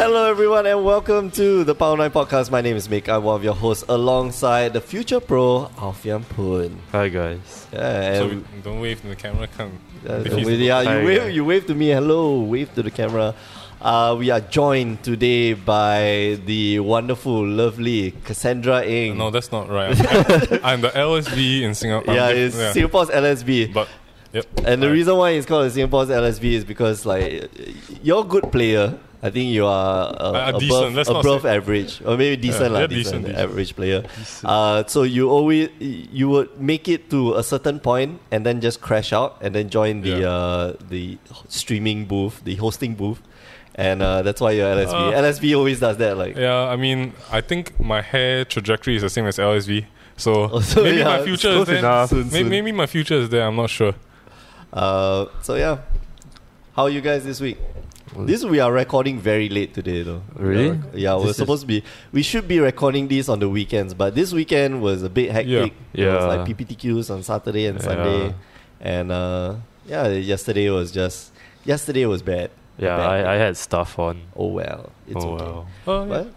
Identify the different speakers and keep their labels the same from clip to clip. Speaker 1: Hello, everyone, and welcome to the Power 9 podcast. My name is Mick. I'm one of your hosts alongside the future pro, Alfian Poon.
Speaker 2: Hi guys.
Speaker 1: Yeah,
Speaker 3: So
Speaker 1: and,
Speaker 3: we- don't wave to the camera. Come.
Speaker 1: uh,
Speaker 3: If he's-
Speaker 1: with- yeah,
Speaker 2: Hi,
Speaker 1: you, wave,
Speaker 2: guy.
Speaker 1: you wave to me. Hello, wave to the camera. Uh, we are joined today by the wonderful, lovely Cassandra Ng.
Speaker 3: No, that's not right. I'm, I'm the LSB in Singapore.
Speaker 1: yeah, it's Singapore's LSB.
Speaker 3: But yep.
Speaker 1: And the
Speaker 3: Alright.
Speaker 1: reason why it's called the Singapore's LSB is because like you're a good player. I think you are uh,
Speaker 3: Uh,
Speaker 1: above,
Speaker 3: decent. Let's not
Speaker 1: above
Speaker 3: say-
Speaker 1: average, or maybe decent,
Speaker 3: Yeah,
Speaker 1: lah,
Speaker 3: yeah,
Speaker 1: decent,
Speaker 3: decent, decent.
Speaker 1: average player. Uh, so you always you would make it to a certain point and then just crash out and then join the
Speaker 3: Yeah.
Speaker 1: uh, the streaming booth, the hosting booth, and uh, that's why you're LSB.
Speaker 3: Uh,
Speaker 1: LSB always does that. Like
Speaker 3: Yeah, I mean, I think my hair trajectory is the same as LSB. So,
Speaker 1: Oh, so
Speaker 3: maybe
Speaker 1: yeah,
Speaker 3: my future is
Speaker 1: close
Speaker 3: there.
Speaker 2: enough.
Speaker 3: May-
Speaker 1: Soon,
Speaker 3: maybe,
Speaker 1: soon.
Speaker 3: my future is there. I'm not sure.
Speaker 1: Uh, so yeah, how are you guys this week?
Speaker 2: Well-
Speaker 1: This we are recording very late today though.
Speaker 2: Really?
Speaker 1: Yeah, we're
Speaker 2: This is-
Speaker 1: supposed to be. We should be recording this on the weekends, but this weekend was a bit hectic.
Speaker 2: Yeah.
Speaker 1: It was
Speaker 2: Yeah.
Speaker 1: like PPTQs on Saturday and
Speaker 2: Yeah.
Speaker 1: Sunday, and uh, yeah, yesterday was just yesterday was bad.
Speaker 2: Yeah,
Speaker 1: Bad.
Speaker 2: I, I had stuff on.
Speaker 1: oh well, it's
Speaker 2: oh
Speaker 1: okay.
Speaker 2: well.
Speaker 3: Oh, yeah.
Speaker 1: What?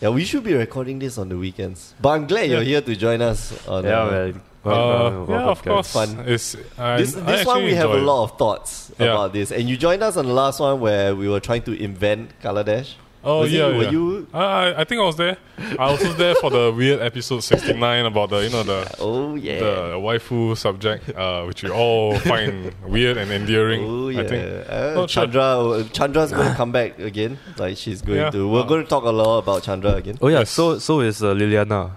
Speaker 1: Yeah, we should be recording this on the weekends. But I'm glad you're
Speaker 3: Yeah.
Speaker 1: here to join us on
Speaker 2: Yeah,
Speaker 1: uh,
Speaker 2: man.
Speaker 3: Uh,
Speaker 2: Welcome,
Speaker 3: yeah,
Speaker 2: welcome,
Speaker 3: of course.
Speaker 2: guys.
Speaker 1: Fun.
Speaker 3: It's, I,
Speaker 1: this
Speaker 3: I
Speaker 1: this one
Speaker 3: actually
Speaker 1: we have a
Speaker 3: enjoy it.
Speaker 1: lot of thoughts
Speaker 3: Yeah.
Speaker 1: about this, and you joined us on the last one where we were trying to invent Kaladesh.
Speaker 3: Oh
Speaker 1: Was it-
Speaker 3: yeah,
Speaker 1: were
Speaker 3: yeah.
Speaker 1: you-
Speaker 3: I- I I think I was there. I was also there for the weird episode sixty nine about the you know the
Speaker 1: Oh yeah,
Speaker 3: the waifu subject, uh, which we all find weird and endearing.
Speaker 1: oh yeah.
Speaker 3: I think.
Speaker 1: Uh,
Speaker 3: Not sure.
Speaker 1: Chandra, Chandra's going to come back again. Like she's going
Speaker 3: Yeah.
Speaker 1: to. We're
Speaker 3: Uh,
Speaker 1: going to talk a lot about Chandra again.
Speaker 2: Oh yeah,
Speaker 3: Yes.
Speaker 2: so so is uh, Liliana.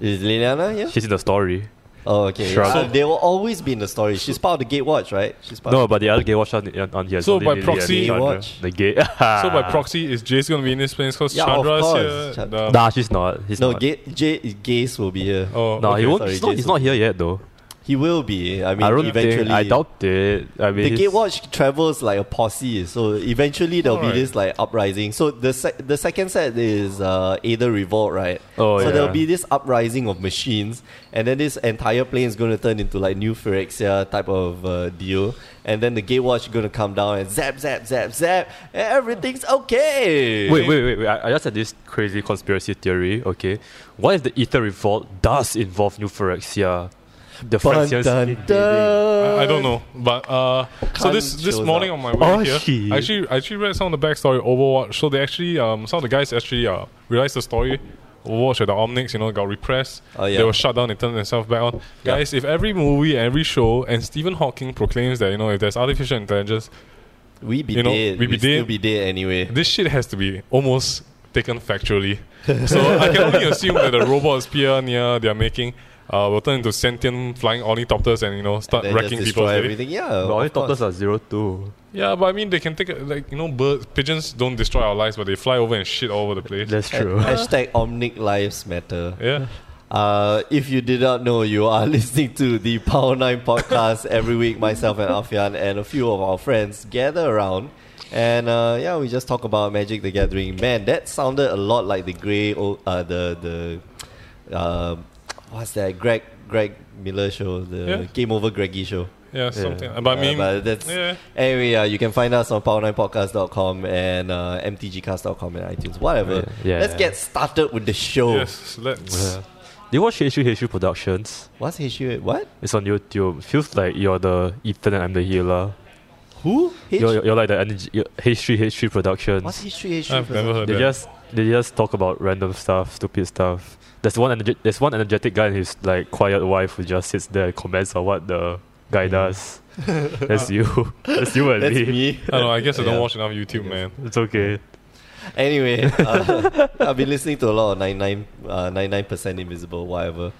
Speaker 1: Is Liliana here?
Speaker 2: She's in the story.
Speaker 1: Oh okay.
Speaker 2: Shrug.
Speaker 1: Uh, they will always be in the story. She's part of the Gatewatch, right? She's part.
Speaker 2: No,
Speaker 1: of
Speaker 2: but the other gay watch on, on here. is
Speaker 3: So
Speaker 2: only
Speaker 3: by
Speaker 2: Lily and
Speaker 3: proxy-
Speaker 2: Chandra.
Speaker 1: Watch.
Speaker 2: the gay.
Speaker 3: So by proxy, is Jace gonna be in this place? Because
Speaker 1: Ah. Yeah, of
Speaker 3: Chandra's
Speaker 1: course.
Speaker 3: here.
Speaker 1: Chan-
Speaker 3: the-
Speaker 2: Nah, she's not. He's
Speaker 1: no,
Speaker 2: not.
Speaker 1: Ga- J- Gaze will be here.
Speaker 3: oh,
Speaker 2: no, he
Speaker 3: okay.
Speaker 2: won't.
Speaker 1: sorry,
Speaker 2: he's, not, he's
Speaker 1: Jason.
Speaker 2: not here yet though.
Speaker 1: He will be. I
Speaker 2: I,
Speaker 1: mean,
Speaker 2: don't
Speaker 1: eventually.
Speaker 2: think. I doubt it. I mean,
Speaker 1: the
Speaker 2: he's-
Speaker 1: Gatewatch travels like a posse, so eventually there'll be
Speaker 3: Alright.
Speaker 1: this like uprising. So the sec- the second set is uh, Aether Revolt, right?
Speaker 2: Oh,
Speaker 1: so
Speaker 2: yeah.
Speaker 1: there'll be this uprising of machines, and then this entire plane is going to turn into like new Phyrexia type of uh, deal, and then the Gatewatch going to come down and zap, zap, zap, zap, and everything's okay.
Speaker 2: Wait, wait, wait, wait. I, I just had this crazy conspiracy theory, okay? What if the Ether Revolt does involve New Phyrexia? The
Speaker 1: Dun,
Speaker 2: Phyrexians
Speaker 1: dun,
Speaker 2: invading.
Speaker 1: dun.
Speaker 3: I, I don't know, but uh, so
Speaker 1: Khan
Speaker 3: this this
Speaker 1: shows
Speaker 3: morning
Speaker 1: up.
Speaker 3: on my way
Speaker 2: Oh,
Speaker 3: here,
Speaker 2: shit.
Speaker 3: I actually I actually read some of the backstory of Overwatch. So they actually um some of the guys actually uh realized the story. Overwatch at the Omnics, you know, got repressed.
Speaker 1: Oh, yeah.
Speaker 3: They were shut down. They turned themselves back on.
Speaker 1: Yeah.
Speaker 3: Guys, if every movie, every show, and Stephen Hawking proclaims that you know, if there's artificial intelligence,
Speaker 1: We be
Speaker 3: You know,
Speaker 1: dead.
Speaker 3: we be
Speaker 1: still
Speaker 3: dead.
Speaker 1: be dead anyway.
Speaker 3: this shit has to be almost taken factually. so I can only assume that the robots peer near they are making uh, will turn into sentient flying ornithopters and you know start
Speaker 1: Then just
Speaker 3: wrecking
Speaker 1: destroy
Speaker 3: people's day.
Speaker 1: everything. Yeah,
Speaker 2: But
Speaker 1: of
Speaker 2: only
Speaker 1: course.
Speaker 2: toppers are zero two.
Speaker 3: Yeah, but I mean they can take a- like you know birds pigeons don't destroy our lives, but they fly over and shit all over the place.
Speaker 2: That's true.
Speaker 1: Hashtag Omnic Lives Matter.
Speaker 3: yeah,
Speaker 1: Uh, if you did not know, you are listening to the Power 9 podcast every week. Myself and Afian and a few of our friends gather around. And uh, yeah, we just talk about Magic the Gathering. Man, that sounded a lot like the Grey, o- uh, the, the, uh, what's that, Greg, Greg Miller show, the
Speaker 3: Yeah.
Speaker 1: Game Over Greggy show.
Speaker 3: yeah, something. But I
Speaker 1: Uh,
Speaker 3: mean,
Speaker 1: but that's,
Speaker 3: yeah.
Speaker 1: anyway, uh, you can find us on power9podcast.com and uh, mtgcast.com and iTunes, whatever.
Speaker 2: Yeah.
Speaker 1: Let's get started with the show.
Speaker 3: yes, let's.
Speaker 2: Yeah. Do you watch Heishu Heishu Productions?
Speaker 1: What's HU? What?
Speaker 2: It's on YouTube. Feels like you're the Ethan and I'm the healer.
Speaker 1: Who? H-
Speaker 2: You're, you're, you're like the energy, you're- H3 H3 Productions.
Speaker 1: What's history? History.
Speaker 3: I've never heard
Speaker 2: they
Speaker 3: that.
Speaker 2: just they just talk about random stuff, stupid stuff. There's one energe- there's one energetic guy and his like quiet wife who just sits there and comments on what the
Speaker 3: Mm.
Speaker 2: guy does. That's you. That's you and
Speaker 1: That's
Speaker 2: me.
Speaker 1: me.
Speaker 3: I don't know. I guess I don't
Speaker 1: Yeah.
Speaker 3: watch enough YouTube, man.
Speaker 2: It's okay.
Speaker 1: Anyway, uh, I've been listening to a lot of 99 uh, 99% Invisible, whatever.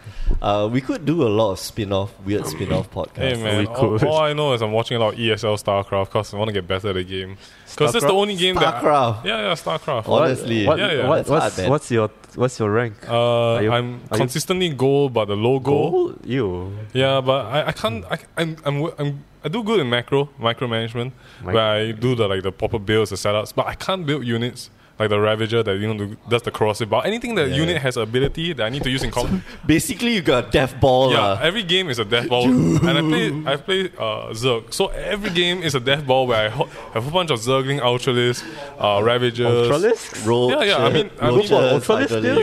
Speaker 1: Uh, we could do a lot of spin off, weird spin off podcasts.
Speaker 3: Hey man,
Speaker 2: we
Speaker 3: all,
Speaker 2: could.
Speaker 3: all I know is I'm watching a lot of ESL StarCraft because I want to get better at the game. Because that's the
Speaker 2: StarCraft?
Speaker 3: only game that.
Speaker 1: StarCraft.
Speaker 3: yeah, yeah, StarCraft.
Speaker 1: What- Honestly.
Speaker 2: what,
Speaker 3: Yeah, yeah.
Speaker 2: what-
Speaker 1: That's
Speaker 2: what's,
Speaker 1: hard, man.
Speaker 2: what's your what's your rank?
Speaker 3: Uh,
Speaker 2: Are you-
Speaker 3: I'm
Speaker 2: are you-
Speaker 3: consistently goal, but the low goal.
Speaker 2: Gold? You.
Speaker 3: Yeah, but I, I can't. I, I'm, I'm, I'm, I do good in macro micromanagement,
Speaker 2: Mic-
Speaker 3: where I do the like the proper builds, the setups. But I can't build units. like the Ravager that you know do- does the corrosive bar. Anything that
Speaker 1: Yeah.
Speaker 3: unit has ability that I need to use in combat.
Speaker 1: Basically, you got death ball. uh,
Speaker 3: Yeah,
Speaker 1: lah.
Speaker 3: every game is a death ball, and I play I play uh, Zerg. So every game is a death ball where I ho- have a bunch of Zergling, Ultralisk, uh, Ravagers.
Speaker 2: Ultralisks?
Speaker 1: Roll.
Speaker 3: Yeah, yeah, I mean- I mean- You,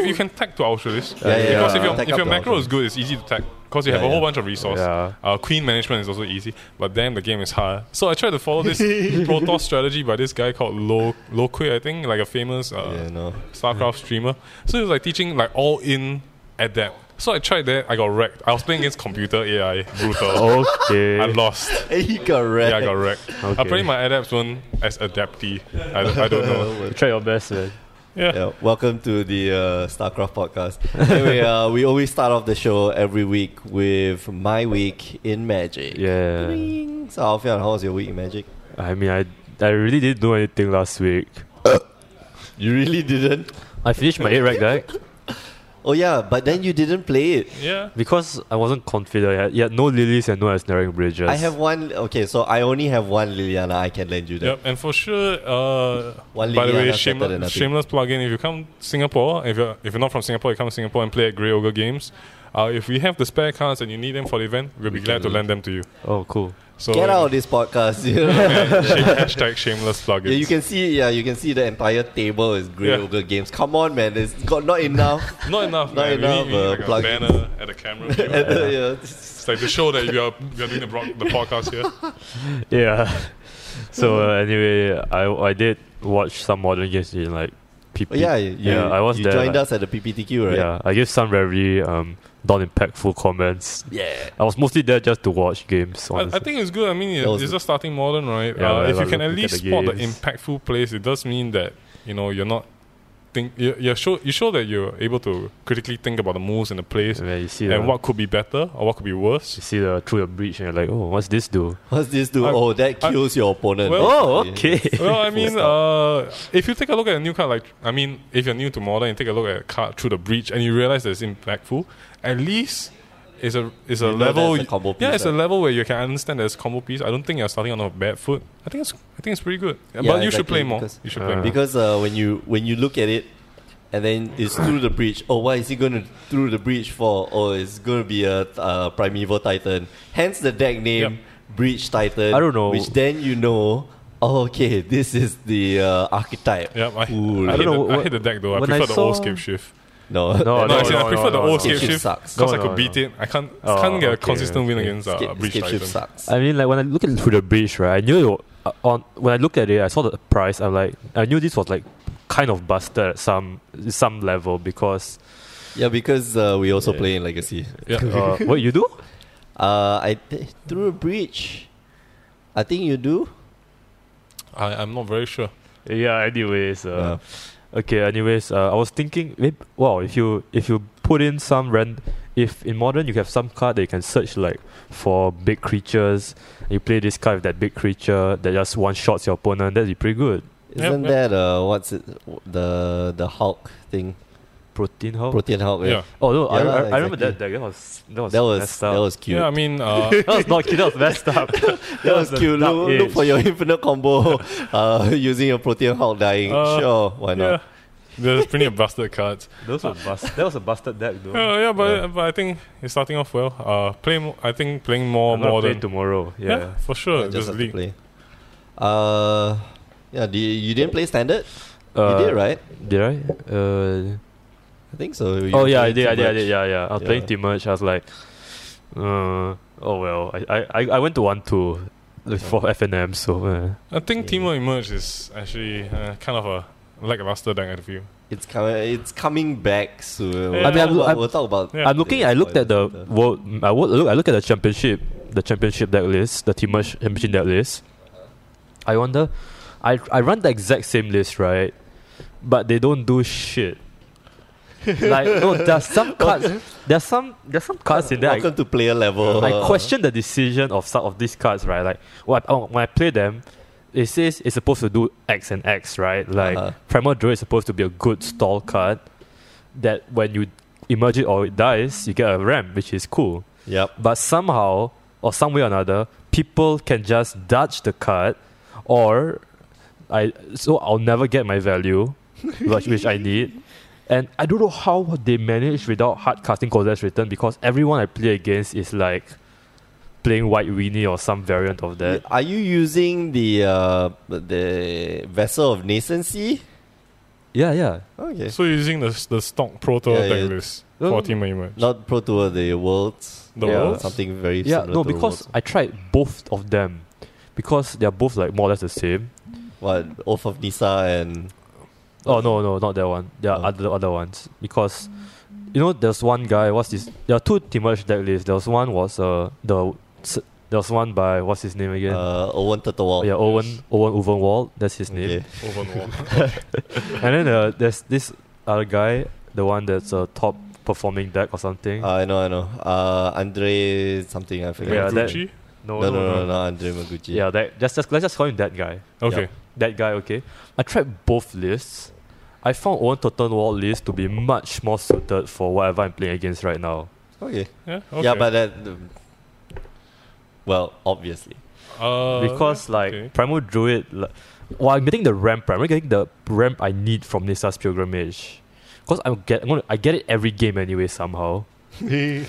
Speaker 3: you can tag to Ultralisk
Speaker 1: Yeah, yeah,
Speaker 3: because
Speaker 1: yeah.
Speaker 3: if your
Speaker 1: Tag
Speaker 3: if
Speaker 1: up
Speaker 3: your
Speaker 1: to
Speaker 3: macro
Speaker 1: Ultralisk.
Speaker 3: is good, it's easy to tag because you have
Speaker 1: Yeah,
Speaker 3: a whole
Speaker 1: yeah.
Speaker 3: bunch of resource.
Speaker 2: Yeah.
Speaker 3: Uh, queen management is also easy, but damn, the game is hard. So I tried to follow this Protoss strategy by this guy called Lo Loque, I think, like a famous uh,
Speaker 1: Yeah, no.
Speaker 3: StarCraft streamer. So he was like teaching like all in adapt. So I tried that, I got wrecked. I was playing against computer AI, brutal.
Speaker 2: Okay.
Speaker 3: I lost.
Speaker 1: He got red.
Speaker 3: Yeah, I got wrecked.
Speaker 2: Okay.
Speaker 3: Apparently my adapts weren't as adapty. I, don't- I don't know.
Speaker 2: You Try your best, man.
Speaker 3: Yeah.
Speaker 1: Yeah, welcome to the uh, StarCraft podcast. Anyway, uh, we always start off the show every week with my week in Magic.
Speaker 2: Yeah.
Speaker 1: Bling. So, Alfian, how was your week in Magic?
Speaker 2: I mean, I I really didn't do anything last week.
Speaker 1: You really didn't?
Speaker 2: I finished my 8 rack deck
Speaker 1: Oh, yeah, but then you didn't play it.
Speaker 3: Yeah.
Speaker 2: because I wasn't confident. I had, you had no lilies and no ensnaring bridges.
Speaker 1: I have one. Okay, so I only have one Liliana. I can lend you that.
Speaker 3: Yep, and for sure, uh,
Speaker 1: One
Speaker 3: by the
Speaker 1: Liliana
Speaker 3: way,
Speaker 1: is better than
Speaker 3: shameless,
Speaker 1: nothing.
Speaker 3: shameless plug-in. If you come Singapore, if you're if you're not from Singapore, you come to Singapore and play at Grey Ogre Games. Uh, if we have the spare cards and you need them for the event, we'll be glad to lend them to you.
Speaker 2: Oh, cool.
Speaker 3: So
Speaker 1: Get out of this podcast. You know?
Speaker 3: shame- hashtag shameless plug-in.
Speaker 1: Yeah, you can see. Yeah, you can see the entire table is Grey
Speaker 3: Yeah.
Speaker 1: Ogre Games. Come on, man, it's got not enough.
Speaker 3: Not enough.
Speaker 1: Not
Speaker 3: man. We
Speaker 1: enough,
Speaker 3: need, we need
Speaker 1: uh,
Speaker 3: like a
Speaker 1: plug-ins.
Speaker 3: banner at the camera. you know.
Speaker 1: And, uh, yeah.
Speaker 3: it's like to show that we are we are doing the, bro- the podcast here.
Speaker 2: Yeah. so uh, anyway, I I did watch some modern games in like
Speaker 1: Oh,
Speaker 2: people.
Speaker 1: yeah, you,
Speaker 2: yeah. I was
Speaker 1: you
Speaker 2: there.
Speaker 1: joined
Speaker 2: like-
Speaker 1: us at the PPTQ, right?
Speaker 2: Yeah, I gave some very um non-impactful comments.
Speaker 1: Yeah.
Speaker 2: I was mostly there just to watch games.
Speaker 3: I,
Speaker 2: Honestly.
Speaker 3: I think it's good. I mean, it,
Speaker 1: That was-
Speaker 3: it's just starting modern, right?
Speaker 2: Yeah,
Speaker 3: uh,
Speaker 2: right,
Speaker 3: if you
Speaker 2: like
Speaker 3: can at
Speaker 2: look at
Speaker 3: least
Speaker 2: the
Speaker 3: spot the
Speaker 2: games.
Speaker 3: impactful plays, it does mean that you know you're not think you you show you show that you're able to critically think about the moves and the plays
Speaker 2: Where you see the,
Speaker 3: and what could be better or what could be
Speaker 2: you
Speaker 3: worse.
Speaker 2: see the through your breach and you're like, oh, what's this do?
Speaker 1: What's this do?
Speaker 3: I-
Speaker 1: oh, that
Speaker 3: I-
Speaker 1: kills your opponent.
Speaker 3: Well-
Speaker 2: Oh, okay.
Speaker 3: well, I
Speaker 1: Full
Speaker 3: mean, uh, if you take a look at a new card, like I mean, if you're new to modern and take a look at a card through the breach and you realize that it's impactful, at least. It's a it's a
Speaker 1: You know
Speaker 3: level
Speaker 1: that's a combo
Speaker 3: yeah
Speaker 1: piece,
Speaker 3: it's a
Speaker 1: right?
Speaker 3: level where you can understand that it's combo piece. I don't think you're starting on a bad foot. I think it's I think it's pretty good.
Speaker 1: Yeah,
Speaker 3: but you should
Speaker 1: exactly,
Speaker 3: play more.
Speaker 1: because-
Speaker 3: You should play
Speaker 2: Uh,
Speaker 3: more.
Speaker 1: Because uh, when you when you look at it, and then it's through the breach. Oh, why is he going to through the breach for? Oh, it's going to be a uh, primeval titan. Hence the deck name Breach Titan.
Speaker 2: I don't know.
Speaker 1: Which then you know. Oh, okay, this is the uh, archetype.
Speaker 3: Yeah, I,
Speaker 1: Cool.
Speaker 3: I,
Speaker 2: I
Speaker 3: hate,
Speaker 2: don't know
Speaker 3: the, I
Speaker 2: what-
Speaker 3: hate the deck though. I
Speaker 2: when I
Speaker 3: prefer the old
Speaker 2: saw-
Speaker 3: scape shift.
Speaker 1: No,
Speaker 2: No,
Speaker 3: No,
Speaker 2: no,
Speaker 3: I, see, I
Speaker 2: no,
Speaker 3: prefer the
Speaker 2: no,
Speaker 3: old
Speaker 2: no.
Speaker 3: scape
Speaker 1: Scape shift
Speaker 3: shift
Speaker 1: sucks.
Speaker 3: because
Speaker 2: No,
Speaker 3: I
Speaker 2: no,
Speaker 3: could beat it. I can't
Speaker 2: Oh,
Speaker 3: can't get a
Speaker 2: okay,
Speaker 3: consistent win
Speaker 2: okay.
Speaker 3: against uh,
Speaker 1: Scape,
Speaker 3: Breach
Speaker 1: scape
Speaker 3: Titan.
Speaker 1: shift sucks.
Speaker 2: I mean, like when I look at through the breach, right? I knew it, wa- uh, on when I looked at it, I saw the price. I'm like, I knew this was like kind of busted at some some level because
Speaker 1: yeah, because uh, we also play in Legacy.
Speaker 3: Yeah.
Speaker 2: uh, what you do?
Speaker 1: Uh, I th- through a breach. I think you do.
Speaker 3: I, I'm not very sure.
Speaker 2: Yeah. Anyways, uh, okay. Anyways, uh, I was thinking, maybe, wow, if you if you put in some rand, if in modern you have some card that you can search like for big creatures, you play this card with that big creature that just one shots your opponent. That'd be pretty good.
Speaker 3: Yep,
Speaker 1: Isn't
Speaker 3: yep.
Speaker 1: that uh, what's it the the Hulk thing?
Speaker 2: Protein how?
Speaker 1: Protean Hulk.
Speaker 3: Yeah,
Speaker 2: oh no, I,
Speaker 1: Yeah,
Speaker 2: I, I remember
Speaker 1: exactly.
Speaker 2: that deck. That was that was
Speaker 1: That was
Speaker 2: messed up.
Speaker 1: that was
Speaker 3: yeah.
Speaker 1: cute.
Speaker 3: I mean, uh,
Speaker 2: that was not cute. That was messed up. that,
Speaker 1: that was cute. Look, look for your infinite combo uh, using a protein hulk dying.
Speaker 3: Uh,
Speaker 1: sure, why
Speaker 3: yeah.
Speaker 1: not?
Speaker 3: There's plenty of busted cards.
Speaker 2: Those were bust. That was a busted deck, though.
Speaker 3: Oh, Yeah, Uh, yeah, but but I think it's starting off well. Uh, play. mo- I think playing more
Speaker 2: I'm gonna play
Speaker 3: modern.
Speaker 2: tomorrow. Yeah.
Speaker 3: yeah. for sure.
Speaker 1: I
Speaker 3: Just
Speaker 1: just have to
Speaker 3: league.
Speaker 1: play. Uh, yeah, do you, you didn't play standard?
Speaker 2: Uh,
Speaker 1: you did, right?
Speaker 2: Did I? Uh,
Speaker 1: I think so. You
Speaker 2: oh
Speaker 1: were
Speaker 2: yeah, I
Speaker 1: playing
Speaker 2: did. I did. I
Speaker 1: Timuj.
Speaker 2: did. Yeah, yeah. I was playing
Speaker 1: Yeah.
Speaker 2: too much. I was like, uh, oh well. I I, I- I went to one two for F and M. So uh,
Speaker 3: I think
Speaker 1: Yeah.
Speaker 3: Timo Emerge is actually uh, kind of a lackluster deck. I feel.
Speaker 1: It's coming. It's coming back soon.
Speaker 3: Yeah.
Speaker 1: We'll
Speaker 2: I'm-
Speaker 3: I mean,
Speaker 1: talk about-
Speaker 2: I'm-
Speaker 1: we'll talk about.
Speaker 3: Yeah.
Speaker 2: I'm looking. I looked at the world. I wo- look. I looked at the championship. The championship deck list. The team much championship deck list. I wonder. I I run the exact same list, right? But they don't do shit. like no, there's some cards. There's some. There's some cards in there. I,
Speaker 1: Welcome to player level.
Speaker 2: I question the decision of some of these cards, right? Like what oh, when I play them, it says it's supposed to do X and X, right? Like
Speaker 1: Uh-huh.
Speaker 2: Primal Druid is supposed to be a good stall card that when you emerge it or it dies, you get a ramp, which is cool.
Speaker 1: Yep.
Speaker 2: But somehow or some way or another, people can just dodge the card, or I so I'll never get my value. which, which I need. And I don't know how they manage without hard casting Kozak's return because everyone I play against is like playing White Weenie or some variant of that.
Speaker 1: Are you using the uh, the vessel of nascency?
Speaker 2: Yeah, yeah.
Speaker 1: Okay.
Speaker 3: So you're using the, the stock proto
Speaker 1: Yeah,
Speaker 3: deck
Speaker 1: yeah.
Speaker 3: list
Speaker 2: No,
Speaker 3: for
Speaker 2: no.
Speaker 3: Team Image.
Speaker 1: Not Pro Tour, the Worlds.
Speaker 3: The
Speaker 1: Yeah,
Speaker 3: Worlds?
Speaker 1: Something very
Speaker 2: Yeah,
Speaker 1: similar
Speaker 2: no,
Speaker 1: to the
Speaker 2: because I tried both of them because they're both like more or less the same.
Speaker 1: Worlds. What? Oath of Nisa and.
Speaker 2: Oh no, no, not that one. There are
Speaker 1: Oh.
Speaker 2: other other ones because you know there's one guy. What's this? There are two Timurch deck lists. There was one was uh the there was one by what's his name again?
Speaker 1: Uh, Owen Turtlewald.
Speaker 2: yeah, Owen Owen Uvenwald. That's his name.
Speaker 1: Okay.
Speaker 3: Overall.
Speaker 2: And then uh, there's this other guy, the one that's a top performing deck or something.
Speaker 1: Uh, I know, I know. Uh, Andre something, I forget.
Speaker 2: Yeah, that-
Speaker 3: Gucci?
Speaker 1: no, no, no, no, no, Andre Maguchi.
Speaker 2: Yeah, that just just let's just call him that guy.
Speaker 3: Okay.
Speaker 2: that guy, okay. I tried both lists. I found Owen Totenwald list to be much more suited for whatever I'm playing against right now.
Speaker 1: Okay.
Speaker 3: Yeah. Okay.
Speaker 1: Yeah, but that. Well, obviously.
Speaker 3: uh,
Speaker 2: because like
Speaker 3: okay.
Speaker 2: Primal Druid, like, well, I'm getting the ramp. right? I'm getting the ramp I need from Nissa's Pilgrimage. Because I'm get, I'm gonna, I get it every game anyway somehow. and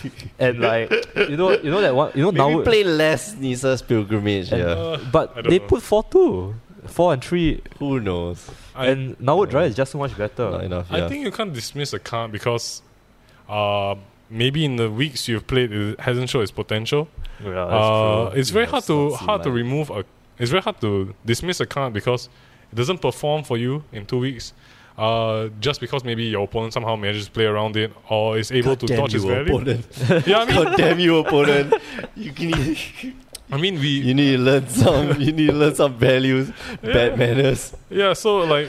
Speaker 2: like you know, you know that one. You know
Speaker 1: Maybe
Speaker 2: now.
Speaker 1: play less Nisa's Pilgrimage.
Speaker 2: And-
Speaker 1: yeah.
Speaker 3: Uh, I
Speaker 2: but
Speaker 3: don't
Speaker 2: they
Speaker 3: know.
Speaker 2: put four two, four and three,
Speaker 1: Who knows?
Speaker 3: I-
Speaker 2: and now
Speaker 1: Yeah.
Speaker 2: Drive is just so much better.
Speaker 1: Not enough. Yeah.
Speaker 3: I think you can't dismiss a card because uh, maybe in the weeks you've played it hasn't shown its potential.
Speaker 2: Yeah, that's
Speaker 3: Uh,
Speaker 2: true.
Speaker 3: it's very
Speaker 1: Yeah,
Speaker 3: hard
Speaker 1: it's
Speaker 3: to
Speaker 1: not seen
Speaker 3: hard to
Speaker 1: much.
Speaker 3: remove a. It's very hard to dismiss a card because it doesn't perform for you in two weeks. Uh, just because maybe your opponent somehow manages to play around it or is able to
Speaker 1: damn
Speaker 3: dodge its
Speaker 1: you,
Speaker 3: value.
Speaker 1: opponent.
Speaker 3: Yeah, I mean,
Speaker 1: God damn you, opponent. You can.
Speaker 3: I mean, we
Speaker 1: You need to learn some. You need to learn some values, bad manners.
Speaker 3: Yeah, so like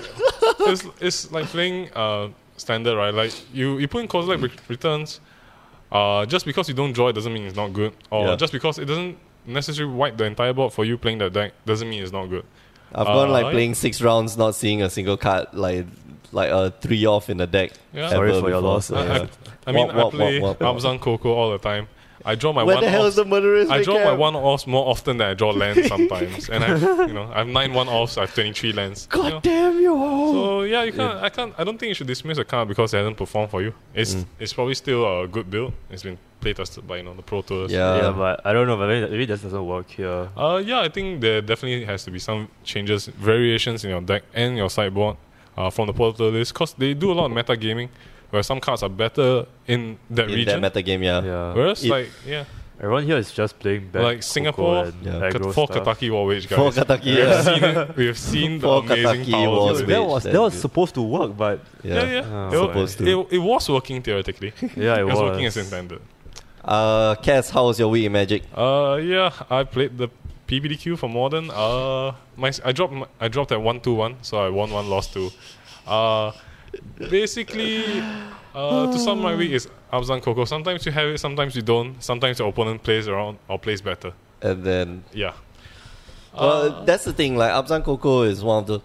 Speaker 3: it's it's like playing uh standard, right? Like you you put in cause like re- returns, uh just because you don't draw it doesn't mean it's not good. Or
Speaker 1: Yeah.
Speaker 3: just because it doesn't necessarily wipe the entire board for you playing that deck doesn't mean it's not good.
Speaker 1: I've gone
Speaker 3: Uh,
Speaker 1: like playing six rounds, not seeing a single card, like like a three off in the deck.
Speaker 3: Yeah.
Speaker 1: ever
Speaker 2: Sorry for
Speaker 1: before.
Speaker 2: your loss, uh,
Speaker 3: I, I-
Speaker 2: Yeah.
Speaker 3: I mean
Speaker 1: Wop, wop,
Speaker 3: I play
Speaker 1: wop, wop.
Speaker 3: Amazon Coco all the time. I draw my
Speaker 1: Where
Speaker 3: one
Speaker 1: the hell is
Speaker 3: offs.
Speaker 1: the murderous?
Speaker 3: I draw my
Speaker 1: recap?
Speaker 3: one offs more often than I draw lands sometimes. and I you know, I have nine one offs, I have twenty three lands. you know.
Speaker 1: God damn you! all.
Speaker 3: So yeah, you can't. I can't. I don't think you should dismiss a card because it hasn't performed for you. It's
Speaker 1: Mm.
Speaker 3: it's probably still a good build. It's been play tested by you know the pro tours.
Speaker 1: Yeah.
Speaker 2: yeah, but I don't know. but Maybe maybe that doesn't work here.
Speaker 3: Uh yeah, I think there definitely has to be some changes, variations in your deck and your sideboard uh, from the pro tour list because they do a lot of meta gaming, where some cards are better in that
Speaker 1: in
Speaker 3: region.
Speaker 1: that meta game, yeah.
Speaker 2: Yeah.
Speaker 3: Whereas
Speaker 1: It-
Speaker 3: like yeah,
Speaker 2: Everyone here is just playing back.
Speaker 3: Like Singapore,
Speaker 2: and
Speaker 1: Yeah.
Speaker 2: aggro
Speaker 3: Kat- for
Speaker 2: stuff.
Speaker 3: Kataki War Wage guys.
Speaker 1: For Kataki,
Speaker 3: we have
Speaker 1: yeah.
Speaker 3: seen it. We have seen the
Speaker 1: For
Speaker 3: amazing
Speaker 1: Kataki War
Speaker 2: Yeah,
Speaker 3: powers.
Speaker 1: Wage.
Speaker 3: of it.
Speaker 2: that was
Speaker 1: That's
Speaker 2: that was
Speaker 1: good.
Speaker 2: supposed to work, but
Speaker 3: Yeah, yeah.
Speaker 2: Ah.
Speaker 3: It wa-
Speaker 1: Supposed to.
Speaker 3: it- it was working theoretically.
Speaker 2: yeah, it,
Speaker 3: It was
Speaker 2: was
Speaker 3: working as intended.
Speaker 1: Uh, Cass, how was your week in Magic?
Speaker 3: Uh, yeah, I played the PBDQ for modern. Uh, my I dropped my, I dropped at one two one, so I won one, lost two. Uh, basically, uh, to sum my week is Abzan Coco. Sometimes you have it, sometimes you don't. Sometimes your opponent plays around or plays better.
Speaker 1: And then,
Speaker 3: Yeah,
Speaker 1: well, that's the thing. Like Abzan Coco is one of the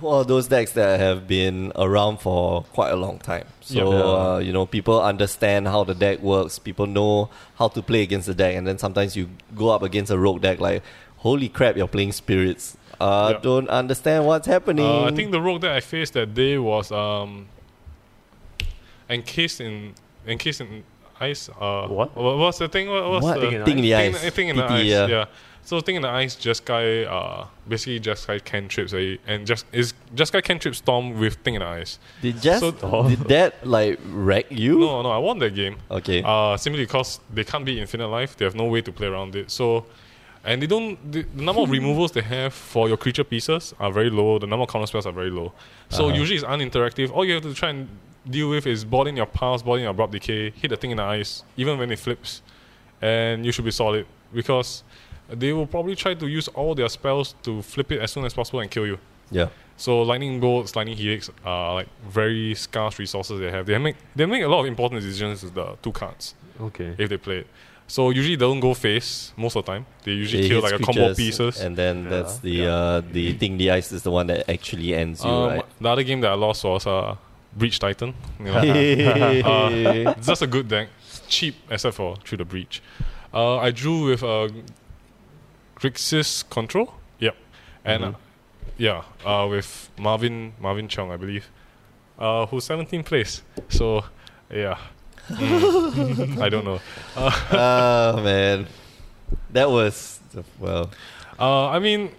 Speaker 1: one of those decks that have been around for quite a long time. So
Speaker 3: Yeah.
Speaker 1: uh, you know, people understand how the deck works. People know how to play against the deck. And then sometimes you go up against a rogue deck, like, holy crap, you're playing spirits. Uh,
Speaker 3: Yeah.
Speaker 1: don't understand what's happening.
Speaker 3: uh, I think the rogue that I faced that day was um encased in encased in ice. Uh,
Speaker 2: What?
Speaker 3: What was the thing? What was
Speaker 2: What?
Speaker 3: the
Speaker 2: Thing in
Speaker 1: thing in the
Speaker 3: Thing in-
Speaker 1: ice.
Speaker 3: Thing in the
Speaker 1: TT,
Speaker 2: E,
Speaker 3: ice,
Speaker 1: yeah.
Speaker 3: yeah. So thing in the ice, Jeskai, uh, basically Jeskai cantrips, eh, and just is Jeskai cantrip storm with thing in the ice.
Speaker 1: Did just
Speaker 3: So- oh.
Speaker 1: did that like wreck you?
Speaker 3: No, no, I won that game.
Speaker 1: Okay.
Speaker 3: Uh, simply because they can't be infinite life, they have no way to play around it. So, and they don't. The, the number of removals they have for your creature pieces are very low. The number of counter spells are very low. So usually it's uninteractive. All you have to try and deal with is ball in your pulse, ball in your abrupt decay, hit the thing in the eyes, even when it flips, and you should be solid because they will probably try to use all their spells to flip it as soon as possible and kill you.
Speaker 1: yeah.
Speaker 3: So lightning bolts, lightning helix are like very scarce resources they have. They make they make a lot of important decisions with the two cards
Speaker 2: Okay.
Speaker 3: if they play it. So usually they don't go face most of the time. They usually
Speaker 1: It
Speaker 3: kill
Speaker 1: hits
Speaker 3: like a combo
Speaker 1: creatures,
Speaker 3: pieces.
Speaker 1: and then that's the
Speaker 3: Yeah.
Speaker 1: uh, the thing. The ice is the one that actually ends you,
Speaker 3: Um,
Speaker 1: right?
Speaker 3: The other game that I lost was uh, Breach Titan. You know,
Speaker 1: Hey.
Speaker 3: it's just a good deck. It's cheap except for through the breach. Uh, I drew with uh, Grixis
Speaker 1: Mm-hmm.
Speaker 3: control. Yep, and uh, yeah, uh, with Marvin Marvin Chung, I believe. uh, who's 17th place. So, yeah. Mm. I don't know.
Speaker 1: oh man, that was well.
Speaker 3: Uh, I mean,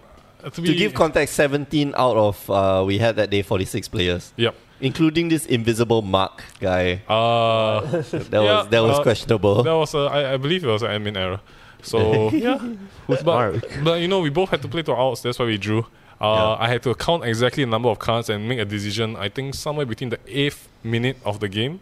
Speaker 3: to, be,
Speaker 1: To give context, 17 out of uh, we had that day 46 players,
Speaker 3: yep.
Speaker 1: including this invisible Mark guy.
Speaker 3: Uh,
Speaker 1: That
Speaker 3: Yeah,
Speaker 1: was that was
Speaker 3: uh,
Speaker 1: questionable.
Speaker 3: that was a, I, I believe it was an admin error. So yeah,
Speaker 2: Who's
Speaker 3: but, but you know we both had to play to outs. That's why we drew. Uh, I had to count exactly the number of cards and make a decision. I think somewhere between the eighth minute of the game,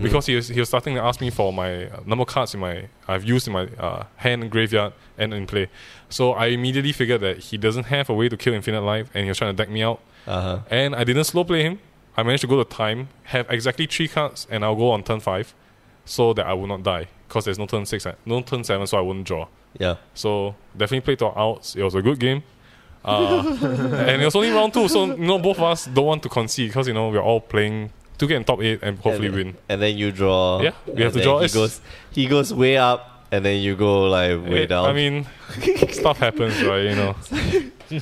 Speaker 3: because he was he was starting to ask me for my uh, number of cards in my I've used in my uh, hand graveyard and in play. So I immediately figured that he doesn't have a way to kill Infinite Life, and he was trying to deck me out.
Speaker 1: Uh-huh.
Speaker 3: And I didn't slow play him. I managed to go to time, have exactly three cards, and I'll go on turn five, so that I will not die. Cause there's no turn six, and- no turn seven, so I won't draw.
Speaker 1: Yeah.
Speaker 3: So definitely play to our outs. It was a good game, uh, and it was only round two. So you know, both of us don't want to concede because you know we're all playing to get in top eight and hopefully
Speaker 1: and,
Speaker 3: win.
Speaker 1: And then you draw.
Speaker 3: Yeah, we
Speaker 1: and
Speaker 3: have to
Speaker 1: then
Speaker 3: draw.
Speaker 1: He
Speaker 3: It's-
Speaker 1: goes, he goes way up, and then you go like way
Speaker 3: Eh,
Speaker 1: down.
Speaker 3: I mean, stuff happens, right? You know.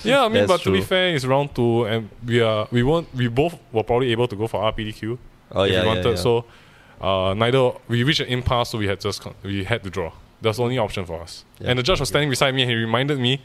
Speaker 3: Yeah, I mean,
Speaker 1: That's
Speaker 3: but to be
Speaker 1: true.
Speaker 3: fair, it's round two, and we are we won't we both were probably able to go for RPDQ.
Speaker 1: oh
Speaker 3: if
Speaker 1: yeah,
Speaker 3: we
Speaker 1: yeah,
Speaker 3: wanted.
Speaker 1: yeah.
Speaker 3: So uh, neither we reached an impasse, so we had just con- we had to draw. That's the only option for us.
Speaker 1: Yeah.
Speaker 3: And the judge was standing beside me, and he reminded me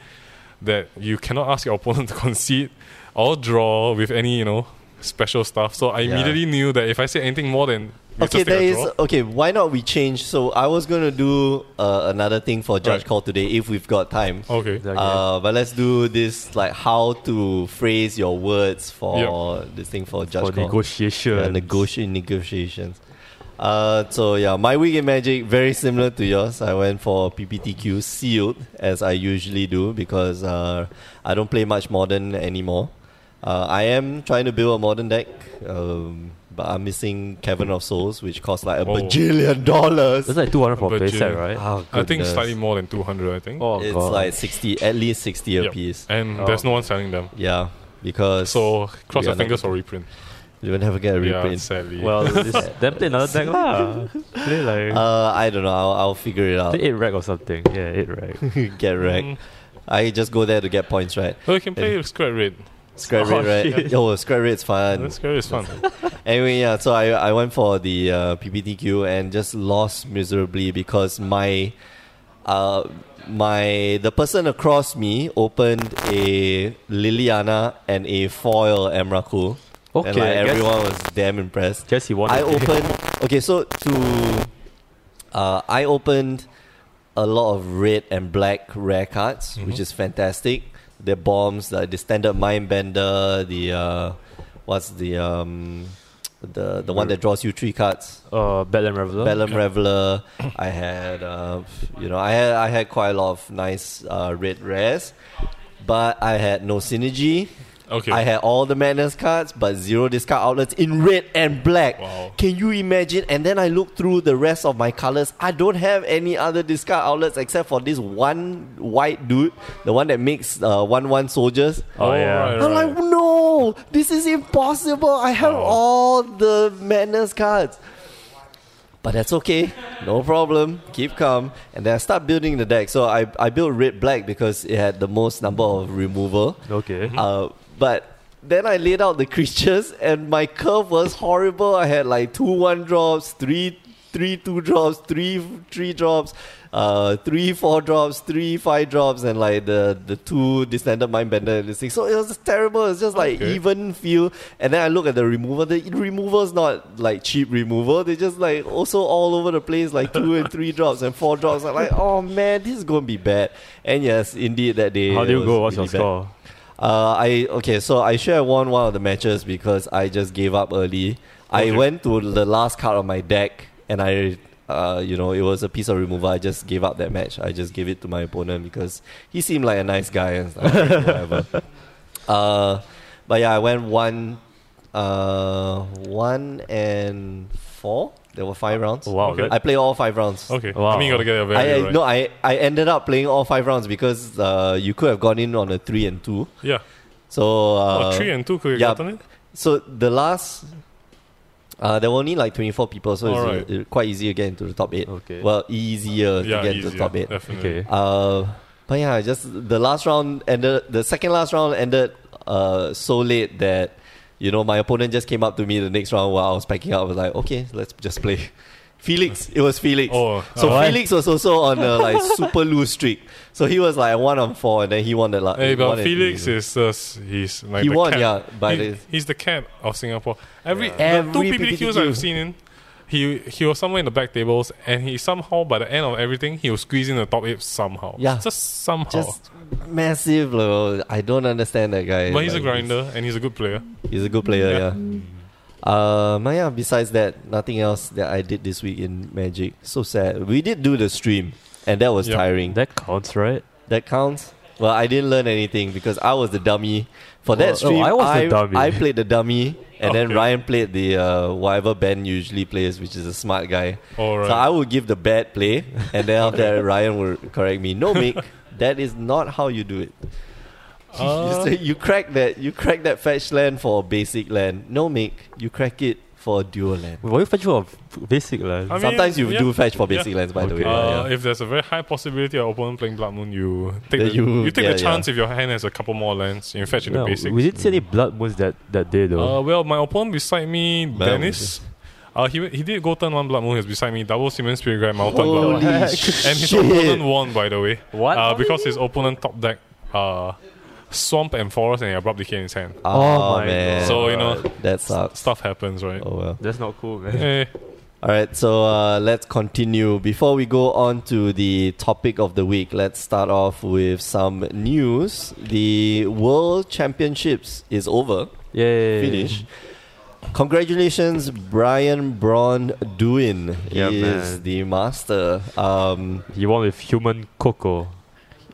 Speaker 3: that you cannot ask your opponent to concede or draw with any you know special stuff. So I
Speaker 1: Yeah.
Speaker 3: immediately knew that if I said anything more than we
Speaker 1: okay,
Speaker 3: just take
Speaker 1: there
Speaker 3: a
Speaker 1: is
Speaker 3: draw,
Speaker 1: okay. Why not we change? So I was gonna do uh, another thing for judge
Speaker 3: Right.
Speaker 1: call today if we've got time.
Speaker 3: okay.
Speaker 2: Exactly.
Speaker 1: Uh, but let's do this like how to phrase your words for this thing for judge
Speaker 2: for
Speaker 1: call.
Speaker 2: negotiation.
Speaker 1: Yeah, negoti- negotiations. Uh, so yeah, my week in magic very similar to yours. I went for PPTQ sealed as I usually do because uh, I don't play much modern anymore. Uh, I am trying to build a modern deck, um, but I'm missing Cavern of Souls, which costs like a
Speaker 3: Oh.
Speaker 1: bajillion dollars.
Speaker 2: That's like 200 for a
Speaker 3: But
Speaker 2: playset,
Speaker 3: you-
Speaker 2: right?
Speaker 1: Oh,
Speaker 3: I think
Speaker 1: goodness.
Speaker 3: slightly more than two hundred. I think.
Speaker 2: Oh,
Speaker 1: It's
Speaker 2: God.
Speaker 1: like sixty, at least sixty
Speaker 3: Yep.
Speaker 1: a piece.
Speaker 3: And
Speaker 2: Oh.
Speaker 3: there's no one selling them.
Speaker 1: Yeah, because
Speaker 3: So cross
Speaker 1: Yeah,
Speaker 3: your fingers
Speaker 1: like-
Speaker 3: for reprint.
Speaker 1: you will never get a
Speaker 3: Yeah,
Speaker 1: reprint.
Speaker 3: sadly.
Speaker 2: well, this, then play another deck lah. Play like
Speaker 1: uh, I don't know. I'll, I'll figure it out.
Speaker 2: play eight rag or something. Yeah, eight rag.
Speaker 1: get wrecked.
Speaker 3: Mm.
Speaker 1: I just go there to get points, right?
Speaker 3: Oh, you can play with square red.
Speaker 1: Scrap
Speaker 2: Oh,
Speaker 1: rate, right?
Speaker 2: shit.
Speaker 1: Yo, scrap rate's fun.
Speaker 3: That's square red is fun.
Speaker 1: Anyway, yeah, so I, I went for the uh, PPTQ and just lost miserably because my uh my the person across me opened a Liliana and a foil Emrakul.
Speaker 2: Okay,
Speaker 1: and like,
Speaker 2: I guess-
Speaker 1: everyone was damn impressed.
Speaker 2: Guess he won.
Speaker 1: I
Speaker 2: the game.
Speaker 1: opened okay, so to uh, I opened a lot of red and black rare cards, which is fantastic. The bombs, like the standard mind bender, the uh, what's the um, the the one that draws you three cards,
Speaker 2: uh, Bedlam Reveler.
Speaker 1: Bellum Reveler. I had uh, you know I had I had quite a lot of nice uh, red rares, but I had no synergy.
Speaker 3: Okay.
Speaker 1: I had all the madness cards, but zero discard outlets in red and black.
Speaker 3: Wow.
Speaker 1: Can you imagine? And then I look through the rest of my colors. I don't have any other discard outlets except for this one white dude, the one that makes uh, one one soldiers.
Speaker 2: Oh, yeah.
Speaker 3: right,
Speaker 1: I'm
Speaker 3: right.
Speaker 1: like, no, this is impossible. I have
Speaker 3: Oh.
Speaker 1: all the madness cards. But that's okay. No problem. Keep calm. And then I start building the deck. So I, I built red black because it had the most number of removal.
Speaker 2: Okay.
Speaker 1: Uh, but then I laid out the creatures, and my curve was horrible. I had like two one drops, three three two drops, three three drops, uh, three four drops, three five drops, and like the the two distended mind bender and this thing. So it was terrible. It's just like
Speaker 3: Okay.
Speaker 1: even feel. And then I look at the removal. The removal's not like cheap removal. They just like also all over the place, like two and three drops and four drops. I'm like, oh man, this is gonna be bad. And yes, indeed, that day.
Speaker 2: How do
Speaker 1: it
Speaker 2: you
Speaker 1: was
Speaker 2: go? What's
Speaker 1: really
Speaker 2: your
Speaker 1: bad.
Speaker 2: score?
Speaker 1: Uh, I okay, so I should have won one of the matches because I just gave up early. I
Speaker 3: Okay.
Speaker 1: went to the last card of my deck, and I, uh, you know, it was a piece of removal. I just gave up that match. I just gave it to my opponent because he seemed like a nice guy and stuff, whatever. Uh, but yeah, I went one, uh, one and four. There were five rounds.
Speaker 2: Oh, Wow.
Speaker 3: Okay.
Speaker 2: that-
Speaker 1: I play all five rounds.
Speaker 3: Okay.
Speaker 2: Wow.
Speaker 3: I mean, you gotta get a
Speaker 1: I,
Speaker 3: value,
Speaker 1: I
Speaker 3: right?
Speaker 1: no, I, I ended up playing all five rounds because uh, you could have gone in on a three and two.
Speaker 3: Yeah.
Speaker 1: So uh,
Speaker 3: oh, three and two could have
Speaker 1: yeah.
Speaker 3: gotten it.
Speaker 1: so the last uh, there were only like 24 people, so it's
Speaker 3: Alright.
Speaker 1: uh, quite easy to get into the top eight.
Speaker 2: Okay.
Speaker 1: Well, easier to
Speaker 3: Yeah,
Speaker 1: get into
Speaker 3: easier,
Speaker 1: the top eight.
Speaker 3: definitely.
Speaker 2: Okay.
Speaker 1: Uh, but yeah, just the last round ended. The second last round ended uh, so late that you know, my opponent just came up to me the next round while I was packing up. I was like, okay, let's just play. Felix, it was Felix.
Speaker 3: Oh,
Speaker 1: so
Speaker 2: alright.
Speaker 1: Felix was also on a like super loose streak. So he was like one on four, and then he won the last.
Speaker 3: Hey, but Felix is uh, s- he's like
Speaker 1: He
Speaker 3: the
Speaker 1: won,
Speaker 3: cat.
Speaker 1: yeah, by
Speaker 3: He-
Speaker 1: the-
Speaker 3: he's the cat of Singapore. Every,
Speaker 1: Every
Speaker 3: the two PPTQs
Speaker 1: PPTQ.
Speaker 3: I've seen in, he he was somewhere in the back tables, and he somehow by the end of everything he was squeezing the top eight somehow.
Speaker 1: Yeah.
Speaker 3: just somehow.
Speaker 1: just massive. Level. I don't understand that guy.
Speaker 3: but he's a
Speaker 1: Like,
Speaker 3: grinder and he's a good player.
Speaker 1: He's a good player, yeah.
Speaker 3: Yeah.
Speaker 1: Um, yeah, besides that, nothing else that I did this week in Magic. So sad. We did do the stream, and that was
Speaker 3: Yeah.
Speaker 1: tiring. That,
Speaker 2: That counts, right?
Speaker 1: counts? Well, I didn't learn anything because I was the dummy. For
Speaker 2: Well, oh,
Speaker 1: that stream,
Speaker 2: I was the
Speaker 1: I,
Speaker 2: dummy.
Speaker 1: I played the dummy, and then
Speaker 3: Okay.
Speaker 1: Ryan played the uh, whatever Ben usually plays, which is a smart guy.
Speaker 3: All right.
Speaker 1: So I would give the bad play, and then after that, Ryan would correct me. No, Mick, that is not how you do it.
Speaker 3: Uh,
Speaker 1: you, say, you crack that. You crack that fetch land for a basic land. No, Mick, you crack it for a dual land.
Speaker 2: Were you fetching for basic land?
Speaker 3: I mean,
Speaker 1: Sometimes you
Speaker 3: yeah,
Speaker 1: do fetch for basic
Speaker 3: yeah.
Speaker 1: lands, by the way.
Speaker 2: Okay.
Speaker 1: yeah,
Speaker 3: Uh,
Speaker 1: yeah.
Speaker 3: If there's a very high possibility of opponent playing Blood Moon, you take
Speaker 1: Then
Speaker 3: the,
Speaker 1: you-
Speaker 3: you, take
Speaker 1: yeah,
Speaker 3: the
Speaker 1: yeah.
Speaker 3: chance if your hand has a couple more lands. You fetch in
Speaker 2: No,
Speaker 3: the basics.
Speaker 2: we didn't see any blood moons that, that day though.
Speaker 3: Uh, well, my opponent beside me, Dennis. Uh, he he did go turn one blood moon. He was beside me. Double Simon Spirit Guide, Mountain
Speaker 1: Holy
Speaker 3: Blood Moon. And his opponent
Speaker 1: shit!
Speaker 3: won, by the way.
Speaker 2: What?
Speaker 3: Uh, because his opponent top deck uh, Swamp and Forest and he abrupt decay in his hand.
Speaker 1: Oh,
Speaker 2: my
Speaker 1: man,
Speaker 2: God.
Speaker 3: So, you know-
Speaker 1: that sucks.
Speaker 3: Stuff happens, right?
Speaker 1: Oh well.
Speaker 2: That's not cool, man.
Speaker 3: Eh,
Speaker 1: All right, so uh, let's continue. Before we go on to the topic of the week, let's start off with some news. The World Championships is over.
Speaker 2: Yay.
Speaker 1: finish. Congratulations, Brian Braun Duin
Speaker 2: Yeah,
Speaker 1: is
Speaker 2: man.
Speaker 1: the master. Um,
Speaker 2: You won with human cocoa.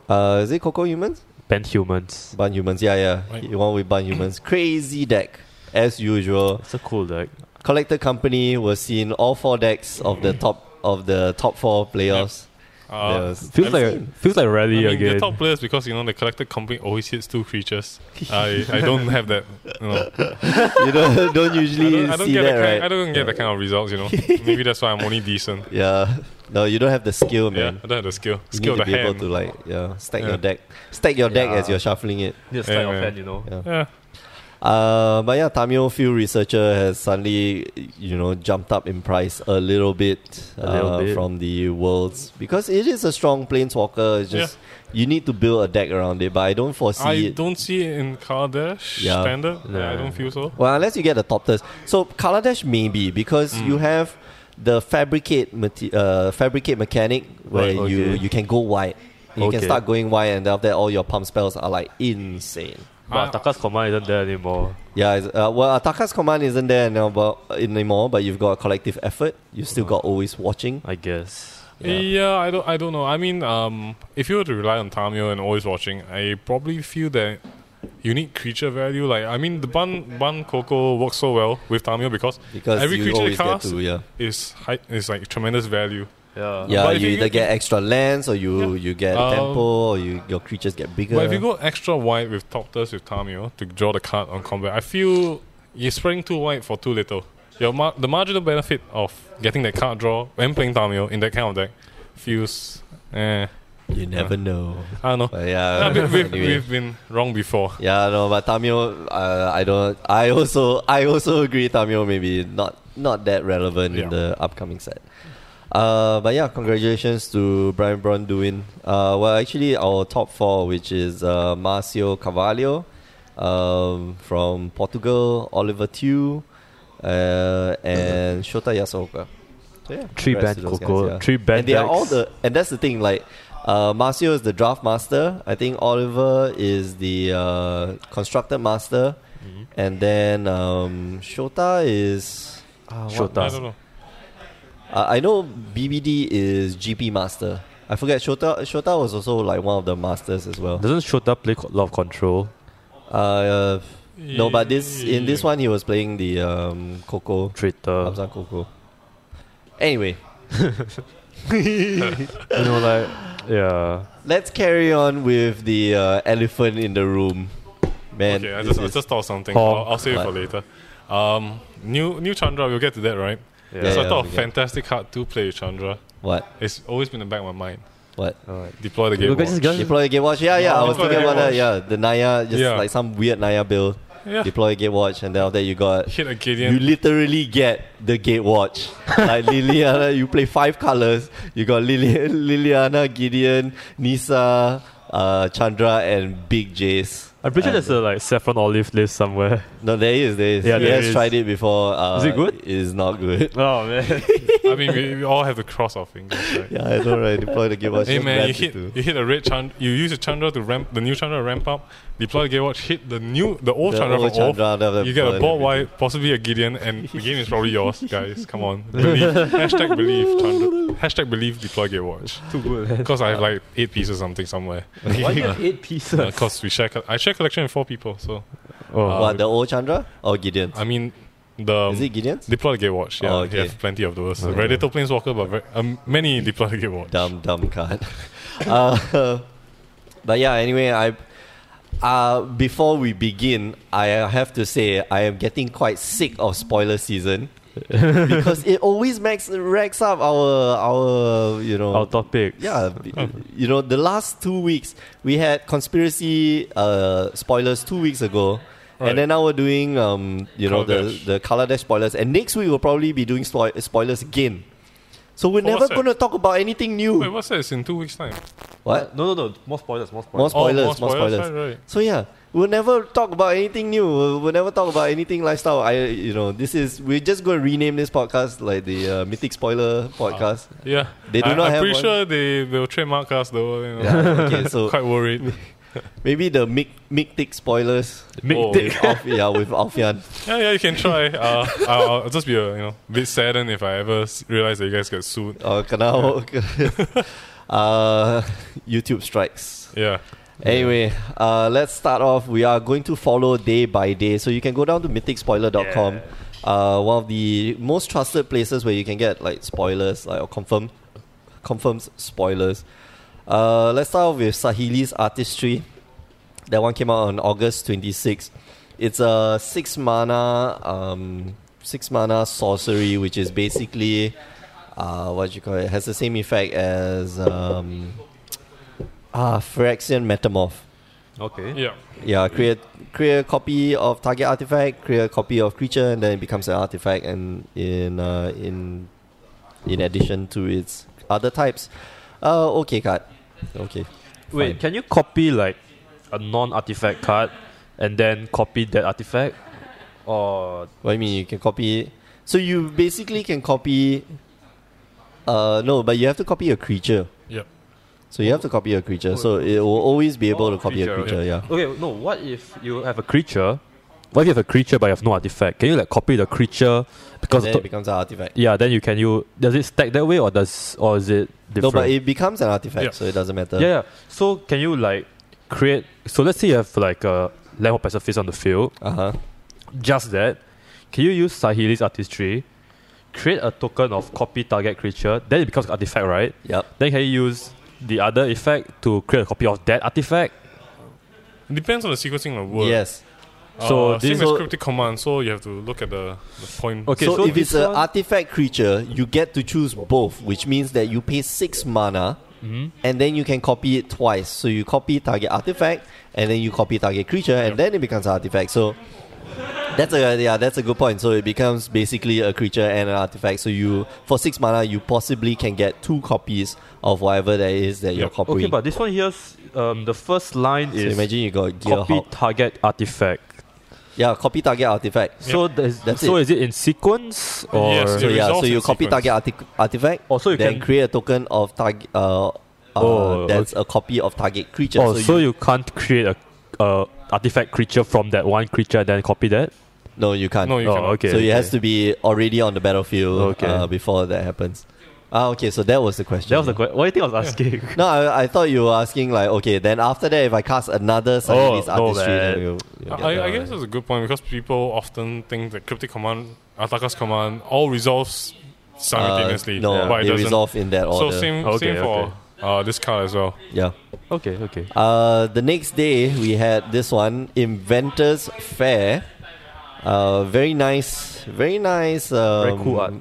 Speaker 1: uh, is it Coco Humans?
Speaker 2: Penthumans.
Speaker 1: Bun Humans, yeah, yeah.
Speaker 3: Right.
Speaker 1: You want with Bun Humans. Crazy deck, as usual.
Speaker 2: It's a cool deck.
Speaker 1: Collector Company was seen all four decks of the top of the top four playoffs. There
Speaker 3: uh,
Speaker 1: was-
Speaker 2: Feels like feels like
Speaker 3: I
Speaker 2: rally
Speaker 3: mean,
Speaker 2: again.
Speaker 3: the top players because you know the collected company always hits two creatures. I, I don't have that. You know,
Speaker 1: you don't, don't usually
Speaker 3: I don't, I don't
Speaker 1: see
Speaker 3: get
Speaker 1: that,
Speaker 3: that kind,
Speaker 1: right?
Speaker 3: I don't get that kind of results. You know, maybe that's why I'm only decent.
Speaker 1: yeah, no, you don't have the skill,
Speaker 3: Yeah,
Speaker 1: man.
Speaker 3: I don't have the skill.
Speaker 1: You
Speaker 3: Skill
Speaker 1: need to
Speaker 3: of
Speaker 1: be
Speaker 3: the hand.
Speaker 1: able to like yeah stack
Speaker 3: Yeah.
Speaker 1: your deck, stack your deck
Speaker 2: Yeah.
Speaker 1: as you're shuffling it.
Speaker 2: Just
Speaker 3: Yeah, yeah.
Speaker 2: you know.
Speaker 1: Yeah.
Speaker 3: Yeah.
Speaker 1: Uh, but yeah, Tamil field researcher has suddenly, you know, jumped up in price a little bit,
Speaker 2: A little
Speaker 1: uh,
Speaker 2: bit.
Speaker 1: from the worlds because it is a strong planeswalker. It's just you need to build a deck around it, but I don't foresee
Speaker 3: I
Speaker 1: it.
Speaker 3: don't see it in Kardash
Speaker 1: Yeah.
Speaker 3: standard. Yeah,
Speaker 2: Nah.
Speaker 3: I don't feel so.
Speaker 1: Well, unless you get a top test. So Kaladesh maybe because
Speaker 3: Mm.
Speaker 1: you have the fabricate mate- uh, fabricate mechanic where
Speaker 2: Right,
Speaker 1: you
Speaker 2: okay.
Speaker 1: you can go wide. You can
Speaker 2: Okay.
Speaker 1: start going wide, and after that, all your pump spells are like insane.
Speaker 2: But
Speaker 3: I-
Speaker 2: Taka's command isn't there anymore.
Speaker 1: Yeah, it's, uh, well, Ataka's command isn't there now, but, anymore, but you've got a collective effort. You still got always watching.
Speaker 2: I guess.
Speaker 1: Yeah.
Speaker 3: Yeah. I don't. I don't know. I mean, um, if you were to rely on Tamio and always watching, I probably feel that you need creature value. Like, I mean, the bun bun coco works so well with Tamio because,
Speaker 1: Because
Speaker 3: every
Speaker 1: you
Speaker 3: creature
Speaker 1: always
Speaker 3: it
Speaker 1: get
Speaker 3: casts
Speaker 1: to, yeah.
Speaker 3: is high, is like tremendous value.
Speaker 2: Yeah.
Speaker 1: Yeah,
Speaker 3: But if
Speaker 1: you
Speaker 3: you-
Speaker 1: either
Speaker 3: you-
Speaker 1: get extra lands or you, you get
Speaker 3: Um,
Speaker 1: tempo or you, your creatures get bigger.
Speaker 3: But if you go extra wide with Topters with Tamio to draw the card on combat, I feel you're spreading too wide for too little. Your mar- the marginal benefit of getting that card draw when playing Tamio in that kind of deck feels. Eh,
Speaker 1: you never know.
Speaker 3: I don't know.
Speaker 1: But yeah,
Speaker 3: Nah, we- we've,
Speaker 1: Uh, anyway.
Speaker 3: we've been wrong before.
Speaker 1: yeah, no, but Tamio, uh, I don't. I also, I also agree. Tamio maybe not not that relevant in
Speaker 3: Yeah.
Speaker 1: the upcoming set. Uh, but yeah, congratulations to Brian Braun Duin. Uh, well, actually, our top four, which is uh, Marcio Carvalho um, from Portugal, Oliver Tew, uh, and Shota Yasuoka. So yeah,
Speaker 2: Three
Speaker 1: congrats
Speaker 2: band
Speaker 1: to those guys,
Speaker 2: Coco.
Speaker 1: yeah.
Speaker 2: Three band
Speaker 1: And they are all
Speaker 2: decks.
Speaker 1: the and that's the thing, like uh Marcio is the draft master. I think Oliver is the uh constructed master.
Speaker 3: Mm-hmm.
Speaker 1: And then um Shota is uh, what-
Speaker 2: Shota.
Speaker 3: I don't know.
Speaker 1: Uh, I know BBD is GP master. I forget Shota Shota was also like one of the masters as well.
Speaker 2: Doesn't Shota play co- lot of control?
Speaker 1: Uh, uh no, but this in this one he was playing the um Coco
Speaker 2: Traitor.
Speaker 1: Absan Coco. Anyway,
Speaker 2: you know, like yeah.
Speaker 1: Let's carry on with the uh, elephant in the room, man.
Speaker 3: Okay, I
Speaker 1: this
Speaker 3: just, I
Speaker 1: is-
Speaker 3: just thought something.
Speaker 2: Paul.
Speaker 3: I'll, I'll save it for
Speaker 1: What?
Speaker 3: later. Um, new new Chandra. We'll get to that, right?
Speaker 2: Yeah.
Speaker 1: Yeah,
Speaker 3: so
Speaker 1: yeah,
Speaker 3: I thought
Speaker 1: we
Speaker 3: a
Speaker 1: get-
Speaker 3: fantastic card to play Chandra.
Speaker 1: what?
Speaker 3: It's always been in the back of my mind.
Speaker 1: What?
Speaker 2: Alright.
Speaker 3: Deploy the game.
Speaker 2: Look, I just got-
Speaker 1: Deploy the game watch. Yeah, yeah. I
Speaker 3: No,
Speaker 1: was
Speaker 3: deploy
Speaker 1: thinking
Speaker 3: the
Speaker 1: about
Speaker 3: game
Speaker 1: that. Yeah, the Naya, just
Speaker 3: Yeah.
Speaker 1: like some weird Naya build.
Speaker 3: Yeah.
Speaker 1: deploy Gatewatch, and then after that you got
Speaker 3: Hit a
Speaker 1: you
Speaker 3: Gideon.
Speaker 1: literally get the Gatewatch. like Liliana, you play five colors. You got Lili- Liliana, Gideon, Nisa, uh, Chandra, and Big Jace.
Speaker 2: I'm pretty sure
Speaker 1: And-
Speaker 2: there's a like saffron olive list somewhere.
Speaker 1: No, there is, there is.
Speaker 2: Yeah,
Speaker 1: Yeah,
Speaker 2: there
Speaker 1: he has
Speaker 2: is.
Speaker 1: tried it before. Uh,
Speaker 2: Is it good?
Speaker 1: It is not good.
Speaker 2: Oh man.
Speaker 3: I mean, we, we all have to cross our fingers. Right?
Speaker 1: yeah, I know, right? Deploy the Gatewatch.
Speaker 3: Hey
Speaker 1: just
Speaker 3: man, you
Speaker 1: grabs it
Speaker 3: hit
Speaker 1: too.
Speaker 3: you hit a red Chandra. You use a Chandra to ramp the new Chandra to ramp up. Deploy the Gatewatch. Hit the new the old
Speaker 1: The
Speaker 3: Chandra
Speaker 1: old
Speaker 3: from off.
Speaker 1: Chandra, the- the
Speaker 3: You get a
Speaker 1: deploy
Speaker 3: ball
Speaker 1: and everything.
Speaker 3: wide, possibly a Gideon, and the game is probably yours, guys. Come on, believe. hashtag believe Chandra. Hashtag believe deploy Gatewatch.
Speaker 2: Too good. man.
Speaker 3: Because I have like eight pieces something somewhere.
Speaker 2: Why you got eight pieces?
Speaker 3: Because we share, co- I share collection with four people. So
Speaker 2: oh.
Speaker 3: uh,
Speaker 1: What, the old Chandra or Gideon?
Speaker 3: I mean, the um,
Speaker 1: is it Gideon's?
Speaker 3: deploy the Gatewatch. Yeah,
Speaker 1: Oh,
Speaker 3: we
Speaker 1: okay.
Speaker 3: have plenty of those. Redditor Planeswalker, but very, um, many deploy the Gatewatch.
Speaker 1: dumb dumb card. uh, but yeah, anyway, I uh, before we begin, I have to say I am getting quite sick of spoiler season because it always max racks up our our you know
Speaker 2: Our topic.
Speaker 1: yeah, b-
Speaker 3: Oh.
Speaker 1: you know, the last two weeks we had conspiracy uh, spoilers two weeks ago,
Speaker 3: Right.
Speaker 1: and then now we're doing um, you know
Speaker 3: Colour
Speaker 1: the
Speaker 3: Dash.
Speaker 1: the color dash spoilers, and next week we'll probably be doing spoil- spoilers again. So we're
Speaker 3: For
Speaker 1: never
Speaker 3: what's that?
Speaker 1: going to talk about anything new.
Speaker 3: Wait, what's that? It's in two weeks' time. Oh,
Speaker 1: what?
Speaker 2: No, no, no. More spoilers. More
Speaker 1: More
Speaker 2: spoilers.
Speaker 1: spoilers,
Speaker 3: more
Speaker 1: more
Speaker 3: spoilers,
Speaker 1: spoilers.
Speaker 3: right, right.
Speaker 1: So yeah, we'll never talk about anything new. We'll, we'll never talk about anything lifestyle. I, you know, this is we're just going to rename this podcast like the uh, Mythic Spoiler Podcast.
Speaker 3: Yeah,
Speaker 1: They do
Speaker 3: I,
Speaker 1: not
Speaker 3: I'm
Speaker 1: have
Speaker 3: pretty
Speaker 1: one.
Speaker 3: sure they they'll trademark us though. You know.
Speaker 1: Yeah, okay, so-
Speaker 3: quite worried.
Speaker 1: Maybe the Mic Mythic Spoilers.
Speaker 2: Mythic.
Speaker 3: Oh.
Speaker 1: With Alf, yeah, with Alfian.
Speaker 3: Yeah, yeah, you can try. Uh, I'll, I'll just be a you know bit saddened if I ever s- realize that you guys get sued.
Speaker 1: Oh, Kanao. uh, YouTube strikes.
Speaker 3: Yeah,
Speaker 1: Anyway, uh, let's start off. We are going to follow day by day. So you can go down to mythicspoiler.com, uh, one of the most trusted places where you can get like spoilers like, or confirm, confirms spoilers. Uh, let's start off with Sahili's Artistry. That one came out on August 26th. It's a six mana, um, six mana sorcery, which is basically, uh, what you call it, has the same effect as um, ah, Phyrexian Metamorph.
Speaker 2: Okay.
Speaker 3: yeah.
Speaker 1: Yeah, create create a copy of target artifact, create a copy of creature, and then it becomes an artifact. And in uh, in in addition to its other types, uh, okay card, okay.
Speaker 2: Wait,
Speaker 1: Fine.
Speaker 2: can you copy like a non-artifact card and then copy that artifact? Or
Speaker 1: What do you mean you can copy? So you basically can copy. Uh, no, but you have to copy a creature.
Speaker 3: Yeah.
Speaker 1: So you have to copy a creature. So it will always be able
Speaker 2: Oh,
Speaker 1: to copy a
Speaker 2: creature,
Speaker 1: creature. Yeah.
Speaker 2: okay, no. What if you have a creature? What if you have a creature but you have no artifact? Can you like copy the creature because
Speaker 1: Then
Speaker 2: of
Speaker 1: it becomes an artifact.
Speaker 2: yeah? Then you can you does it stack that way or does or is it
Speaker 1: No,
Speaker 2: different?
Speaker 1: but it becomes an artifact,
Speaker 3: Yeah.
Speaker 1: so it doesn't matter.
Speaker 2: yeah, yeah. So can you like create? So let's say you have like a land of pacifist on the field.
Speaker 1: Uh huh.
Speaker 2: just that, can you use Sahili's artistry, create a token of copy target creature, then it becomes artifact, right?
Speaker 1: Yep.
Speaker 2: Then can you use the other effect to create a copy of that artifact?
Speaker 3: Depends on the sequencing of words.
Speaker 1: Yes.
Speaker 2: So
Speaker 3: so
Speaker 2: this
Speaker 3: same as
Speaker 2: will-
Speaker 3: cryptic command. So you have to look at the, the point.
Speaker 2: Okay,
Speaker 1: so,
Speaker 2: so
Speaker 1: if it's
Speaker 2: this
Speaker 1: an
Speaker 2: one-
Speaker 1: artifact creature, you get to choose both, which means that you pay six mana,
Speaker 2: Mm-hmm.
Speaker 1: and then you can copy it twice. So you copy target artifact, and then you copy target creature, and then it becomes an artifact. So that's a yeah, that's a good point. So it becomes basically a creature and an artifact. So you for six mana, you possibly can get two copies of whatever that is that you're
Speaker 3: Yep. Okay,
Speaker 1: copying.
Speaker 2: Okay, but this one here, um, the first line
Speaker 1: so
Speaker 2: is
Speaker 1: imagine you got gear
Speaker 2: copy
Speaker 1: Hulk.
Speaker 2: target artifact.
Speaker 1: Yeah, copy target artifact.
Speaker 2: So there's-
Speaker 1: That's
Speaker 2: so is it in sequence or
Speaker 3: Yes,
Speaker 1: So
Speaker 3: It
Speaker 1: yeah, so
Speaker 3: resolves
Speaker 1: you
Speaker 3: in
Speaker 1: copy
Speaker 3: sequence.
Speaker 1: target arti- artifact.
Speaker 2: Oh, so you
Speaker 1: then
Speaker 2: can-
Speaker 1: create a token of target. Uh, uh,
Speaker 2: Oh,
Speaker 1: that's a copy of target creature.
Speaker 2: oh, so,
Speaker 1: so
Speaker 2: you, can't create a uh, artifact creature from that one creature and then copy that?
Speaker 1: no, you can't.
Speaker 3: No, you
Speaker 2: oh,
Speaker 3: cannot.
Speaker 2: okay.
Speaker 1: so it
Speaker 2: okay.
Speaker 1: has to be already on the battlefield
Speaker 2: Okay.
Speaker 1: uh, before that happens. Ah, okay. So that was the question.
Speaker 2: That was the question. What do you think I was asking?
Speaker 1: No, I, I thought you were asking like, okay, then after that, if I cast another Sahili's
Speaker 2: no,
Speaker 1: artistry,
Speaker 2: man.
Speaker 1: then you, you
Speaker 3: I,
Speaker 1: get
Speaker 3: I-
Speaker 1: that
Speaker 3: I guess that's a good point because people often think that cryptic command, Ataka's command, all resolves
Speaker 1: right. Uh,
Speaker 3: simultaneously.
Speaker 1: no,
Speaker 3: but it
Speaker 1: they
Speaker 3: doesn't.
Speaker 1: resolve in that
Speaker 3: so
Speaker 1: order.
Speaker 3: same
Speaker 2: Okay,
Speaker 3: same
Speaker 2: okay.
Speaker 3: for uh, this card as well.
Speaker 1: Yeah.
Speaker 2: okay, okay.
Speaker 1: Uh, the next day we had this one, Inventors Fair. Uh, very nice, very nice. Um,
Speaker 2: Very cool art.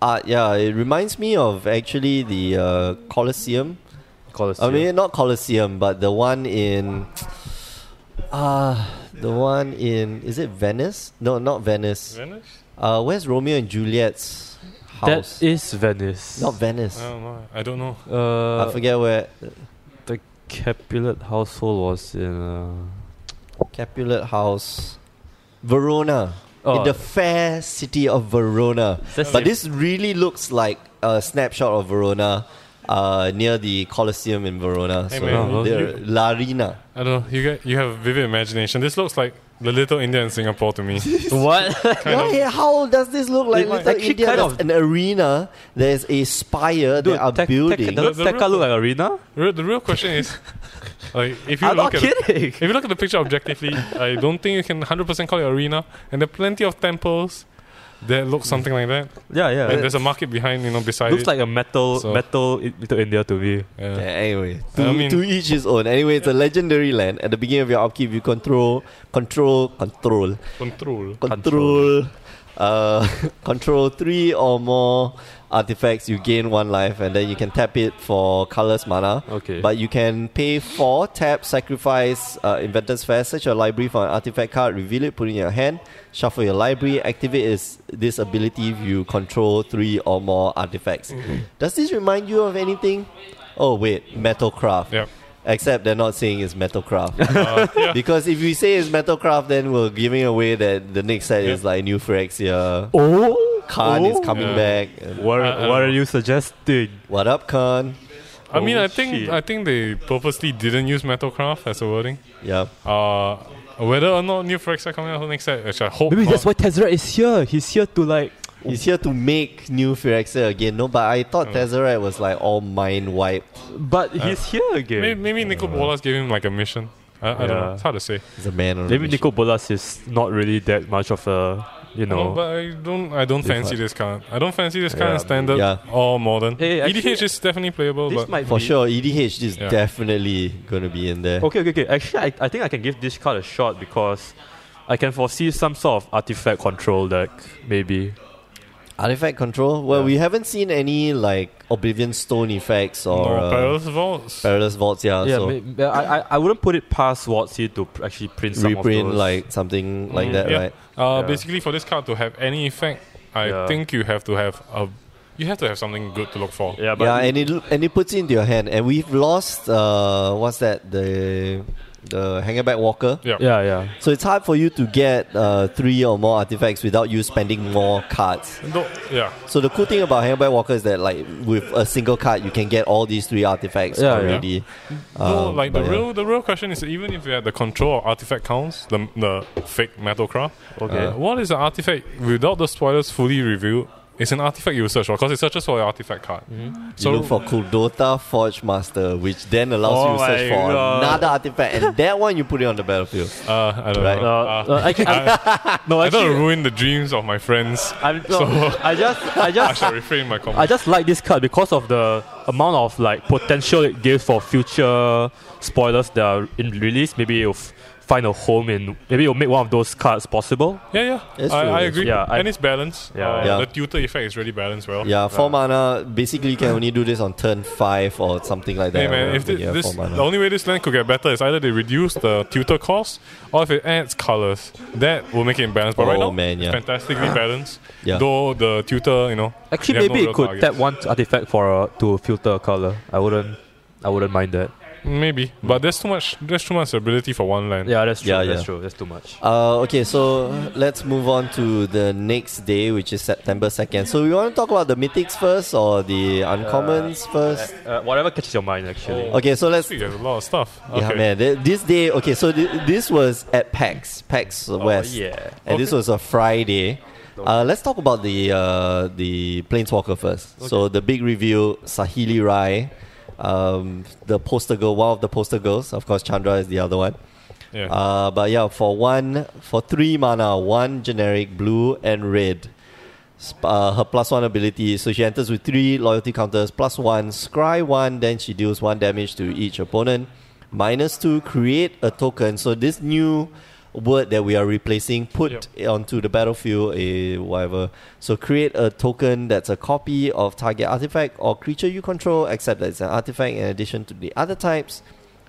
Speaker 1: art, yeah. It reminds me of actually the uh, Colosseum.
Speaker 2: Call us
Speaker 1: I mean, not Colosseum, but the one in. Uh, The one in is it Venice? No, not Venice.
Speaker 3: Venice?
Speaker 1: Uh, where's Romeo and Juliet's house?
Speaker 2: That is Oh. Venice.
Speaker 1: not Venice.
Speaker 3: I don't know. I don't know.
Speaker 2: uh,
Speaker 1: I forget where
Speaker 2: Capulet household was in. Uh,
Speaker 1: Capulet House, Verona.
Speaker 3: Oh.
Speaker 1: In the fair city of Verona.
Speaker 2: That's
Speaker 1: But
Speaker 2: it.
Speaker 1: this really looks like a snapshot of Verona uh, near the Colosseum in Verona.
Speaker 3: Hey,
Speaker 1: so
Speaker 3: man,
Speaker 2: you-
Speaker 1: they're- La Rina.
Speaker 3: I don't know. You get you have vivid imagination. This looks like the little India in Singapore to me.
Speaker 2: what?
Speaker 3: Kind of.
Speaker 1: Why- how does this look like
Speaker 3: It
Speaker 1: Little
Speaker 2: actually
Speaker 1: India?
Speaker 2: kind
Speaker 1: There's
Speaker 2: of-
Speaker 1: an arena. There's a spire. there are
Speaker 2: Tek- Tek-
Speaker 1: buildings.
Speaker 2: does
Speaker 3: The- the
Speaker 2: Tekka look like arena?
Speaker 3: Re- the real question is, like, if you
Speaker 2: I'm not
Speaker 3: look at
Speaker 2: kidding.
Speaker 3: if you look at the picture objectively, I don't think you can 100% call it arena. And there are plenty of temples that look something like that.
Speaker 2: yeah, yeah.
Speaker 3: And there's a market behind, you know, beside.
Speaker 2: looks
Speaker 3: it.
Speaker 2: like a metal
Speaker 3: So-
Speaker 2: metal I- little India to me.
Speaker 3: Yeah.
Speaker 1: Yeah, anyway,
Speaker 3: I
Speaker 1: to,
Speaker 3: mean-
Speaker 1: to each his own. Anyway, it's a legendary land. At the beginning of your upkeep, you control, control, control,
Speaker 3: control.
Speaker 1: control, uh, control three or more artifacts. You gain one life, and then you can tap it for colorless mana.
Speaker 2: Okay.
Speaker 1: But you can pay four, tap, sacrifice, uh, Inventor's Fair, search your library for an artifact card, reveal it, put it in your hand, shuffle your library, activate is this ability if you control three or more artifacts. Does this remind you of anything? Oh wait, Metalcraft.
Speaker 3: Yeah.
Speaker 1: Except they're not saying it's Metalcraft.
Speaker 3: Oh,
Speaker 1: Because if you say it's Metalcraft, then we're giving away that the next set is
Speaker 3: Yeah.
Speaker 1: like New Phyrexia.
Speaker 2: Oh,
Speaker 1: Khan is coming
Speaker 3: Yeah. Uh,
Speaker 1: back. and-
Speaker 2: What,
Speaker 3: I- I don't
Speaker 2: what are
Speaker 3: know.
Speaker 2: you suggesting?
Speaker 1: What up, Khan?
Speaker 3: I mean,
Speaker 2: Oh,
Speaker 3: I think
Speaker 2: shit.
Speaker 3: I think they purposely didn't use metalcraft as a wording.
Speaker 1: Yeah.
Speaker 3: Uh, whether or not new Phyrex are coming out next set, which I hope.
Speaker 2: Maybe
Speaker 3: not.
Speaker 2: that's why Tezzeret is here. He's here to like.
Speaker 1: He's here to make new Phyrexia again. No, but I
Speaker 3: Oh.
Speaker 1: thought Tezzeret was like all mind wiped.
Speaker 2: But he's here again.
Speaker 3: Uh, Maybe, maybe Nicol Bolas gave him like a mission. I, I don't know.
Speaker 2: Yeah.
Speaker 3: It's hard to say.
Speaker 1: He's a man on a
Speaker 2: Maybe
Speaker 1: mission.
Speaker 2: Nico Bolas is not really that much of a, you
Speaker 3: No,
Speaker 2: know.
Speaker 3: but I don't. I don't fancy
Speaker 2: like-
Speaker 3: this kind. I don't fancy this kind
Speaker 2: Yeah.
Speaker 3: of standard
Speaker 1: Yeah.
Speaker 3: or modern.
Speaker 2: Hey, actually-
Speaker 3: EDH is definitely playable, but
Speaker 2: might
Speaker 1: For sure, EDH is
Speaker 3: Yeah.
Speaker 1: definitely going to be in there.
Speaker 2: Okay, okay, okay. Actually, I, I think I can give this card a shot because I can foresee some sort of artifact control deck, maybe.
Speaker 1: Artifact control? Well,
Speaker 2: Yeah.
Speaker 1: we haven't seen any like Oblivion Stone effects
Speaker 3: no,
Speaker 1: or uh,
Speaker 3: Perilous Vaults.
Speaker 1: Perilous Vaults, yeah.
Speaker 2: yeah,
Speaker 1: so
Speaker 2: may- may- I, I, I wouldn't put it past Watsy to pr- actually print some of
Speaker 1: reprint
Speaker 2: those.
Speaker 1: like something like
Speaker 3: Mm,
Speaker 1: that,
Speaker 3: yeah.
Speaker 1: right?
Speaker 3: Uh,
Speaker 2: Yeah.
Speaker 3: Basically, for this card to have any effect, I
Speaker 2: Yeah.
Speaker 3: think you have to have a, you have to have something good to look for.
Speaker 2: yeah, but
Speaker 1: Yeah, and it and it puts it into your hand. And we've lost uh, what's that? The the hangerback walker.
Speaker 3: Yeah.
Speaker 2: yeah, yeah.
Speaker 1: So it's hard for you to get uh, three or more artifacts without you spending more cards.
Speaker 3: No- yeah.
Speaker 1: So the cool thing about Hangout Walker is that like with a single card you can get all these three artifacts
Speaker 2: Yeah, yeah.
Speaker 1: already.
Speaker 3: No,
Speaker 1: Um,
Speaker 3: like the
Speaker 1: but yeah.
Speaker 3: real the real question is even if you had the control of artifact counts, the the fake metal craft. uh,
Speaker 2: Okay.
Speaker 3: what is an artifact without the spoilers fully revealed? It's an artifact you search for because it searches for your artifact card.
Speaker 1: You look for Kuldota Forge Master, which then allows
Speaker 2: Oh
Speaker 1: you to search
Speaker 2: my
Speaker 1: for
Speaker 2: God.
Speaker 1: another artifact, and that one you put it on the battlefield.
Speaker 3: Uh, I don't
Speaker 1: Right.
Speaker 3: know.
Speaker 2: Uh, uh, I can- no,
Speaker 3: I don't
Speaker 2: actually,
Speaker 3: ruin the dreams of my friends.
Speaker 2: I'm, no, I just, I
Speaker 3: I
Speaker 2: just,
Speaker 3: shall refrain my
Speaker 2: I
Speaker 3: comment.
Speaker 2: just like this card because of the amount of like potential it gives for future spoilers that are in release. Maybe it'll f- find a home in. Maybe it'll make one of those cards possible.
Speaker 3: Yeah, yeah.
Speaker 1: That's
Speaker 3: I,
Speaker 1: true,
Speaker 3: I
Speaker 1: that's
Speaker 3: agree.
Speaker 2: true. Yeah, I-
Speaker 3: and it's balanced.
Speaker 2: Yeah,
Speaker 3: Uh,
Speaker 1: yeah.
Speaker 3: The tutor effect is really balanced well.
Speaker 1: Yeah, four mana. Basically, you can only do this on turn five or something like that.
Speaker 3: Hey
Speaker 1: I
Speaker 3: man,
Speaker 1: don't
Speaker 3: if
Speaker 1: think
Speaker 3: thi-
Speaker 1: you have
Speaker 3: this,
Speaker 1: four mana.
Speaker 3: the only way this land could get better is either they reduce the tutor cost or if it adds colors. That will make it imbalanced. But right
Speaker 1: Oh,
Speaker 3: now,
Speaker 1: man,
Speaker 3: it's
Speaker 1: yeah.
Speaker 3: fantastically balanced.
Speaker 1: Yeah.
Speaker 3: Though the tutor, you know,
Speaker 2: Actually,
Speaker 3: they have no
Speaker 2: maybe
Speaker 3: real
Speaker 2: it could
Speaker 3: targets.
Speaker 2: tap one artifact for uh, to filter color. I wouldn't, I wouldn't mind that.
Speaker 3: Maybe, but there's too much. There's too much ability for one land.
Speaker 2: Yeah, that's true.
Speaker 1: Mm. Yeah,
Speaker 2: that's
Speaker 1: yeah.
Speaker 2: true. That's too much.
Speaker 1: Uh, okay, so let's move on to the next day, which is September 2nd. So, we want to talk about the mythics first or the uncommons first?
Speaker 2: Uh, whatever catches your mind, actually.
Speaker 3: Oh.
Speaker 1: Okay, so let's.
Speaker 3: See, there's a lot of stuff.
Speaker 1: Yeah,
Speaker 3: okay.
Speaker 1: man. th- This day, okay, so thi- this was at PAX, PAX West.
Speaker 2: Oh, yeah.
Speaker 1: And this was a Friday. Uh, let's talk about the uh, the Planeswalker first. So, the big reveal, Sahili Rai, um, the poster girl, one of the poster girls. Of course, Chandra is the other one.
Speaker 3: Yeah.
Speaker 1: Uh, but yeah, for one, for three mana, one generic blue and red. Sp- Uh, her plus one ability, so she enters with three loyalty counters, plus one, scry one, then she deals one damage to each opponent. Minus two, create a token. So this new word that we are replacing, put onto the battlefield, a whatever. So create a token that's a copy of target artifact or creature you control, except that it's an artifact in addition to the other types.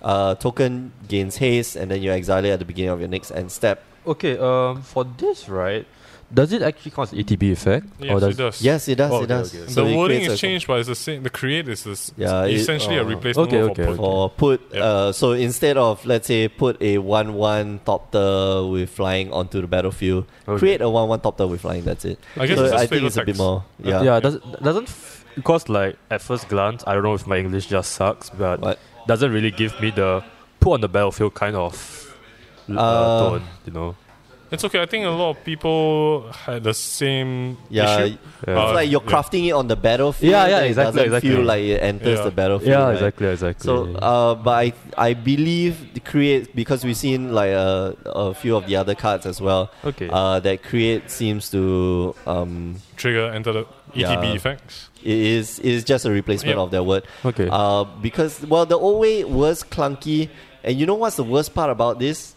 Speaker 1: uh, token gains haste, and then you exile it at the beginning of your next end step.
Speaker 2: Okay, um, for this, right, does it actually cause ETB effect?
Speaker 3: Yes, it does.
Speaker 1: Yes, it does.
Speaker 2: Oh,
Speaker 1: it
Speaker 2: okay,
Speaker 1: does.
Speaker 2: okay.
Speaker 1: So
Speaker 3: the
Speaker 1: it
Speaker 3: wording
Speaker 1: creates
Speaker 3: is
Speaker 1: a com-
Speaker 3: changed, but it's the same. The create is this,
Speaker 1: Yeah, it-
Speaker 3: essentially a
Speaker 1: oh.
Speaker 3: replacement
Speaker 2: Okay,
Speaker 3: word
Speaker 2: okay,
Speaker 3: for put.
Speaker 1: for
Speaker 2: okay.
Speaker 1: put.
Speaker 3: Yep.
Speaker 1: Uh, so instead of let's say put a one-one topter with flying onto the battlefield,
Speaker 2: Okay.
Speaker 1: create a one-one topter with flying. That's it.
Speaker 3: I guess
Speaker 1: so
Speaker 3: it's just
Speaker 1: I think
Speaker 3: flavor
Speaker 1: it's a bit
Speaker 3: text.
Speaker 1: more. Yeah.
Speaker 2: yeah does, doesn't f- because like at first glance, I don't know if my English just sucks, but
Speaker 1: What?
Speaker 2: doesn't really give me the put on the battlefield kind of uh,
Speaker 1: Uh,
Speaker 2: tone, you know.
Speaker 3: It's okay. I think a lot of people had the same
Speaker 1: Yeah,
Speaker 3: issue. Oh,
Speaker 2: Yeah.
Speaker 1: It's like you're
Speaker 3: yeah.
Speaker 1: crafting it on the battlefield.
Speaker 2: Yeah, yeah,
Speaker 1: and
Speaker 2: exactly,
Speaker 1: It doesn't
Speaker 2: exactly.
Speaker 1: feel like it enters
Speaker 3: Yeah.
Speaker 1: the battlefield.
Speaker 2: Yeah,
Speaker 1: right?
Speaker 2: exactly, exactly.
Speaker 1: So, uh, but I I believe the create because we've seen like uh, a few of the other cards as well.
Speaker 2: okay,
Speaker 1: Uh, that create seems to um,
Speaker 3: Trigger enter the ETB
Speaker 1: Yeah.
Speaker 3: effects.
Speaker 1: it is is just a replacement
Speaker 3: Yeah.
Speaker 1: of that word.
Speaker 2: okay.
Speaker 1: Uh, because well, the old way was clunky, and you know what's the worst part about this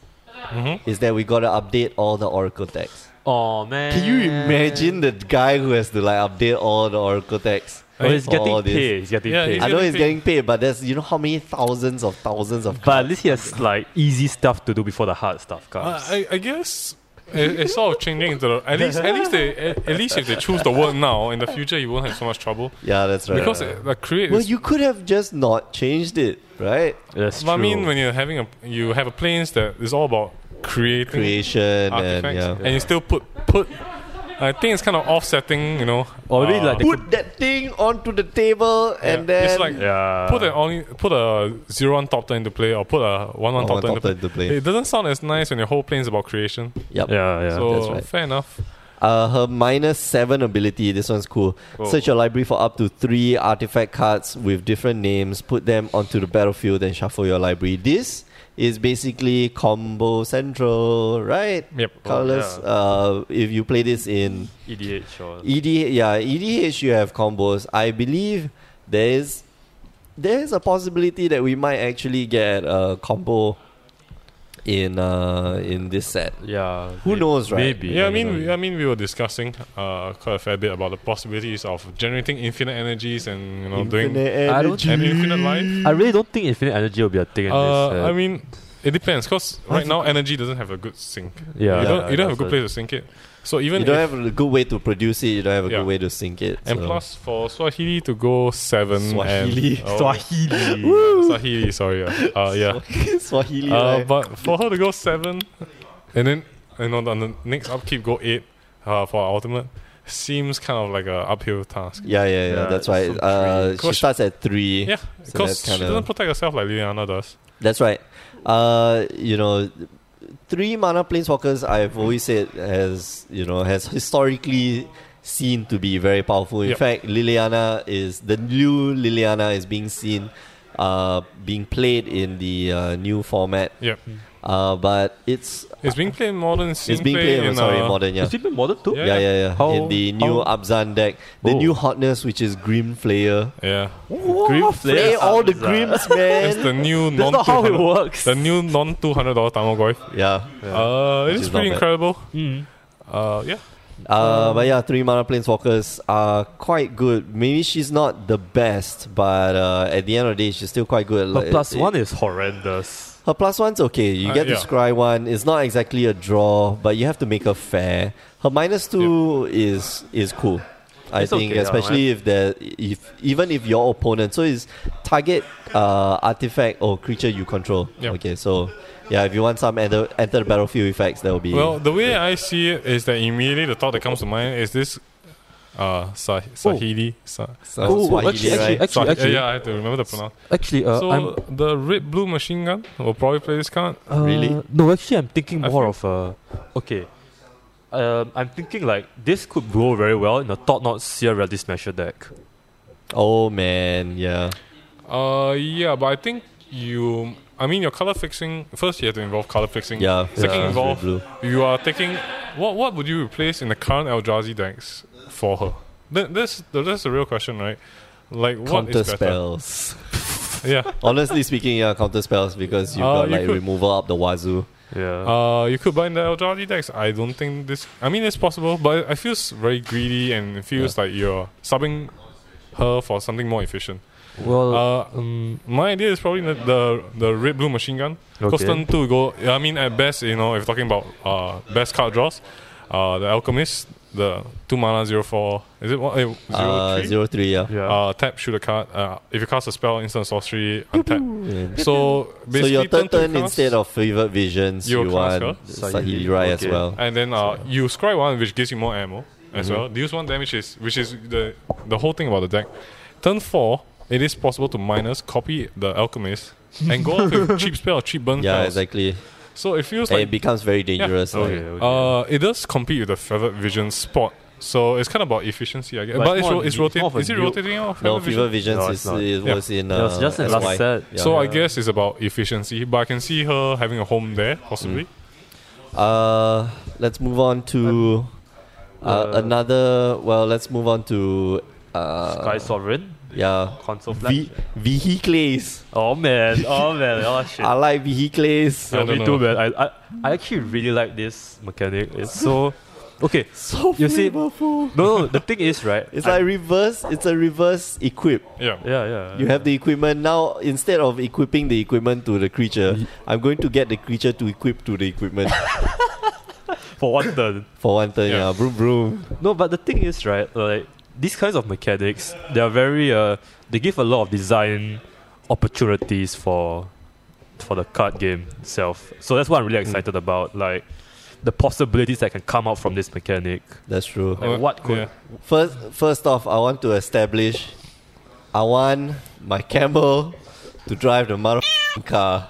Speaker 3: Mm-hmm.
Speaker 1: is that we got to update all the Oracle texts.
Speaker 2: oh man,
Speaker 1: Can you imagine the guy who has to like update all the Oracle texts?
Speaker 2: Oh, he's
Speaker 1: for all
Speaker 2: getting
Speaker 1: this?
Speaker 2: paid. He's getting
Speaker 3: Yeah,
Speaker 2: paid.
Speaker 3: he's
Speaker 1: I know he's
Speaker 3: getting
Speaker 1: getting paid, but there's you know how many thousands of thousands of
Speaker 2: but at least he has like easy stuff to do before the hard stuff
Speaker 3: Uh,
Speaker 2: comes.
Speaker 3: I, I guess it, it's sort of changing into the, at least at least they at, at least if they choose the word now in the future you won't have so much trouble
Speaker 1: yeah, that's right.
Speaker 3: because it, the create.
Speaker 1: well,
Speaker 3: is-
Speaker 1: you could have just not changed it, right?
Speaker 2: That's
Speaker 3: but I
Speaker 2: true.
Speaker 3: mean, when you're having a you have a planes that is all about creating
Speaker 1: Creation and
Speaker 3: artifacts,
Speaker 1: yeah.
Speaker 3: and you still put put. I think it's kind of offsetting, you know. uh,
Speaker 2: Or maybe like they
Speaker 1: Put that thing onto the table and
Speaker 3: Yeah,
Speaker 1: then
Speaker 3: it's like-
Speaker 2: yeah,
Speaker 3: put a only put a zero on top into play or put a one on
Speaker 1: Oh,
Speaker 3: top
Speaker 1: one
Speaker 3: into play.
Speaker 1: topter into play.
Speaker 3: It doesn't sound as nice when your whole plane's about creation.
Speaker 1: Yup.
Speaker 2: yeah, yeah.
Speaker 3: so
Speaker 1: that's right.
Speaker 3: fair enough.
Speaker 1: Uh, her minus seven ability. This one's cool. Search your library for up to three artifact cards with different names. Put them onto the battlefield and shuffle your library. This is basically combo central, right?
Speaker 3: Yep. Oh,
Speaker 1: Colors. Uh, if you play this in
Speaker 2: EDH E or
Speaker 1: ED, E yeah, EDH, you have combos. I believe there is there is a possibility that we might actually get a combo in uh in this set.
Speaker 2: yeah.
Speaker 1: Who
Speaker 2: may-
Speaker 1: knows, right?
Speaker 2: Maybe.
Speaker 3: Yeah, I
Speaker 2: don't
Speaker 3: mean,
Speaker 2: know.
Speaker 3: we- I mean, we were discussing uh, quite a fair bit about the possibilities of generating infinite energies and you know doing
Speaker 2: I don't
Speaker 3: and infinite life.
Speaker 2: I really don't think infinite energy will be a thing in
Speaker 3: Uh,
Speaker 2: this. set.
Speaker 3: I mean, it depends because right now energy doesn't have a good sink.
Speaker 2: yeah,
Speaker 3: you don't, you don't
Speaker 2: that's
Speaker 3: have a good
Speaker 2: it.
Speaker 3: place to sink it. So even
Speaker 1: you don't
Speaker 3: if-
Speaker 1: have a good way to produce it. You don't have a
Speaker 3: Yeah.
Speaker 1: good way to sync it.
Speaker 3: and
Speaker 1: so.
Speaker 3: plus for Swahili to go seven
Speaker 1: Swahili.
Speaker 3: and, oh,
Speaker 2: Swahili.
Speaker 3: Swahili, sorry, yeah, uh, yeah.
Speaker 1: Swahili,
Speaker 3: Uh,
Speaker 1: right?
Speaker 3: but for her to go seven, and then you know on the next upkeep go eight uh, for our ultimate seems kind of like a uphill task.
Speaker 1: yeah, yeah, yeah,
Speaker 2: Yeah,
Speaker 1: That's
Speaker 2: it's
Speaker 1: why
Speaker 2: so
Speaker 1: uh,
Speaker 3: tricky.
Speaker 1: she starts at three.
Speaker 3: Yeah,
Speaker 1: So
Speaker 3: because
Speaker 1: that's
Speaker 3: she
Speaker 1: kinda-
Speaker 3: doesn't protect herself like Liliana does.
Speaker 1: That's right. Uh, you know, three mana planeswalkers. I've always said has you know has historically seen to be very powerful. In
Speaker 3: Yep.
Speaker 1: fact, Liliana is the new Liliana is being seen, uh, being played in the uh, new format.
Speaker 3: Yeah,
Speaker 1: Uh, but it's
Speaker 3: it's being played in modern. It's,
Speaker 1: it's being played.
Speaker 3: in,
Speaker 1: in, sorry,
Speaker 3: uh,
Speaker 1: modern. Yeah.
Speaker 2: Is it even modern too?
Speaker 3: Yeah.
Speaker 1: Yeah, yeah, yeah.
Speaker 2: How-
Speaker 1: in the new
Speaker 2: how-
Speaker 1: Abzan deck, the
Speaker 2: Oh.
Speaker 1: new hotness, which is Grim Flayer.
Speaker 3: Yeah,
Speaker 2: Grim
Speaker 1: Flay
Speaker 2: Flayer
Speaker 1: all the
Speaker 2: Abzan.
Speaker 1: Grims,
Speaker 3: it's
Speaker 1: man.
Speaker 3: the new
Speaker 2: That's
Speaker 3: non
Speaker 2: not how it
Speaker 3: 200
Speaker 2: works.
Speaker 3: the new non two hundred dollar Tamagoy.
Speaker 1: yeah.
Speaker 3: Uh, it
Speaker 1: Which
Speaker 3: is,
Speaker 1: is not bad.
Speaker 3: pretty
Speaker 1: Hmm.
Speaker 3: incredible.
Speaker 2: Mm.
Speaker 3: Uh, yeah,
Speaker 2: Um,
Speaker 1: Uh, but yeah, three mana planeswalkers are quite good. Maybe she's not the best, but uh, at the end of the day, she's still quite good.
Speaker 2: But
Speaker 1: Like,
Speaker 2: plus
Speaker 1: it-
Speaker 2: one is horrendous.
Speaker 1: Her plus one's okay. You
Speaker 3: Uh,
Speaker 1: get
Speaker 3: yeah.
Speaker 1: to scry one. It's not exactly a draw, but you have to make her fair. Her minus two is is cool. I
Speaker 2: It's
Speaker 1: think,
Speaker 2: okay,
Speaker 1: especially if there, if even if your opponent, so it's target uh, artifact or creature you control.
Speaker 3: Yep.
Speaker 1: Okay, so yeah, if you want some enter, enter the battlefield effects, that will be
Speaker 3: Well, the way I see it is that immediately the thought that comes to mind is this uh, Sah-
Speaker 1: Oh.
Speaker 3: Sahili. Sa-
Speaker 1: some
Speaker 2: Ooh,
Speaker 1: Swahili,
Speaker 2: actually-
Speaker 1: right?
Speaker 2: actually-
Speaker 3: Sah-
Speaker 2: actually-
Speaker 3: yeah, I have to remember the pronoun.
Speaker 2: Actually, uh,
Speaker 3: so
Speaker 2: I'm
Speaker 3: the red blue machine gun will probably play this card.
Speaker 2: uh,
Speaker 1: Really?
Speaker 2: No, actually, I'm thinking
Speaker 3: I
Speaker 2: more of uh, okay. Um, I'm thinking like this could go very well in a Thought Not Seer Rally Smasher deck.
Speaker 1: Oh man, yeah,
Speaker 3: Uh, yeah, but I think you. I mean, your color fixing. First, you have to involve color fixing.
Speaker 1: yeah.
Speaker 3: Second,
Speaker 1: yeah.
Speaker 3: involve
Speaker 1: blue.
Speaker 3: you are taking. What What would you replace in the current Eldrazi decks for her? Th- This That's the real question, right? Like what
Speaker 1: counter
Speaker 3: is better?
Speaker 1: spells.
Speaker 3: Yeah.
Speaker 1: Honestly speaking, yeah, counter spells because you've
Speaker 3: Uh,
Speaker 1: got
Speaker 3: you
Speaker 1: like
Speaker 3: could-
Speaker 1: removal up the wazoo.
Speaker 2: Yeah.
Speaker 3: Uh, you could buy in the Eldrazi decks. I don't think this. I mean, it's possible, but I feels very greedy and it feels like you're subbing her for something more efficient.
Speaker 2: Well,
Speaker 3: Uh,
Speaker 2: um,
Speaker 3: My idea is probably the the, the red blue machine gun. Because
Speaker 2: Okay.
Speaker 3: turn two go. I mean, at best, you know, if talking about uh, best card draws, uh, the alchemist, the two mana zero four. Is it one? Eh, zero
Speaker 1: Uh,
Speaker 3: three?
Speaker 1: zero three, yeah.
Speaker 2: yeah.
Speaker 3: Uh, tap, shoot a card. Uh, if you cast a spell, instant sorcery, untap.
Speaker 1: Yeah.
Speaker 3: So
Speaker 1: So
Speaker 3: basically,
Speaker 1: your third
Speaker 3: two
Speaker 1: turn
Speaker 3: cast,
Speaker 1: instead of favorite visions,
Speaker 3: Your
Speaker 1: you want
Speaker 3: cast,
Speaker 2: huh?
Speaker 1: Sahilira as
Speaker 2: Okay.
Speaker 1: well.
Speaker 3: and then uh, you scry one, which gives you more ammo
Speaker 2: Mm-hmm.
Speaker 3: as well. Deals one damage is which is the the whole thing about the deck. Turn four, it is possible to minus copy the alchemist and go up with cheap spell, cheap burn
Speaker 1: Yeah,
Speaker 3: spells.
Speaker 1: exactly.
Speaker 3: So it feels
Speaker 1: and
Speaker 3: like
Speaker 1: it becomes very dangerous.
Speaker 2: okay,
Speaker 1: like-
Speaker 2: okay.
Speaker 3: Uh, it does compete with the feathered vision spot, so it's kind of about efficiency, I guess.
Speaker 2: But
Speaker 3: But,
Speaker 2: it's
Speaker 3: it's,
Speaker 2: more
Speaker 3: ro-
Speaker 2: of-
Speaker 3: it's
Speaker 2: it's more of a
Speaker 3: rotating. Is it
Speaker 2: build.
Speaker 3: rotating or
Speaker 1: no,
Speaker 3: feathered
Speaker 1: fever
Speaker 3: vision?
Speaker 1: visions
Speaker 2: No, it's
Speaker 1: is,
Speaker 2: not.
Speaker 1: it
Speaker 3: Yeah.
Speaker 1: was in. Uh,
Speaker 2: It was just in
Speaker 1: SY.
Speaker 2: last set.
Speaker 1: Yeah.
Speaker 3: So I
Speaker 2: Yeah.
Speaker 3: guess it's about efficiency, but I can see her having a home there possibly.
Speaker 1: Uh, let's move on to uh,
Speaker 2: Uh,
Speaker 1: another. Well, let's move on to uh,
Speaker 2: Sky Sovereign
Speaker 1: Yeah,
Speaker 2: console flash.
Speaker 1: v- vehicles.
Speaker 2: oh man, oh man, oh shit.
Speaker 1: I like vehicles.
Speaker 3: I
Speaker 2: Yeah, me
Speaker 3: don't
Speaker 2: too,
Speaker 3: know.
Speaker 2: man. I, I I actually really like this mechanic. It's so okay.
Speaker 1: So
Speaker 2: You see-
Speaker 1: flavorful.
Speaker 2: No, no. The thing is, right?
Speaker 1: It's
Speaker 2: I-
Speaker 1: like reverse. It's a reverse equip.
Speaker 3: Yeah.
Speaker 2: yeah, yeah.
Speaker 1: You have the equipment now. Instead of equipping the equipment to the creature, I'm going to get the creature to equip to the equipment
Speaker 2: for one turn.
Speaker 1: for one turn. Yeah,
Speaker 3: Yeah.
Speaker 1: broom broom.
Speaker 2: No, but the thing is, right? Like these kinds of mechanics, they are very. Uh, they give a lot of design opportunities for for the card game itself. So that's what I'm really excited about. Like the possibilities that can come out from this mechanic.
Speaker 1: That's true.
Speaker 2: Like
Speaker 3: Uh,
Speaker 2: what could?
Speaker 3: yeah.
Speaker 1: First, first off, I want to establish. I want my camel to drive the mother car.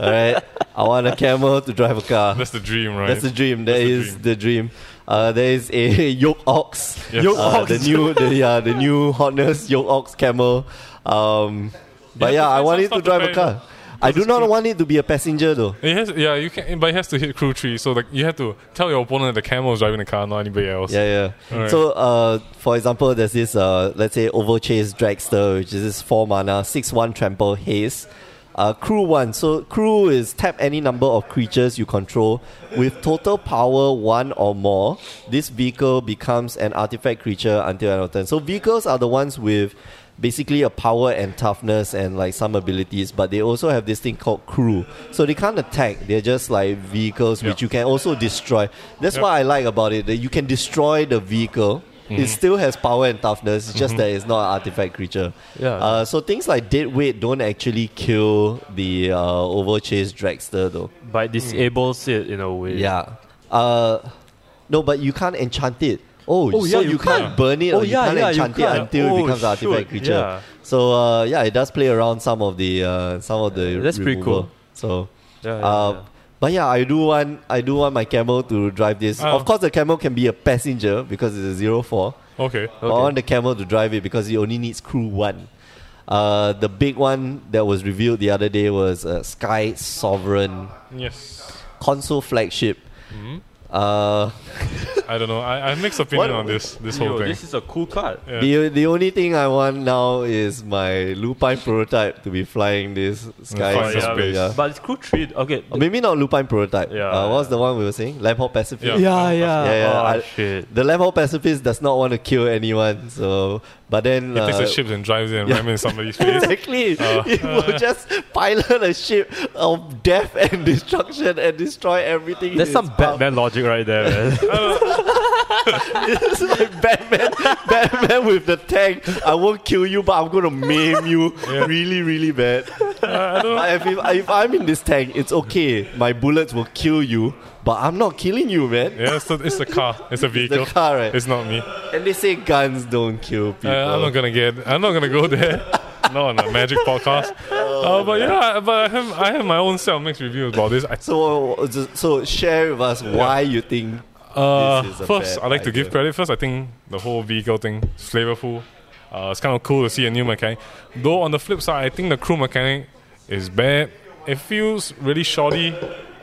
Speaker 1: All right, I want a camel to drive a car.
Speaker 3: That's the dream, right?
Speaker 1: That's the dream. That
Speaker 3: That's the
Speaker 1: is
Speaker 3: dream.
Speaker 1: the dream. Uh, there is a yoke ox.
Speaker 3: Yes.
Speaker 2: Yoke
Speaker 1: Uh, the
Speaker 2: ox.
Speaker 1: new, the, yeah, the new hotness yoke ox camel. Um, but
Speaker 3: You
Speaker 1: yeah,
Speaker 3: have to
Speaker 1: I
Speaker 3: find
Speaker 1: want
Speaker 3: some
Speaker 1: it to
Speaker 3: stuff to
Speaker 1: drive a
Speaker 3: pair it
Speaker 1: car. I do not want it to be a passenger though.
Speaker 3: it has, yeah, you can, but it has to hit crew three, so like you have to tell your opponent that the camel is driving the car, not anybody else.
Speaker 1: Yeah, yeah.
Speaker 3: Alright.
Speaker 1: So, uh, for example, there's this, uh, let's say, Overchase Dragster, which is this 4 mana, 6 1 trample haste. Uh, crew 1. So, crew is tap any number of creatures you control with total power 1 or more. This vehicle becomes an artifact creature until end of turn. So, vehicles are the ones with basically a power and toughness and like some abilities, but they also have this thing called crew. So they can't attack. They're just like vehicles which
Speaker 3: Yeah.
Speaker 1: you can also destroy. That's what I like about it. That you can destroy the vehicle. It still has power and toughness. It's just that it's not an artifact creature.
Speaker 2: Yeah.
Speaker 1: Uh, so things like dead weight don't actually kill the uh, overchase dragster though.
Speaker 2: But it disables it in a way.
Speaker 1: Yeah. Uh, no, but you can't enchant it. Oh,
Speaker 2: Oh,
Speaker 1: so
Speaker 2: yeah,
Speaker 1: you,
Speaker 2: you
Speaker 1: can't
Speaker 2: can't.
Speaker 1: burn it
Speaker 2: Oh,
Speaker 1: or you
Speaker 2: yeah,
Speaker 1: can't
Speaker 2: yeah, you
Speaker 1: enchant
Speaker 2: can't.
Speaker 1: it until
Speaker 2: Oh,
Speaker 1: it becomes an artifact
Speaker 2: shoot,
Speaker 1: creature.
Speaker 2: yeah.
Speaker 1: So uh, yeah, it does play around some of the uh, some of the
Speaker 2: That's pretty
Speaker 1: removal.
Speaker 2: cool.
Speaker 1: So
Speaker 2: Yeah, yeah,
Speaker 1: uh,
Speaker 2: yeah.
Speaker 1: but yeah, I do want I do want my camel to drive this.
Speaker 2: Uh.
Speaker 3: Ah.
Speaker 1: Of course the camel can be a passenger because it's a zero four.
Speaker 3: Okay.
Speaker 1: But I
Speaker 2: Okay.
Speaker 1: want the camel to drive it because it only needs crew one. Uh, the big one that was revealed the other day was uh, Sky Sovereign
Speaker 3: Yes.
Speaker 1: console flagship.
Speaker 3: Hmm?
Speaker 1: Uh,
Speaker 3: I don't know. I, I have mixed opinion on this this whole
Speaker 2: Yo,
Speaker 3: thing.
Speaker 2: this is a cool card.
Speaker 3: Yeah.
Speaker 1: the the only thing I want now is my Lupine prototype to be flying this sky.
Speaker 3: flying
Speaker 1: Sovereign,
Speaker 3: space.
Speaker 1: yeah.
Speaker 2: But it's cool tree. Okay.
Speaker 1: Or maybe not Lupine prototype.
Speaker 2: Yeah,
Speaker 1: uh, what's
Speaker 2: yeah.
Speaker 1: the one we were saying? Lamphorn Pacific.
Speaker 3: Yeah.
Speaker 2: yeah, yeah.
Speaker 1: Yeah, yeah,
Speaker 2: Oh,
Speaker 1: I-
Speaker 2: shit.
Speaker 1: The Lamphorn pacifist does not want to kill anyone, so but then
Speaker 3: It takes
Speaker 1: uh,
Speaker 3: a ship Uh. and drives it and
Speaker 1: yeah.
Speaker 3: rams in somebody's face.
Speaker 1: Exactly. it will just pilot a ship of death and destruction and destroy everything. in
Speaker 2: There's
Speaker 1: its
Speaker 2: some
Speaker 1: path.
Speaker 2: Batman logic right there, man.
Speaker 1: It's like Batman, Batman with the tank. I won't kill you, but I'm gonna maim you really, really bad.
Speaker 3: Uh,
Speaker 1: If, if, if I'm in this tank, it's okay. My bullets will kill you, but I'm not killing you, man.
Speaker 3: Yeah, it's the, it's the car. It's a vehicle.
Speaker 1: car, right?
Speaker 3: It's not me.
Speaker 1: And they say guns don't kill people.
Speaker 3: Uh, I'm not gonna get. I'm not gonna go there. not on a magic podcast. Uh, but yeah, but I have I have my own set of mixed reviews about this. I,
Speaker 1: so, so share with us why you think.
Speaker 3: uh,
Speaker 1: This is a
Speaker 3: first,
Speaker 1: bad
Speaker 3: I like to give
Speaker 1: idea.
Speaker 3: credit. First, I think the whole vehicle thing is flavorful. Uh, it's kind of cool to see a new mechanic. Though on the flip side, I think the crew mechanic is bad. It feels really shoddy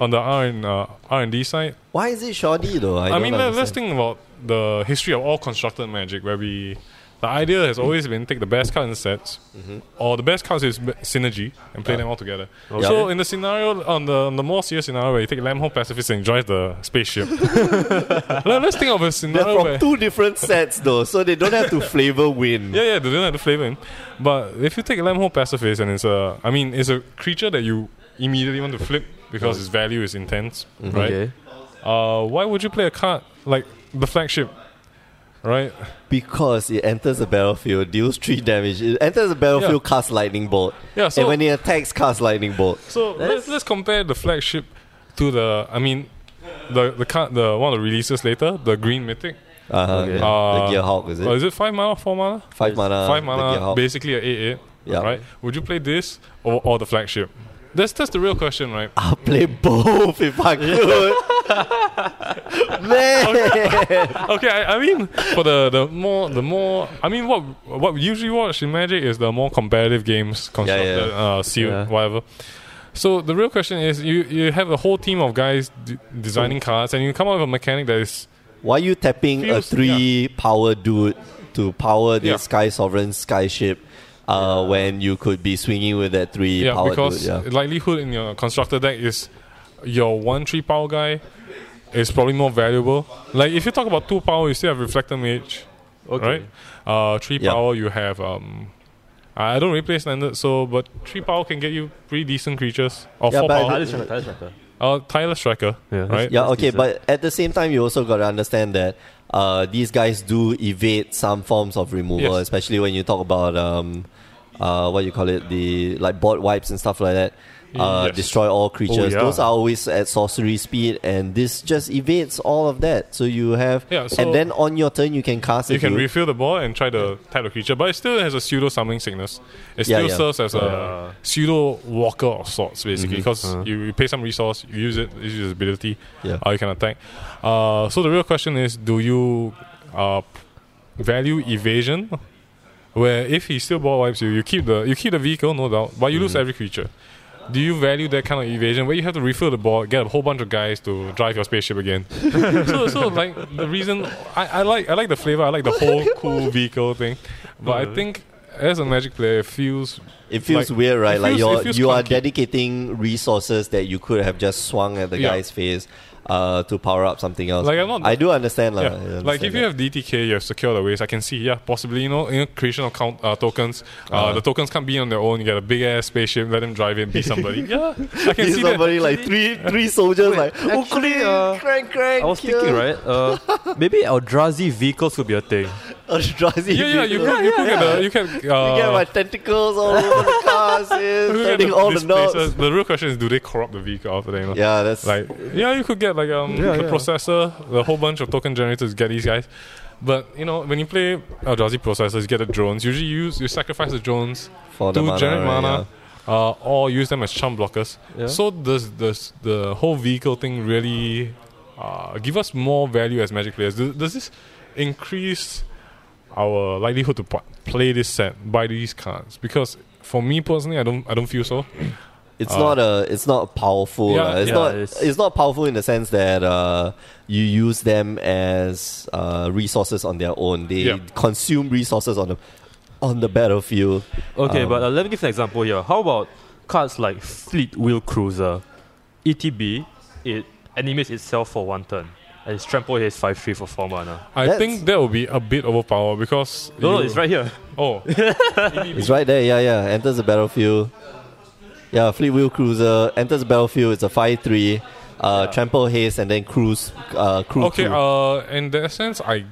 Speaker 3: on the R and uh, R and D side.
Speaker 1: Why is it shoddy though? I,
Speaker 3: I
Speaker 1: don't
Speaker 3: mean, let- let's
Speaker 1: understand.
Speaker 3: think about the history of all constructed magic, where we The idea has always been take the best card in the sets,
Speaker 1: Mm-hmm.
Speaker 3: or the best cards is b- synergy, and play them all together. So in the scenario, on the on the more serious scenario where you take Lamb Home Pacifist and drive the spaceship, Let, us think of a
Speaker 1: They're
Speaker 3: scenario
Speaker 1: from
Speaker 3: where
Speaker 1: two different sets though, so they don't have to flavor win.
Speaker 3: yeah, yeah, they don't have the flavor in. But if you take Lamb Home Pacifist and it's a, I mean, it's a creature that you immediately want to flip because its value is intense,
Speaker 1: Mm-hmm.
Speaker 3: right?
Speaker 2: Okay.
Speaker 3: Uh, why would you play a card like the flagship, right?
Speaker 1: Because it enters the battlefield, deals three damage. It enters the battlefield,
Speaker 3: Yeah.
Speaker 1: casts lightning bolt.
Speaker 3: Yeah,
Speaker 1: and
Speaker 3: so-
Speaker 1: when it attacks, casts lightning bolt.
Speaker 3: So let's let's compare the flagship to the I mean the the card the one that releases later, the green mythic.
Speaker 1: Uh-huh,
Speaker 2: Okay.
Speaker 1: yeah.
Speaker 3: Uh,
Speaker 1: the Gearhawk is it?
Speaker 3: Or is it five mana, four mana?
Speaker 1: Five mana.
Speaker 3: five
Speaker 1: the
Speaker 3: mana,
Speaker 1: Gearhawk.
Speaker 3: basically a eight eight.
Speaker 1: Yeah.
Speaker 3: Right? Would you play this or, or the flagship? That's that's the real question, right?
Speaker 1: I'll play both if I could. Man,
Speaker 3: okay, I, I mean for the, the more the more I mean what what we usually watch in Magic is the more competitive games constructed, uh sealed,
Speaker 2: Yeah.
Speaker 3: whatever. So the real question is you you have a whole team of guys d- designing cards and you come up with a mechanic that is
Speaker 1: why are you tapping a
Speaker 3: Feels-
Speaker 1: three power dude to power this
Speaker 3: Yeah.
Speaker 1: Sky Sovereign Sky ship uh, when you could be swinging with that three
Speaker 3: Yeah,
Speaker 1: power
Speaker 3: because
Speaker 1: dude? Yeah.
Speaker 3: likelihood in your constructor deck is your one three power guy is probably more valuable. Like if you talk about two power, you still have reflector mage, right? Uh, three
Speaker 1: Yeah.
Speaker 3: power you have. Um, I I don't really play standard, so but three power can get you pretty decent creatures or
Speaker 1: Yeah,
Speaker 3: four
Speaker 1: but-
Speaker 3: power.
Speaker 1: Tireless Tracker,
Speaker 3: Uh, tireless tracker,
Speaker 2: Yeah.
Speaker 3: right?
Speaker 1: Yeah, okay,
Speaker 2: decent.
Speaker 1: but at the same time, you also got to understand that uh, these guys do evade some forms of removal,
Speaker 3: Yes.
Speaker 1: especially when you talk about um, uh, what you call it, the like board wipes and stuff like that. Uh,
Speaker 3: Mm, Yes. Oh,
Speaker 1: Destroy all creatures.
Speaker 2: yeah.
Speaker 1: Those are always at sorcery speed, and this just evades all of that. So you have,
Speaker 3: Yeah, so-
Speaker 1: and then on your turn you can cast.
Speaker 3: You
Speaker 1: it
Speaker 3: can
Speaker 1: to-
Speaker 3: refill the ball and try to tap the creature, but it still has a pseudo summoning sickness. It
Speaker 1: Yeah,
Speaker 3: still
Speaker 1: yeah.
Speaker 3: serves as a
Speaker 2: Yeah.
Speaker 3: pseudo walker of sorts, basically, because
Speaker 2: Uh-huh.
Speaker 3: you, you pay some resource, you use it, use its ability,
Speaker 1: Yeah.
Speaker 3: or you can attack. Uh, so the real question is do you uh, value evasion? Where if he still ball wipes you, you keep the you keep the vehicle, no doubt, but you lose every creature. Do you value that kind of evasion where you have to refill the ball, get a whole bunch of guys to drive your spaceship again? so, so like the reason I, I like I like the flavor, I like the whole cool vehicle thing, but I think as a magic player, it feels
Speaker 1: It feels
Speaker 3: Like-
Speaker 1: weird, right?
Speaker 3: it
Speaker 1: like
Speaker 3: feels-
Speaker 1: you're
Speaker 3: it feels
Speaker 1: you are
Speaker 3: clunky.
Speaker 1: dedicating resources that you could have just swung at the
Speaker 3: Yeah.
Speaker 1: guy's face uh, to power up something else.
Speaker 3: Like, I'm not-
Speaker 1: I do understand, lah.
Speaker 3: yeah.
Speaker 1: I Uh, understand
Speaker 3: like if you
Speaker 1: that.
Speaker 3: have DTK, you have secure the ways. I can see, yeah, possibly you know, you know creation of count uh, tokens. Uh,
Speaker 1: Uh-huh.
Speaker 3: the tokens can't be on their own. You get a big ass spaceship, let them drive it, be somebody. yeah, I can
Speaker 1: See
Speaker 3: see that.
Speaker 1: somebody like three three soldiers like oh
Speaker 2: actually,
Speaker 1: clean,
Speaker 2: uh,
Speaker 1: crank crank.
Speaker 2: I was thinking, right? Uh, maybe Eldrazi vehicles could be a thing.
Speaker 1: Eldrazi
Speaker 3: Yeah, yeah, you could, you could get the you can. Uh,
Speaker 1: get my tentacles all over the cars, yeah,
Speaker 3: you get
Speaker 1: turning all the
Speaker 3: displacers.
Speaker 1: knobs.
Speaker 3: uh, The real question is, do they corrupt the vehicle after that? You know?
Speaker 1: Yeah, that's
Speaker 3: Like, yeah, you could get like um, the
Speaker 2: yeah.
Speaker 3: processor, the whole bunch of token generators, get these guys. But you know, when you play Eldrazi processors, you get the drones. Usually, you use you sacrifice the drones
Speaker 1: for the
Speaker 3: to
Speaker 1: mana,
Speaker 3: generate
Speaker 1: right,
Speaker 3: mana, uh, or use them as chump blockers.
Speaker 2: Yeah.
Speaker 3: So does does the whole vehicle thing really uh, give us more value as Magic players? Does, does this increase our likelihood to p- play this set, buy these cards? Because for me personally, I don't I don't feel so.
Speaker 1: yeah. It's not a it's not powerful.
Speaker 3: uh, Yeah,
Speaker 1: lah. it's
Speaker 2: yeah,
Speaker 1: not it's,
Speaker 2: it's-
Speaker 1: not powerful in the sense that uh, you use them as uh, resources on their own. They
Speaker 3: Yeah.
Speaker 1: consume resources on the on the battlefield.
Speaker 2: Okay,
Speaker 1: Um,
Speaker 2: but uh, let me give an example here. How about cards like Fleet Wheel Cruiser? ETB, it animates itself for one turn. And its trample here is 5 3 for 4 mana.
Speaker 3: I
Speaker 1: That's-
Speaker 3: think that would be a bit overpowered because
Speaker 2: No, no,
Speaker 3: you-
Speaker 2: it's right here.
Speaker 3: Oh,
Speaker 1: It's right there, yeah, yeah. Enters the battlefield. Yeah, Fleet Wheel Cruiser enters the battlefield. It's a five three, uh, trample haste, and then cruise, uh, cruise.
Speaker 3: okay. Uh, in that sense, I,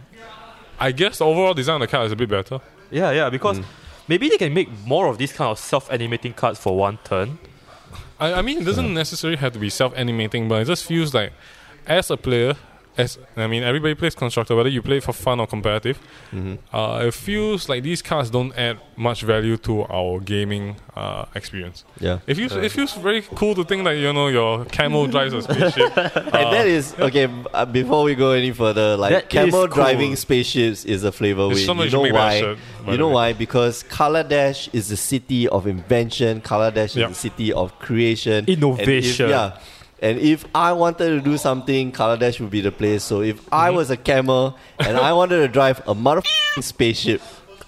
Speaker 3: I guess the overall design of the card is a bit better.
Speaker 2: Yeah, yeah,
Speaker 1: Mm.
Speaker 2: because maybe they can make more of these kind of self animating cards for one turn.
Speaker 3: I, I mean, it doesn't necessarily have to be self-animating, but it just feels like, as a player, as I mean, everybody plays constructor, whether you play for fun or competitive.
Speaker 2: Mm-hmm.
Speaker 3: Uh, it feels like these cards don't add much value to our gaming uh, experience.
Speaker 1: yeah,
Speaker 3: It feels it feels very cool to think that you know your camel drives a spaceship.
Speaker 1: and that is okay. b- Uh, before we go any further, like
Speaker 2: That is
Speaker 1: camel driving
Speaker 2: cool.
Speaker 1: spaceships is a flavor
Speaker 3: There's
Speaker 1: win.
Speaker 3: somebody
Speaker 1: You
Speaker 3: should
Speaker 1: know
Speaker 3: make that
Speaker 1: why?
Speaker 3: shirt,
Speaker 1: you
Speaker 3: by the
Speaker 1: know
Speaker 3: way.
Speaker 1: why? Because Kaladesh is the city of invention. Kaladesh
Speaker 3: Yep.
Speaker 1: is the city of creation, And if-
Speaker 2: Innovation.
Speaker 1: yeah. And if I wanted to do something, Kaladesh
Speaker 2: Mm-hmm.
Speaker 1: would be the place. So if I was a camel and I wanted to drive a motherfucking spaceship,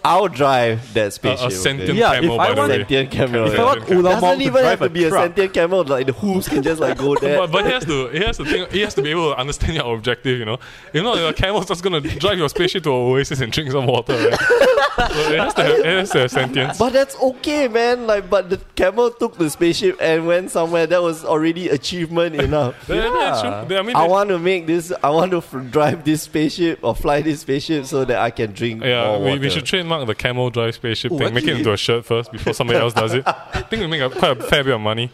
Speaker 1: I'll drive that spaceship. okay?
Speaker 3: sentient
Speaker 2: Yeah,
Speaker 3: camel,
Speaker 2: if
Speaker 3: by
Speaker 2: I
Speaker 3: the
Speaker 2: want-
Speaker 3: way.
Speaker 1: sentient camel.
Speaker 3: If I
Speaker 1: Oh, yeah.
Speaker 3: want
Speaker 2: Ulamog
Speaker 1: Doesn't
Speaker 2: to
Speaker 1: even
Speaker 2: drive
Speaker 1: have to
Speaker 2: a
Speaker 1: be a
Speaker 2: truck.
Speaker 1: sentient camel. Like the hooves can just like go there.
Speaker 3: But, but he has to he has to think he has to be able to understand your objective, you know. If not, your camel's just gonna drive your spaceship to an oasis and drink some water. Right? so it has to have, it has to have sentience.
Speaker 1: But that's okay, man. Like, but the camel took the spaceship and went somewhere. That was already achievement enough.
Speaker 3: Yeah, that's true.
Speaker 2: Yeah.
Speaker 3: They- I mean,
Speaker 1: I
Speaker 3: they-
Speaker 1: want to make this. I want to f- drive this spaceship or fly this spaceship so that I can drink
Speaker 3: yeah,
Speaker 1: more
Speaker 3: we,
Speaker 1: water.
Speaker 3: we should trademark the camel drive spaceship
Speaker 1: Ooh,
Speaker 3: thing. Make it
Speaker 1: actually-
Speaker 3: into a shirt first before somebody else does it. I think we make a, quite a fair bit of money.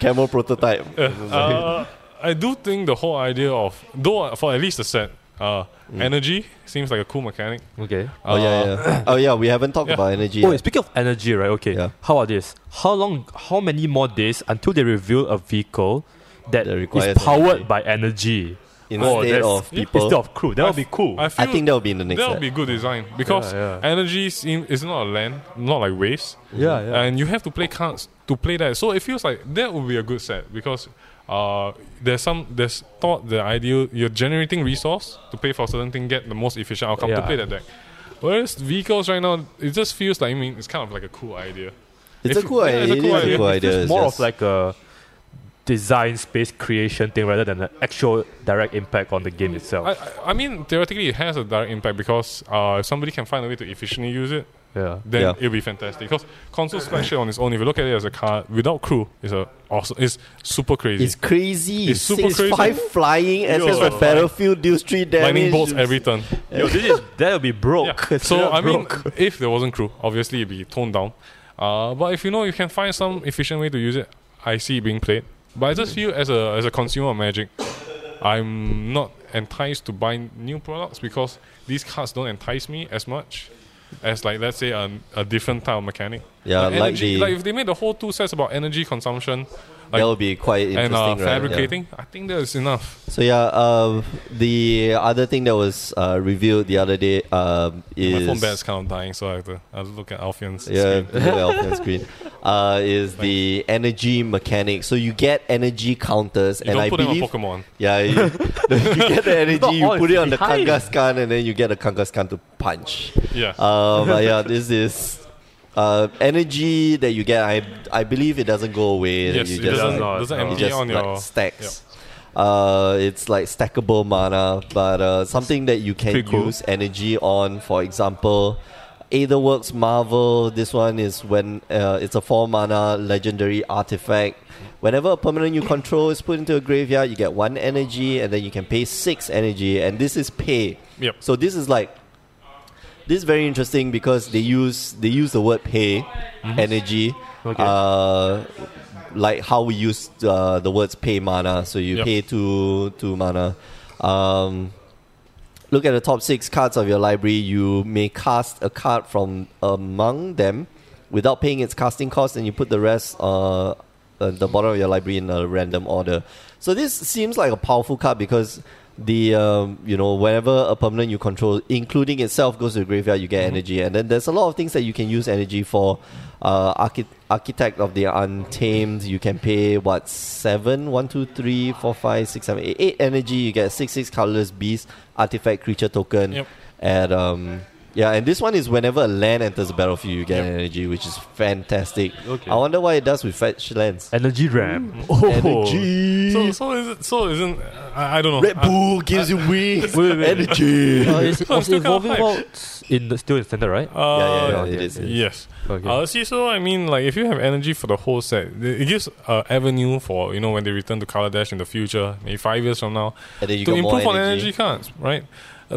Speaker 1: camel prototype.
Speaker 3: Uh, I do think the whole idea of though for at least a set, uh,
Speaker 1: Mm.
Speaker 3: energy seems like a cool mechanic.
Speaker 2: Okay.
Speaker 1: oh yeah,
Speaker 3: Uh,
Speaker 1: yeah. Oh yeah, we haven't talked
Speaker 3: Yeah.
Speaker 1: about energy.
Speaker 2: Oh,
Speaker 1: yet.
Speaker 2: speaking of energy, right? Okay.
Speaker 1: Yeah.
Speaker 2: How about this? How long? How many more days until they reveal a vehicle that
Speaker 1: That
Speaker 2: is
Speaker 1: requires
Speaker 2: powered
Speaker 1: energy.
Speaker 2: by energy Oh,
Speaker 1: Instead
Speaker 2: that's-
Speaker 1: of people,
Speaker 2: instead of crew? That would
Speaker 3: I
Speaker 2: be
Speaker 3: f-
Speaker 2: cool.
Speaker 3: I,
Speaker 1: I
Speaker 3: feel
Speaker 1: think that would be in the next.
Speaker 3: that would
Speaker 1: set.
Speaker 3: be good design because
Speaker 2: Yeah,
Speaker 3: energy seem, is not a land, not like waves.
Speaker 2: yeah, yeah.
Speaker 3: and you have to play cards to play that. So it feels like that would be a good set because uh, there's some there's thought the ideal you're generating resource to pay for a certain thing, get the most efficient outcome to
Speaker 2: Yeah.
Speaker 3: play that deck. Whereas vehicles right now, it just feels like I mean it's kind of like a cool idea.
Speaker 1: It's a
Speaker 3: If-
Speaker 1: cool
Speaker 3: yeah,
Speaker 1: idea. It is a cool
Speaker 2: It's
Speaker 1: idea.
Speaker 2: just
Speaker 1: It's
Speaker 2: more
Speaker 1: just-
Speaker 2: of like a design space creation thing rather than an actual direct impact on the game itself.
Speaker 3: I, I- I mean theoretically it has a direct impact because uh, if somebody can find a way to efficiently use it,
Speaker 2: yeah.
Speaker 3: then
Speaker 1: Yeah.
Speaker 3: it'll be fantastic. Because console special on its own, if you look at it as a card without crew, is a awesome, it's super crazy.
Speaker 1: It's crazy.
Speaker 3: It's super
Speaker 1: Six, Five
Speaker 3: crazy.
Speaker 1: flying and
Speaker 3: Yo.
Speaker 1: the battlefield deals three damage.
Speaker 3: Lightning bolts every turn.
Speaker 2: Yo, this is that'll be broke.
Speaker 3: Yeah. So
Speaker 2: Straight up
Speaker 3: I mean,
Speaker 2: broke.
Speaker 3: if there wasn't crew, obviously it'd be toned down. Uh, but if you know you can find some efficient way to use it, I see it being played. But I just
Speaker 1: Mm.
Speaker 3: feel as a as a consumer of Magic, I'm not enticed to buy new products because these cards don't entice me as much as like let's say a, a different type of mechanic.
Speaker 1: Yeah,
Speaker 3: like,
Speaker 1: like
Speaker 3: energy,
Speaker 1: the-
Speaker 3: like if they made the whole two sets about energy consumption, like
Speaker 1: that would be quite interesting.
Speaker 3: and uh,
Speaker 1: right? Yeah.
Speaker 3: fabricating, I think that is enough.
Speaker 1: So yeah, uh, the other thing that was uh, revealed the other day um, is
Speaker 3: My phone battery's kind of dying, so I have to I have to look at Alfion's.
Speaker 1: yeah,
Speaker 3: screen.
Speaker 1: put it off the screen. Uh, is the energy mechanic. So you get energy counters,
Speaker 3: You
Speaker 1: and
Speaker 3: don't
Speaker 1: I
Speaker 3: put them on
Speaker 1: believe
Speaker 3: Pokemon.
Speaker 1: yeah, you, you get the
Speaker 2: not
Speaker 1: energy, you
Speaker 2: all,
Speaker 1: put it
Speaker 2: it's
Speaker 1: on the
Speaker 2: behind.
Speaker 1: Kangaskhan, and then you get the Kangaskhan to punch.
Speaker 3: Yeah.
Speaker 1: Uh, but yeah, this is. Uh, energy that you get, I I believe it doesn't go away.
Speaker 3: Yes,
Speaker 1: you
Speaker 3: it doesn't,
Speaker 2: like-
Speaker 3: doesn't
Speaker 2: you
Speaker 1: it
Speaker 3: empty
Speaker 1: just
Speaker 3: on
Speaker 1: like
Speaker 3: your
Speaker 1: stacks. Uh, it's like stackable mana, but uh, something that you can
Speaker 2: Pretty cool.
Speaker 1: use energy on. For example, Aetherworks Marvel. This one is when uh, it's a four mana legendary artifact. Whenever a permanent you control is put into a graveyard, you get one energy, and then you can pay six energy, and this is pay.
Speaker 3: Yep.
Speaker 1: So this is like this is very interesting because they use they use the word pay,
Speaker 3: Mm-hmm.
Speaker 1: energy,
Speaker 2: Okay.
Speaker 1: uh, like how we use uh, the words pay mana. So you
Speaker 3: Yep.
Speaker 1: pay two two mana. Um, look at the top six cards of your library. You may cast a card from among them without paying its casting cost, and you put the rest uh, at the bottom of your library in a random order. So this seems like a powerful card because the um, you know whenever a permanent you control, including itself, goes to the graveyard, you get energy, and then there's a lot of things that you can use energy for. Uh, archi- architect of the Untamed, you can pay what seven, one, two, three, four, five, six, seven, eight, eight energy. You get six, six colorless beast artifact creature token.
Speaker 3: Yep.
Speaker 1: And um, yeah, and this one is whenever a land enters the battlefield, you get energy, which is fantastic.
Speaker 2: Okay.
Speaker 1: I wonder why it does with fetch lands.
Speaker 2: Energy RAM. Oh.
Speaker 1: Energy.
Speaker 3: So so is it, so isn't I, I don't know. Uh,
Speaker 1: Red Bull gives you wings.
Speaker 2: wait, wait.
Speaker 1: Energy.
Speaker 2: Uh, it's,
Speaker 3: So
Speaker 2: was
Speaker 3: it's still
Speaker 2: evolving
Speaker 3: kinda hype.
Speaker 2: out in the, still in standard, right?
Speaker 3: I- uh,
Speaker 1: yeah, yeah,
Speaker 2: okay,
Speaker 1: it is.
Speaker 2: okay.
Speaker 3: Yes.
Speaker 2: Okay.
Speaker 3: Uh, see, so I mean, like, if you have energy for the whole set, it it gives uh, avenue for you know when they return to Color Dash in the future, maybe five years from now,
Speaker 1: And then you
Speaker 3: to
Speaker 1: got more
Speaker 3: improve on
Speaker 1: energy.
Speaker 3: energy cards, right? Uh,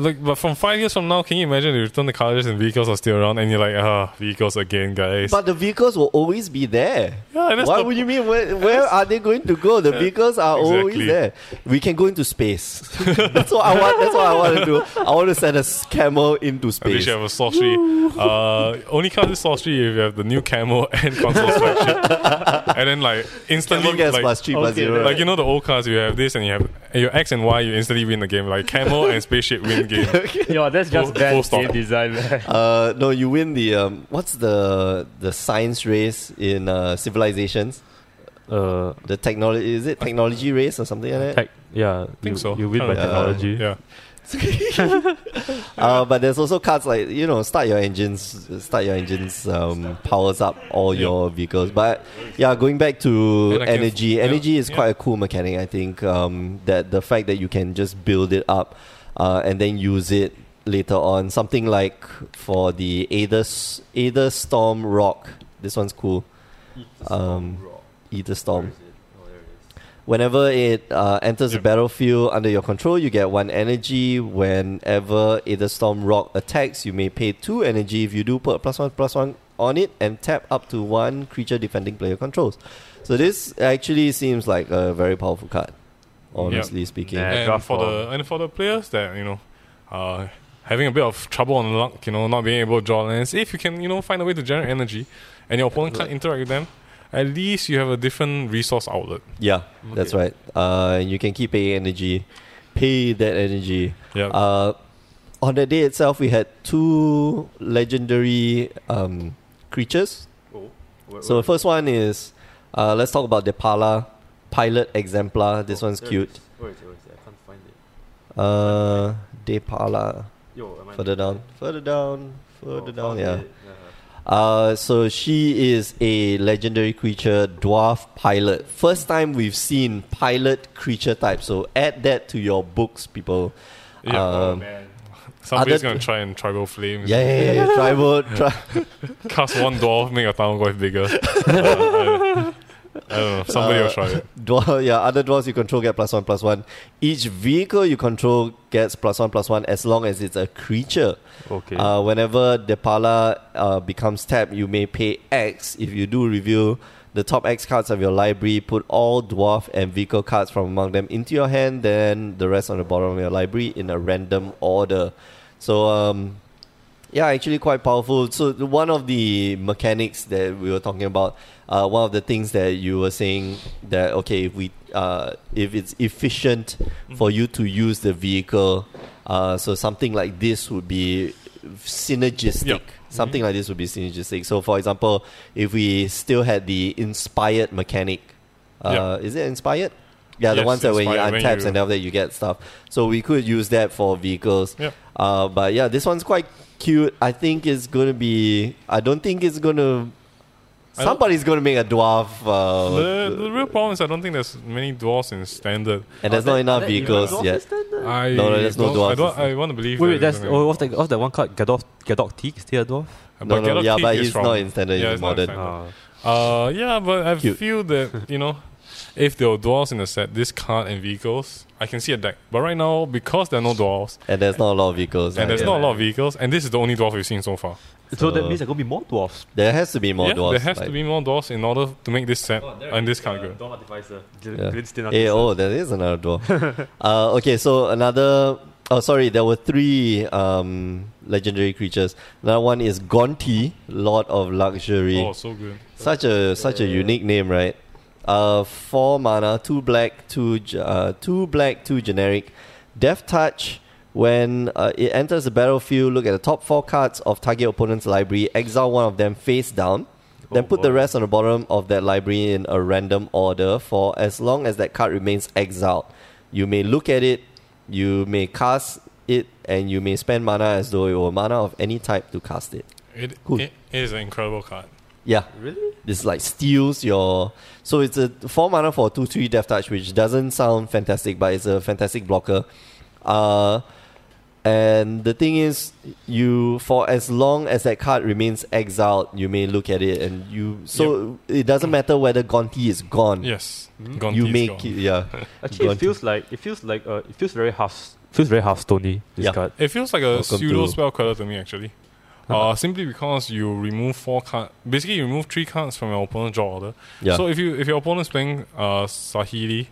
Speaker 3: Like, but from five years from now, can you imagine they return the Color Dash and vehicles are still around, and you're like, ah, vehicles again, guys.
Speaker 1: But the vehicles will always be there.
Speaker 3: Yeah, that's
Speaker 1: what
Speaker 3: the-
Speaker 1: would you mean? Where, where are they going to go? The vehicles are always
Speaker 3: Exactly.
Speaker 1: there. We can go into space. that's what I want. That's what I want to do. I want to send a s- camel into
Speaker 3: At least
Speaker 1: space.
Speaker 3: you have a sorcery. Uh, only count this sorcery if you have the new camel and console flagship. and then like instantly
Speaker 1: Camel gets
Speaker 3: like,
Speaker 1: plus three, plus
Speaker 2: okay,
Speaker 1: zero.
Speaker 3: Like you know the old cards, you have this and you have your X and Y, you instantly win the game. Like camel and spaceship win game.
Speaker 2: Yo, that's
Speaker 3: just Full- bad full stop. game
Speaker 2: design, man.
Speaker 1: Uh, no, you win the um, what's the the science race in uh, civilizations?
Speaker 2: Uh,
Speaker 1: The technology is it technology race or something like that?
Speaker 2: tech, yeah, I
Speaker 3: think so.
Speaker 2: You win by
Speaker 3: Kinda,
Speaker 1: uh,
Speaker 2: technology.
Speaker 3: Yeah,
Speaker 1: uh, but there's also cards like you know start your engines, start your engines, um, powers up all
Speaker 3: Yeah.
Speaker 1: your vehicles. But yeah, going back to
Speaker 3: And I can-
Speaker 1: energy,
Speaker 3: yeah,
Speaker 1: energy is
Speaker 3: yeah.
Speaker 1: quite a cool mechanic. I think um, that the fact that you can just build it up uh, and then use it later on, something like for the Aether S- Aether Storm Rock. This one's cool. Um, Aether Storm. Whenever it uh, enters
Speaker 3: Yeah.
Speaker 1: the battlefield under your control, you get one energy. Whenever Aether Storm Rock attacks, you may pay two energy. If you do, put a plus one plus one on it and tap up to one creature defending player controls. So this actually seems like a very powerful card, honestly speaking.
Speaker 2: Nah. Yeah,
Speaker 3: and
Speaker 2: draft
Speaker 3: for the and for the players that you know are having a bit of trouble on luck, you know, not being able to draw lands, if you can you know find a way to generate energy, and your opponent can't interact with them, at least you have a different resource outlet.
Speaker 1: Yeah, that's right. Uh, and you can keep paying energy, pay that energy.
Speaker 3: Yeah,
Speaker 1: Uh, on the day itself, we had two legendary um, creatures. So the first one is, uh, let's talk about the Pala Pilot Exemplar. This one's cute.
Speaker 4: Where is it? Where is it? I can't find it.
Speaker 1: Uh, Depala.
Speaker 4: Yo, am I
Speaker 1: Further down. Further down. Further down.
Speaker 4: found
Speaker 1: Yeah.
Speaker 4: it. Uh-huh.
Speaker 1: Uh, so she is a legendary creature, dwarf pilot. First time we've seen pilot creature type. So add that to your books, people.
Speaker 3: Yeah.
Speaker 4: Oh,
Speaker 1: Um,
Speaker 3: somebody's
Speaker 1: other-
Speaker 3: gonna try and tribal flames.
Speaker 1: yeah, yeah, yeah. Tribal, tri-
Speaker 3: cast one dwarf, make a town go bigger. Uh, I, I don't know. Somebody will
Speaker 1: Uh,
Speaker 3: try it.
Speaker 1: Dwar- yeah, other dwarves you control get plus one plus one. Each vehicle you control gets plus one plus one as long as it's a creature.
Speaker 2: Okay.
Speaker 1: Uh, whenever Depala uh, becomes tapped, you may pay X. If you do reveal the top X cards of your library, put all dwarf and vehicle cards from among them into your hand, then the rest on the bottom of your library in a random order. So, um, yeah, actually quite powerful. So the- one of the mechanics that we were talking about, uh, one of the things that you were saying that okay, if we uh, if it's efficient
Speaker 3: Mm-hmm.
Speaker 1: for you to use the vehicle, uh, so something like this would be synergistic.
Speaker 3: Yeah. Mm-hmm.
Speaker 1: Something like this would be synergistic. So for example, if we still had the inspired mechanic, uh, is it inspired? Yeah, the
Speaker 3: Yes,
Speaker 1: ones that when you
Speaker 3: inspired, when
Speaker 1: untaps
Speaker 3: you-
Speaker 1: and after that you get stuff. So we could use that for vehicles.
Speaker 3: Yep.
Speaker 1: Uh, but yeah, this one's quite cute. I think it's gonna be. I don't think it's gonna.
Speaker 3: I don't-
Speaker 1: Somebody's gonna make a dwarf, uh,
Speaker 3: The, the real problem is I don't think there's many dwarves in standard.
Speaker 1: and there's
Speaker 4: Are
Speaker 1: not
Speaker 4: there-
Speaker 1: enough
Speaker 4: are there even
Speaker 1: vehicles
Speaker 4: dwarf
Speaker 1: yet.
Speaker 4: standard?
Speaker 3: I
Speaker 1: No, no, there's no
Speaker 3: don't-
Speaker 1: dwarves.
Speaker 3: I, don't, I want to believe.
Speaker 2: wait, wait,
Speaker 3: that
Speaker 2: that's
Speaker 3: there's
Speaker 2: oh,
Speaker 3: no-
Speaker 2: what's that? What's that one called? Gadolf, Gadolf Teak, still a dwarf.
Speaker 3: Uh,
Speaker 1: No, no,
Speaker 3: Gallop
Speaker 1: yeah,
Speaker 3: Kid
Speaker 1: but
Speaker 3: is
Speaker 1: he's
Speaker 3: from-
Speaker 1: not in standard, he's
Speaker 3: it's not
Speaker 1: modern.
Speaker 3: standard.
Speaker 2: Ah.
Speaker 3: Uh, yeah, but I
Speaker 1: Cute.
Speaker 3: feel that you know, if there were dwarves in the set, this card and vehicles, I can see a deck. But right now, because there are no dwarves
Speaker 1: And there's not a lot of vehicles.
Speaker 3: and
Speaker 1: I
Speaker 3: there's
Speaker 1: guess.
Speaker 3: not a lot of vehicles, and this is the only dwarf we've seen so far.
Speaker 2: so, that means there gonna be more dwarfs.
Speaker 1: There has to be more
Speaker 3: yeah,
Speaker 1: dwarves.
Speaker 3: there has to
Speaker 1: like-
Speaker 3: be more dwarves in order to make this set
Speaker 4: Oh, there it
Speaker 3: and this
Speaker 4: is,
Speaker 3: card good.
Speaker 4: uh, Dawn Artificer. Gl-
Speaker 1: Yeah.
Speaker 4: Glintstone
Speaker 1: Eh,
Speaker 4: Artificer.
Speaker 1: oh, there is another dwarf. uh, okay, so another. Oh, sorry, there were three um, legendary creatures. Another one is Gonti, Lord of Luxury.
Speaker 3: Oh, so good.
Speaker 1: Such a such a unique name, right? Uh, four mana, two black, two ge- uh, two black, two generic. Death touch. When uh, it enters the battlefield, look at the top four cards of target opponent's library. Exile one of them face down. Then
Speaker 4: Oh,
Speaker 1: put the
Speaker 4: boy.
Speaker 1: rest on the bottom of that library in a random order for as long as that card remains exiled. You may look at it, you may cast it, and you may spend mana as though it were mana of any type to cast it.
Speaker 3: It,
Speaker 1: Cool.
Speaker 3: it is an incredible card.
Speaker 1: Yeah,
Speaker 4: Really?
Speaker 1: this like steals your so it's a four mana for two three death touch, which doesn't sound fantastic, but it's a fantastic blocker. Uh, and the thing is, you for as long as that card remains exiled, you may look at it, and you so it doesn't matter whether Gonti is gone.
Speaker 3: Yes,
Speaker 4: Mhm.
Speaker 3: Gonti
Speaker 1: you
Speaker 3: is
Speaker 1: make
Speaker 3: gone.
Speaker 1: it, yeah,
Speaker 2: Actually,
Speaker 1: Gone.
Speaker 2: it feels like it feels like uh, it feels very half feels very half stony. This
Speaker 1: Yeah.
Speaker 2: card.
Speaker 3: It feels like a
Speaker 1: Welcome
Speaker 3: pseudo
Speaker 1: to-
Speaker 3: spell queller to me actually. Uh, simply because you remove four cards, basically you remove three cards from your opponent's draw order.
Speaker 1: yeah.
Speaker 3: So if you if your opponent's playing uh, Sahili,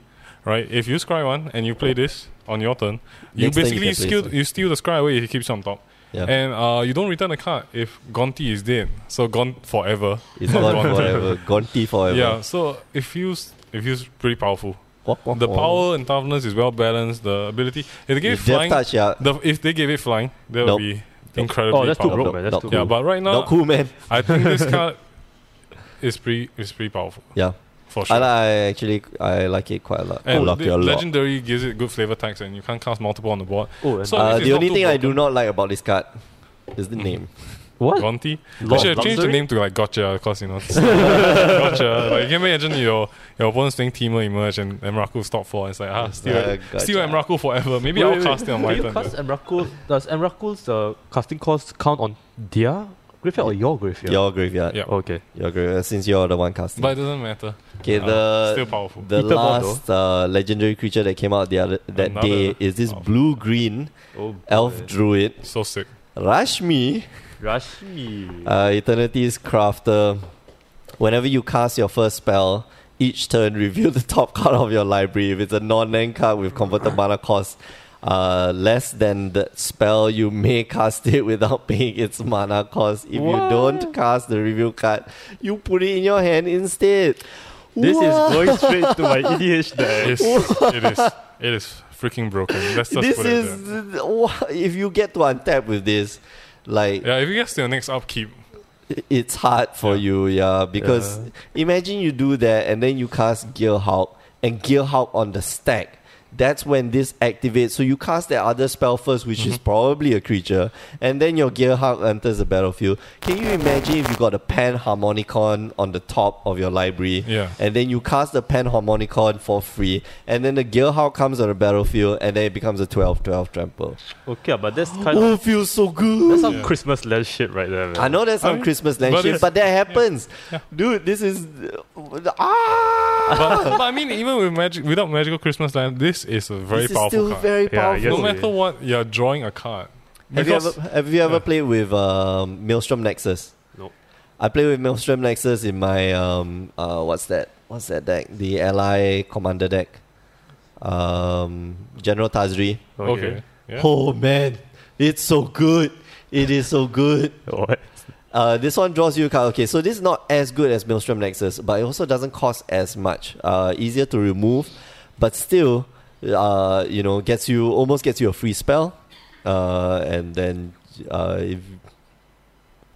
Speaker 3: right? If you scry one and you play this on your turn, you
Speaker 1: Next turn you
Speaker 3: basically
Speaker 1: can play
Speaker 3: steal
Speaker 1: this one.
Speaker 3: you steal the scry away if he keeps it on top,
Speaker 1: Yeah.
Speaker 3: and uh, you don't return a card if Gonti is dead, so gone forever.
Speaker 1: it's gone forever. Gonti forever.
Speaker 3: Yeah, so it feels it feels pretty powerful.
Speaker 1: Wah, wah,
Speaker 3: The
Speaker 1: wah.
Speaker 3: power and toughness is well balanced. The ability if they
Speaker 1: If
Speaker 3: give it
Speaker 1: death
Speaker 3: flying,
Speaker 1: touch, yeah.
Speaker 3: the, if they gave it flying, that would
Speaker 1: Nope.
Speaker 3: be
Speaker 2: Oh,
Speaker 3: incredibly
Speaker 2: that's too
Speaker 3: powerful.
Speaker 2: broke, man. That's
Speaker 1: Not
Speaker 2: too
Speaker 1: cool.
Speaker 3: Yeah,
Speaker 2: broke.
Speaker 3: but right now
Speaker 1: Not cool, man.
Speaker 3: I think this card is pretty is pretty powerful.
Speaker 1: Yeah.
Speaker 3: for sure.
Speaker 1: I, li- I actually I like it quite a lot. I
Speaker 3: and
Speaker 1: like it
Speaker 3: the
Speaker 1: a lot.
Speaker 3: legendary gives it good flavor tags, and you can't cast multiple on the board.
Speaker 2: Oh, and
Speaker 3: So-
Speaker 1: Uh,
Speaker 3: It's
Speaker 1: the
Speaker 3: not
Speaker 1: only
Speaker 3: too
Speaker 1: thing I do
Speaker 3: broken.
Speaker 1: not like about this card is the name.
Speaker 2: what?
Speaker 3: Gonti.
Speaker 2: Lo-
Speaker 3: I should have changed the
Speaker 2: luxury?
Speaker 3: name to like Gotcha, of course, you know. gotcha. Like, you can imagine your, your opponent's playing Teemo Emerge and Emraku's top four. It's like, ah, steal,
Speaker 1: Uh,
Speaker 3: steal
Speaker 1: gotcha.
Speaker 3: Emraku forever. Maybe
Speaker 2: Wait,
Speaker 3: I'll
Speaker 2: wait,
Speaker 3: cast it on my
Speaker 2: Will you
Speaker 3: turn.
Speaker 2: cast
Speaker 3: then.
Speaker 2: Emrakul? Does Emrakul's uh, casting cost count on their graveyard or your graveyard?
Speaker 1: Your graveyard.
Speaker 3: Yeah.
Speaker 2: Okay.
Speaker 1: Your graveyard. uh, Since you're the one casting.
Speaker 3: But it doesn't matter.
Speaker 1: okay,
Speaker 3: Uh,
Speaker 1: the
Speaker 3: still powerful.
Speaker 1: the
Speaker 2: Peter Bot,
Speaker 1: last uh, legendary creature that came out the other that
Speaker 3: Another
Speaker 1: day is this
Speaker 3: powerful.
Speaker 1: blue green
Speaker 4: Oh,
Speaker 1: elf druid
Speaker 3: So sick.
Speaker 1: Rashmi,
Speaker 4: Rashi.
Speaker 1: uh, Eternity's crafter. Whenever you cast your first spell, each turn reveal the top card of your library. If it's a non-land card with converted mana cost uh, less than the spell, you may cast it without paying its mana cost. If you don't cast the reveal card, you put it in your hand instead.
Speaker 2: This is
Speaker 1: What?
Speaker 2: going straight to my E EDH
Speaker 3: It
Speaker 2: deck.
Speaker 3: is, it is. It is freaking broken. Let's just
Speaker 1: this
Speaker 3: put it
Speaker 1: is
Speaker 3: there.
Speaker 1: wha- if you get to untap with this, like
Speaker 3: Yeah, if you guess your next upkeep,
Speaker 1: it's hard for you, yeah. Because imagine you do that and then you cast Gear Hulk and Gear Hulk on the stack. That's when this activates. So you cast that other spell first, which is probably a creature, and then your Gear Hulk enters the battlefield. Can you imagine if you got a Panharmonicon on the top of your library?
Speaker 3: Yeah.
Speaker 1: And then you cast the Panharmonicon for free, and then the Gear Hulk comes on the battlefield, and then it becomes a 12 12 trample.
Speaker 2: Okay, but that's kind of
Speaker 1: Oh, feels so
Speaker 2: that's
Speaker 1: good.
Speaker 2: some
Speaker 3: Yeah.
Speaker 2: Christmas land shit right there, man.
Speaker 1: I know that's
Speaker 3: I
Speaker 1: some
Speaker 3: mean,
Speaker 1: Christmas land
Speaker 3: but
Speaker 1: shit,
Speaker 3: it's-
Speaker 1: but that happens, dude. This is uh, ah.
Speaker 3: but, but I mean, even with magic, without magical Christmas land, this is a very
Speaker 1: this is
Speaker 3: powerful
Speaker 1: still
Speaker 3: card.
Speaker 1: very
Speaker 2: Yeah, I
Speaker 1: powerful.
Speaker 2: guess
Speaker 3: no matter what, you're drawing a card.
Speaker 1: have you
Speaker 3: Because
Speaker 1: ever have you ever
Speaker 3: yeah.
Speaker 1: played with um, Maelstrom Nexus?
Speaker 4: Nope.
Speaker 1: I play with Maelstrom Nexus in my um uh what's that what's that deck? The Ally Commander deck. Um, General Tazri.
Speaker 3: okay, yeah.
Speaker 1: Oh man, it's so good. It is so good.
Speaker 2: What?
Speaker 1: Uh, this one draws you a card. Okay, so this is not as good as Maelstrom Nexus, but it also doesn't cost as much. Uh, easier to remove, but still, uh, you know, gets you almost gets you a free spell, uh, and then, uh, if,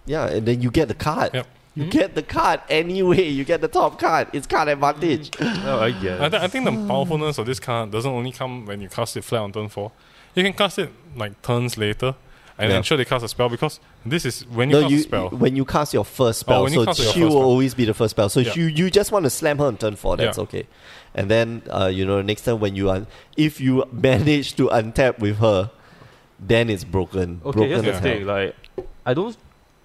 Speaker 1: yeah, and then you get the card.
Speaker 3: Yep.
Speaker 1: You get the card anyway. You get the top card. It's card advantage.
Speaker 2: Oh, I get
Speaker 3: I, th- I think the powerfulness of this card doesn't only come when you cast it flat on turn four. You can cast it like turns later and
Speaker 1: Yeah.
Speaker 3: ensure they cast a spell because this is when you
Speaker 1: no,
Speaker 3: cast
Speaker 1: you
Speaker 3: a spell. Oh,
Speaker 1: when you cast your first spell,
Speaker 3: when you
Speaker 1: so
Speaker 3: cast your
Speaker 1: she will
Speaker 3: first spell.
Speaker 1: always be the first spell. So
Speaker 3: Yeah.
Speaker 1: you you just want to slam her on turn four. That's
Speaker 3: Yeah.
Speaker 1: okay. And then uh, you know next time when you un- if you manage to untap with her, then it's broken.
Speaker 2: Okay,
Speaker 1: broken
Speaker 2: here's the
Speaker 1: as
Speaker 2: thing.
Speaker 1: hell.
Speaker 2: Like, I don't.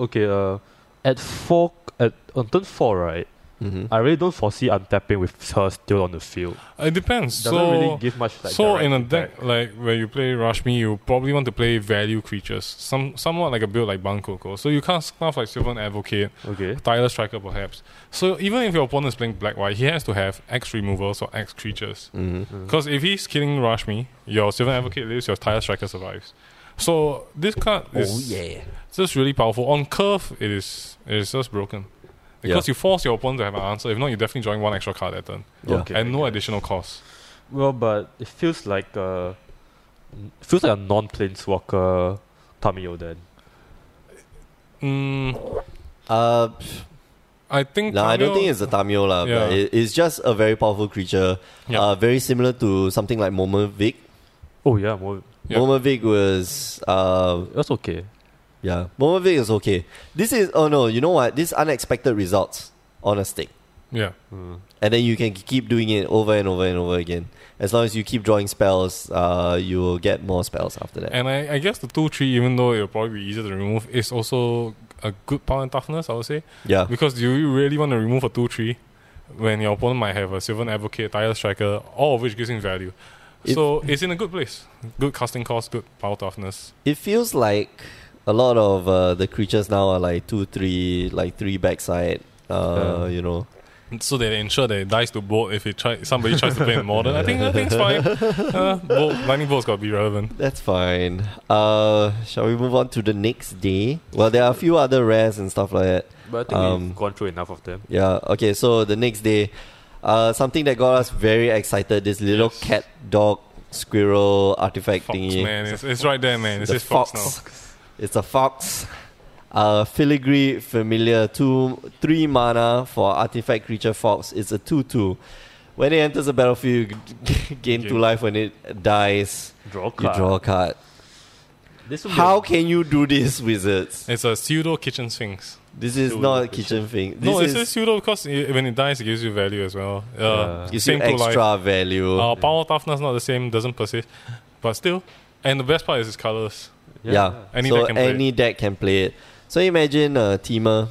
Speaker 2: Okay, uh, at four, at on turn four, right?
Speaker 1: Mhm.
Speaker 2: I really don't foresee untapping with her still on the field.
Speaker 3: it depends.
Speaker 2: Doesn't
Speaker 3: so
Speaker 2: really give much. Like,
Speaker 3: so
Speaker 2: direct
Speaker 3: in a
Speaker 2: impact.
Speaker 3: deck like where you play Rashmi, you probably want to play value creatures, some somewhat like a build like Bankoko. So you cast stuff like Sylvan Advocate,
Speaker 2: Okay.
Speaker 3: Tyler Striker perhaps. So even if your opponent is playing black white, he has to have X removals or X creatures.
Speaker 1: Mm-hmm.
Speaker 2: Mm.
Speaker 3: Because if he's killing Rashmi, your Sylvan Advocate lives, your Tyler Striker survives. So this card is
Speaker 1: Oh yeah.
Speaker 3: just really powerful. On curve, it is it is just broken. Because
Speaker 1: Yeah.
Speaker 3: you force your opponent to have an answer. If not, you're definitely drawing one extra card that turn.
Speaker 1: Yeah.
Speaker 2: Okay.
Speaker 3: and no additional cost.
Speaker 2: Well, but it feels like a feels like a non-planeswalker Tamiyo then.
Speaker 3: Mm,
Speaker 1: Uh,
Speaker 3: I think.
Speaker 1: No, I don't
Speaker 3: Tamio-
Speaker 1: think it's a Tamio lah.
Speaker 3: Yeah.
Speaker 1: But it, it's just a very powerful creature.
Speaker 3: Yeah.
Speaker 1: Uh, very similar to something like Momovic.
Speaker 2: Oh yeah, more,
Speaker 3: Yeah.
Speaker 1: Momovic was uh,
Speaker 2: that's okay.
Speaker 1: yeah. Momovic is okay. This is oh no, you know what? This unexpected results on a stick.
Speaker 3: Yeah.
Speaker 2: Mm.
Speaker 1: and then you can keep doing it over and over and over again. As long as you keep drawing spells, uh, you will get more spells after that.
Speaker 3: And I, I guess the 2 3, even though it'll probably be easier to remove, is also a good power and toughness, I would say.
Speaker 1: Yeah,
Speaker 3: Because do you really want to remove a 2 3 when your opponent might have a Sylvan Advocate, Tire Striker, all of which gives him value?
Speaker 1: If-
Speaker 3: so it's in a good place. Good casting cost, good power toughness.
Speaker 1: it feels like a lot of uh, the creatures now are like two, three, like three backside. Uh,
Speaker 2: Yeah.
Speaker 1: You know,
Speaker 3: so they ensure that it dies to bolt if it try somebody tries to play in modern. I think I think it's fine. Uh, bolt, lightning bolt's got to be relevant.
Speaker 1: that's fine. Uh, shall we move on to the next day? Well, there are a few other rares and stuff like that.
Speaker 2: But I think
Speaker 1: think we've Um,
Speaker 2: we've gone through enough of them.
Speaker 1: Yeah. Okay. So the next day, uh, something that got us very excited: this little
Speaker 3: Yes.
Speaker 1: cat, dog, squirrel artifact
Speaker 3: Fox
Speaker 1: thingy.
Speaker 3: man, it's, it's right there, man. It
Speaker 1: The
Speaker 3: says fox,
Speaker 1: It's a fox. Uh, Filigree Familiar, two, three mana for artifact creature fox. It's a 2 2. When it enters the battlefield, you g- gain
Speaker 3: Gain.
Speaker 1: two life. When it dies,
Speaker 2: Draw
Speaker 1: you
Speaker 2: card.
Speaker 1: draw a card.
Speaker 2: This will be
Speaker 1: How
Speaker 2: a-
Speaker 1: can you do this, wizards?
Speaker 3: It's a pseudo kitchen sphinx.
Speaker 1: This is
Speaker 2: Pseudo
Speaker 1: not a
Speaker 2: kitchen.
Speaker 1: kitchen thing. This
Speaker 3: no, it's
Speaker 1: is
Speaker 3: a pseudo because i when it dies, it gives you value as well. Uh,
Speaker 2: Yeah.
Speaker 1: gives you
Speaker 3: same to life.
Speaker 1: extra value.
Speaker 3: Uh, power toughness not the same, doesn't persist, but still. And the best part is its colors.
Speaker 1: yeah.
Speaker 3: Any
Speaker 1: so
Speaker 3: deck can play it.
Speaker 1: any deck can play it. So imagine a teamer.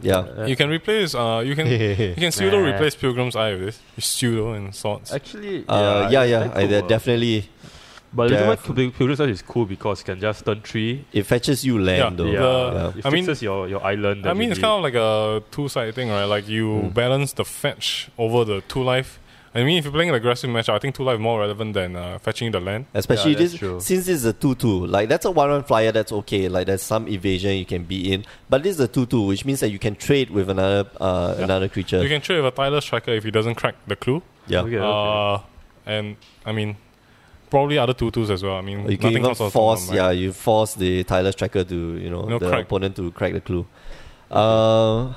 Speaker 1: Yeah.
Speaker 2: Uh,
Speaker 3: You can replace. Uh, you can you can pseudo replace Pilgrim's Eye with this. You pseudo and swords.
Speaker 2: Actually,
Speaker 1: Uh, yeah, yeah,
Speaker 2: it's
Speaker 1: I,
Speaker 2: quite cool.
Speaker 1: definitely.
Speaker 2: But the reason
Speaker 1: definitely.
Speaker 2: why Pilgrim's Edge is cool because it can just turn three.
Speaker 1: It fetches you land, though.
Speaker 2: yeah,
Speaker 3: the-
Speaker 2: it
Speaker 3: I mean-
Speaker 2: fixes your, your island.
Speaker 3: I mean, it's kind of like a two-sided thing, right? Like you
Speaker 1: Hmm.
Speaker 3: balance the fetch over the two life. I mean, if you're playing an aggressive match, I think two life more relevant than uh, fetching the land.
Speaker 1: Especially
Speaker 2: Yeah,
Speaker 1: this,
Speaker 2: that's true.
Speaker 1: since it's a 2 2, like that's a 1 1 flyer, that's okay. Like there's some evasion you can be in. But this is a 2 2, which means that you can trade with another uh, another creature.
Speaker 3: You can trade with a Tyler Striker if he doesn't crack the clue.
Speaker 1: yeah.
Speaker 2: Okay.
Speaker 3: Uh, and I mean, probably other two twos as well. I mean,
Speaker 1: Oh, You can
Speaker 3: nothing
Speaker 1: even
Speaker 3: comes out of
Speaker 1: force,
Speaker 3: the norm, right?
Speaker 1: yeah, you force the Tyler's tracker to, you know,
Speaker 3: No,
Speaker 1: the
Speaker 3: crack.
Speaker 1: opponent to crack the clue. Uh,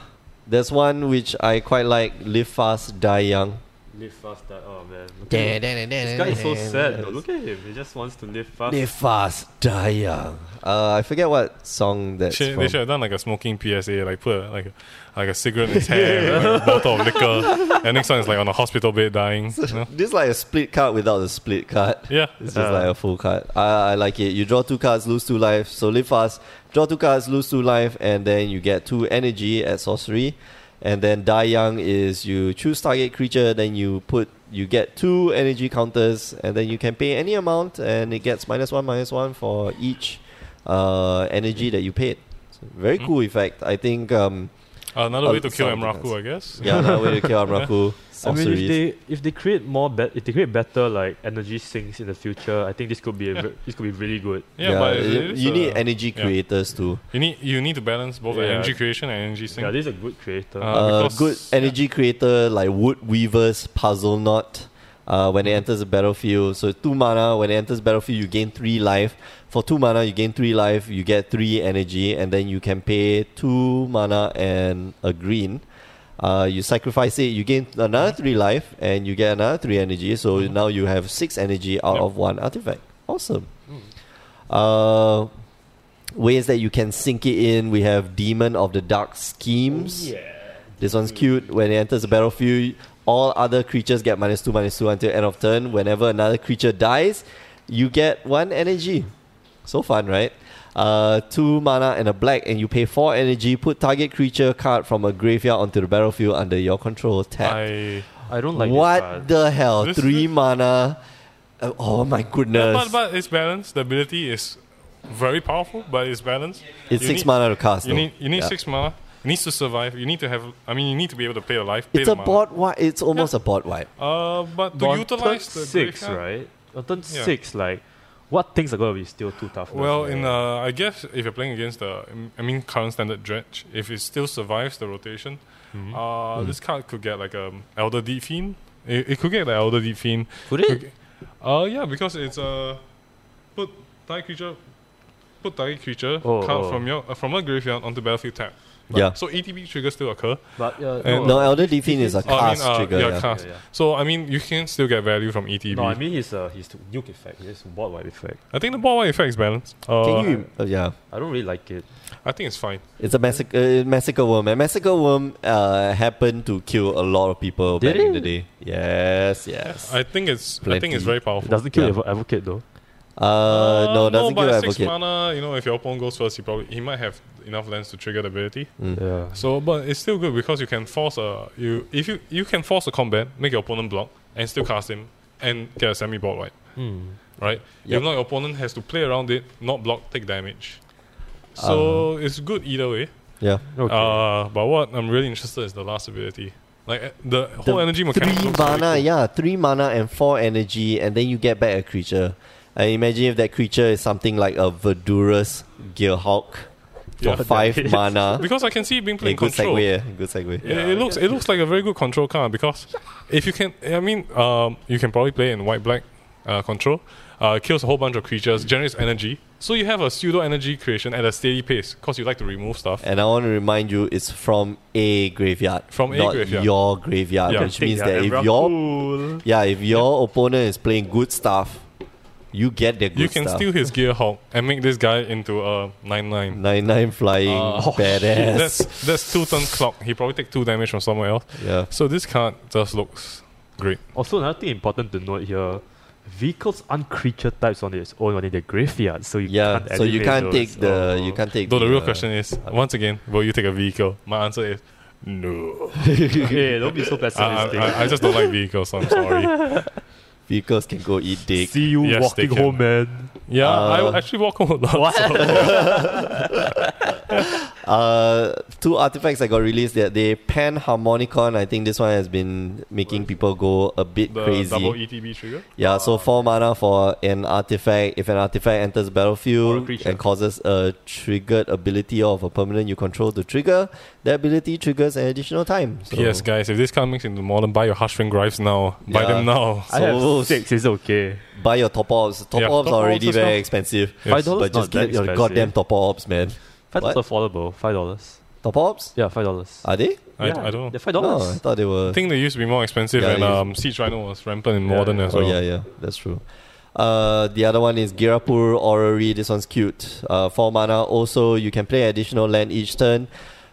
Speaker 1: there's one which I quite like Live Fast, Die Young.
Speaker 4: Live fast, die. Oh man. Look at him. This
Speaker 1: This
Speaker 4: guy is so sad. though. Look at him. He just wants to live fast.
Speaker 1: Live Fast, Die Young. Uh, I forget what song that's
Speaker 3: Shit,
Speaker 1: from.
Speaker 3: they should have done like a smoking PSA, like put a, like a, like a cigarette in his hair, and, like, a bottle of liquor, and next one is like on a hospital bed dying. you know?
Speaker 1: This is like a split card without the split card.
Speaker 3: Yeah,
Speaker 1: It's just
Speaker 2: Uh.
Speaker 1: like a full card. I, I like it. You draw two cards, lose two life. So live fast, draw two cards, lose two life, and then you get two energy at sorcery. And then die young is you choose target creature, then you put you get two energy counters, and then you can pay any amount, and it gets minus one, minus one for each uh, energy that you paid. So very
Speaker 3: Hmm.
Speaker 1: cool effect. I think. Um,
Speaker 3: Uh, another
Speaker 1: Oh,
Speaker 3: way to kill
Speaker 1: sound
Speaker 3: Emraku,
Speaker 1: defense.
Speaker 3: I guess.
Speaker 1: yeah, that way to kill Amraku.
Speaker 2: I mean, if
Speaker 1: sorceries.
Speaker 2: they if they create more, bet if they create better like energy sinks in the future, I think this could be a,
Speaker 3: Yeah.
Speaker 2: ve- this could be really good.
Speaker 3: Yeah, but it-
Speaker 1: you-
Speaker 3: it is
Speaker 1: you
Speaker 3: a-
Speaker 1: need energy
Speaker 3: yeah.
Speaker 1: creators too.
Speaker 3: You need you need to balance both
Speaker 2: Yeah.
Speaker 3: energy creation and energy sync.
Speaker 2: Yeah, this is a good creator.
Speaker 3: Uh,
Speaker 1: uh,
Speaker 3: because-
Speaker 1: good energy creator like wood weavers puzzle knot uh, when
Speaker 3: Mm-hmm.
Speaker 1: it enters the battlefield so two mana when it enters the battlefield you gain three life for two mana you gain three life you get three energy and then you can pay two mana and a green uh, you sacrifice it you gain another three life and you get another three energy so now you have six energy out
Speaker 3: Mm-hmm. Yep.
Speaker 1: of one artifact awesome uh, ways that you can sink it in we have demon of the dark schemes this one's cute. When it enters the battlefield, all other creatures get minus two, minus two until end of turn. Whenever another creature dies, you get one energy. So fun, right? Uh, two mana and a black, and you pay four energy. Put target creature card from a graveyard onto the battlefield under your control. Tap.
Speaker 3: I,
Speaker 2: I don't like This
Speaker 1: what
Speaker 2: card.
Speaker 1: the hell?
Speaker 3: This-
Speaker 1: Three mana. Uh, oh my goodness!
Speaker 3: but, but it's balanced. The ability is very powerful, but it's balanced.
Speaker 1: it's
Speaker 3: You
Speaker 1: six
Speaker 3: need-
Speaker 1: mana to cast.
Speaker 3: You
Speaker 1: though.
Speaker 3: need you need
Speaker 1: Yeah.
Speaker 3: six mana. It needs to survive. You need to have. I mean, you need to be able to play the life. Play
Speaker 1: It's
Speaker 3: the
Speaker 1: a
Speaker 3: mana.
Speaker 1: board wipe. It's almost
Speaker 3: Yeah.
Speaker 1: a board wipe.
Speaker 3: Uh, but to
Speaker 2: But on
Speaker 3: utilize
Speaker 2: turn
Speaker 3: the
Speaker 2: six,
Speaker 3: graveyard-
Speaker 2: right? On turn
Speaker 3: Yeah.
Speaker 2: six, like what things are gonna be still too tough?
Speaker 3: Well, in uh, I guess if you're playing against the, I mean, current standard dredge, if it still survives the rotation,
Speaker 1: Mm-hmm.
Speaker 3: uh, this card could get like um elder deep fiend. It, it could get the elder deep fiend.
Speaker 2: could it?
Speaker 3: Uh, yeah, because it's uh, put target creature, put target creature
Speaker 2: Oh,
Speaker 3: card
Speaker 2: oh.
Speaker 3: from your uh, from a graveyard onto battlefield tap.
Speaker 1: Yeah.
Speaker 3: So ETB triggers still occur.
Speaker 2: But uh,
Speaker 3: And-
Speaker 1: No, Elder Defiant is a
Speaker 3: Uh, Oh. I
Speaker 1: cast
Speaker 3: mean, uh,
Speaker 1: trigger.
Speaker 3: yeah,
Speaker 1: yeah.
Speaker 3: cast.
Speaker 2: Yeah, yeah.
Speaker 3: So I mean, you can still get value from E ETB.
Speaker 2: no, I mean his uh, his nuke effect, his board wide effect.
Speaker 3: I think the ball white effect is balanced. Uh,
Speaker 1: Can you? Uh, yeah.
Speaker 2: I don't really like it.
Speaker 3: I think it's fine.
Speaker 1: It's a massacre, uh, massacre worm. And massacre worm uh, happened to kill a lot of people
Speaker 2: Did
Speaker 1: back in
Speaker 2: it?
Speaker 1: the day. Yes, yes.
Speaker 3: I think it's. I think
Speaker 1: Plenty.
Speaker 3: it's very powerful.
Speaker 2: It doesn't kill
Speaker 1: Yeah.
Speaker 2: the advocate though.
Speaker 1: Uh, no, doesn't
Speaker 3: but
Speaker 1: kill
Speaker 3: six
Speaker 1: advocate.
Speaker 3: mana. You know, if your opponent goes first, he probably he might have enough lands to trigger the ability.
Speaker 2: Yeah.
Speaker 3: So, but it's still good because you can force a you if you you can force a combat, make your opponent block, and still cast him and get a semi board wipe.
Speaker 2: Hmm.
Speaker 3: Right.
Speaker 1: Yep.
Speaker 3: If not, your opponent has to play around it, not block, take damage. So
Speaker 1: Um,
Speaker 3: it's good either way.
Speaker 1: Yeah.
Speaker 2: Okay.
Speaker 3: Uh, but what I'm really interested is the last ability, like eh, the whole
Speaker 1: The
Speaker 3: energy mechanic.
Speaker 1: Three
Speaker 3: looks really
Speaker 1: mana,
Speaker 3: cool.
Speaker 1: yeah. Three mana and four energy, and then you get back a creature. I imagine if that creature is something like a Verdurous Gearhawk for
Speaker 3: Yeah.
Speaker 1: five
Speaker 2: That is-
Speaker 1: mana.
Speaker 3: Because I can see it being
Speaker 1: A
Speaker 3: played in
Speaker 1: good
Speaker 3: control.
Speaker 1: segue, yeah. Good segue.
Speaker 3: It, it looks it looks like a very good control card because if you can, I mean, um, you can probably play in white black uh, control. Uh, kills a whole bunch of creatures, generates energy. So you have a pseudo energy creation at a steady pace because you like to remove stuff.
Speaker 1: And I want to remind you, it's from a graveyard,
Speaker 3: From a
Speaker 1: not
Speaker 3: graveyard.
Speaker 1: your graveyard,
Speaker 3: Yeah.
Speaker 1: which means that if your yeah, if your opponent is playing good stuff, you get the good
Speaker 3: You can
Speaker 1: stuff.
Speaker 3: steal his gear hog and make this guy into a nine nine.
Speaker 1: nine nine flying
Speaker 3: Uh,
Speaker 1: badass.
Speaker 3: That's that's two turns clock. He probably take two damage from somewhere else.
Speaker 1: yeah,
Speaker 3: So this card just looks great.
Speaker 2: Also, another thing important to note here: vehicles aren't creature types on its own, only they're graveyard, so you
Speaker 1: yeah.
Speaker 2: can't
Speaker 1: So you
Speaker 2: activate
Speaker 1: can't
Speaker 2: those.
Speaker 1: take the
Speaker 2: Oh.
Speaker 1: you can't take.
Speaker 3: Though the real
Speaker 1: uh,
Speaker 3: question is, once again, will you take a vehicle? My answer is no.
Speaker 2: Oh. hey, don't be so
Speaker 3: I, I,
Speaker 2: pessimistic.
Speaker 1: uh,
Speaker 3: I- I just don't like vehicles. I'm sorry.
Speaker 1: vehicles can go eat dick.
Speaker 2: See you
Speaker 3: Yes, they
Speaker 2: walking
Speaker 3: can.
Speaker 2: home, man.
Speaker 3: Yeah,
Speaker 1: Uh,
Speaker 3: I actually walk home a lot.
Speaker 1: Uh, two artifacts that got released that day: Panharmonicon. I think this one has been making people go a bit
Speaker 3: The
Speaker 1: crazy.
Speaker 3: double E ETB trigger.
Speaker 1: Yeah, so four mana for an artifact. If an artifact enters
Speaker 2: Or a
Speaker 1: battlefield
Speaker 2: creature.
Speaker 1: and causes a triggered ability of a permanent you control to trigger, that ability triggers an additional time. So,
Speaker 3: Yes, guys, if this card makes it into modern, buy your Hushwing Grives now. Buy
Speaker 1: Yeah.
Speaker 3: them now.
Speaker 2: I have
Speaker 1: So-
Speaker 2: six. It's okay.
Speaker 1: buy your top ups. Top
Speaker 3: Yeah,
Speaker 1: ups
Speaker 3: top
Speaker 1: are already
Speaker 3: ups as
Speaker 1: very
Speaker 3: well.
Speaker 1: expensive.
Speaker 3: Yes.
Speaker 2: Five dollars
Speaker 1: But just
Speaker 2: not that
Speaker 1: get your
Speaker 2: expensive.
Speaker 1: goddamn top ups, man.
Speaker 2: Five dollars
Speaker 1: What?
Speaker 2: affordable. Five dollars.
Speaker 1: Top ups?
Speaker 2: Yeah, five dollars.
Speaker 1: Are they?
Speaker 3: I, I don't know.
Speaker 2: They're five
Speaker 1: No,
Speaker 2: dollars.
Speaker 1: I thought they were.
Speaker 3: I think they used to be more expensive,
Speaker 1: Yeah,
Speaker 3: and
Speaker 1: they used-
Speaker 3: um, Siege Rhino was rampant in
Speaker 2: Yeah,
Speaker 3: modern as
Speaker 1: oh,
Speaker 3: well.
Speaker 1: yeah, yeah, that's true. Uh, the other one is Girapur Orrery. This one's cute. Uh, four mana. Also, you can play additional land each turn,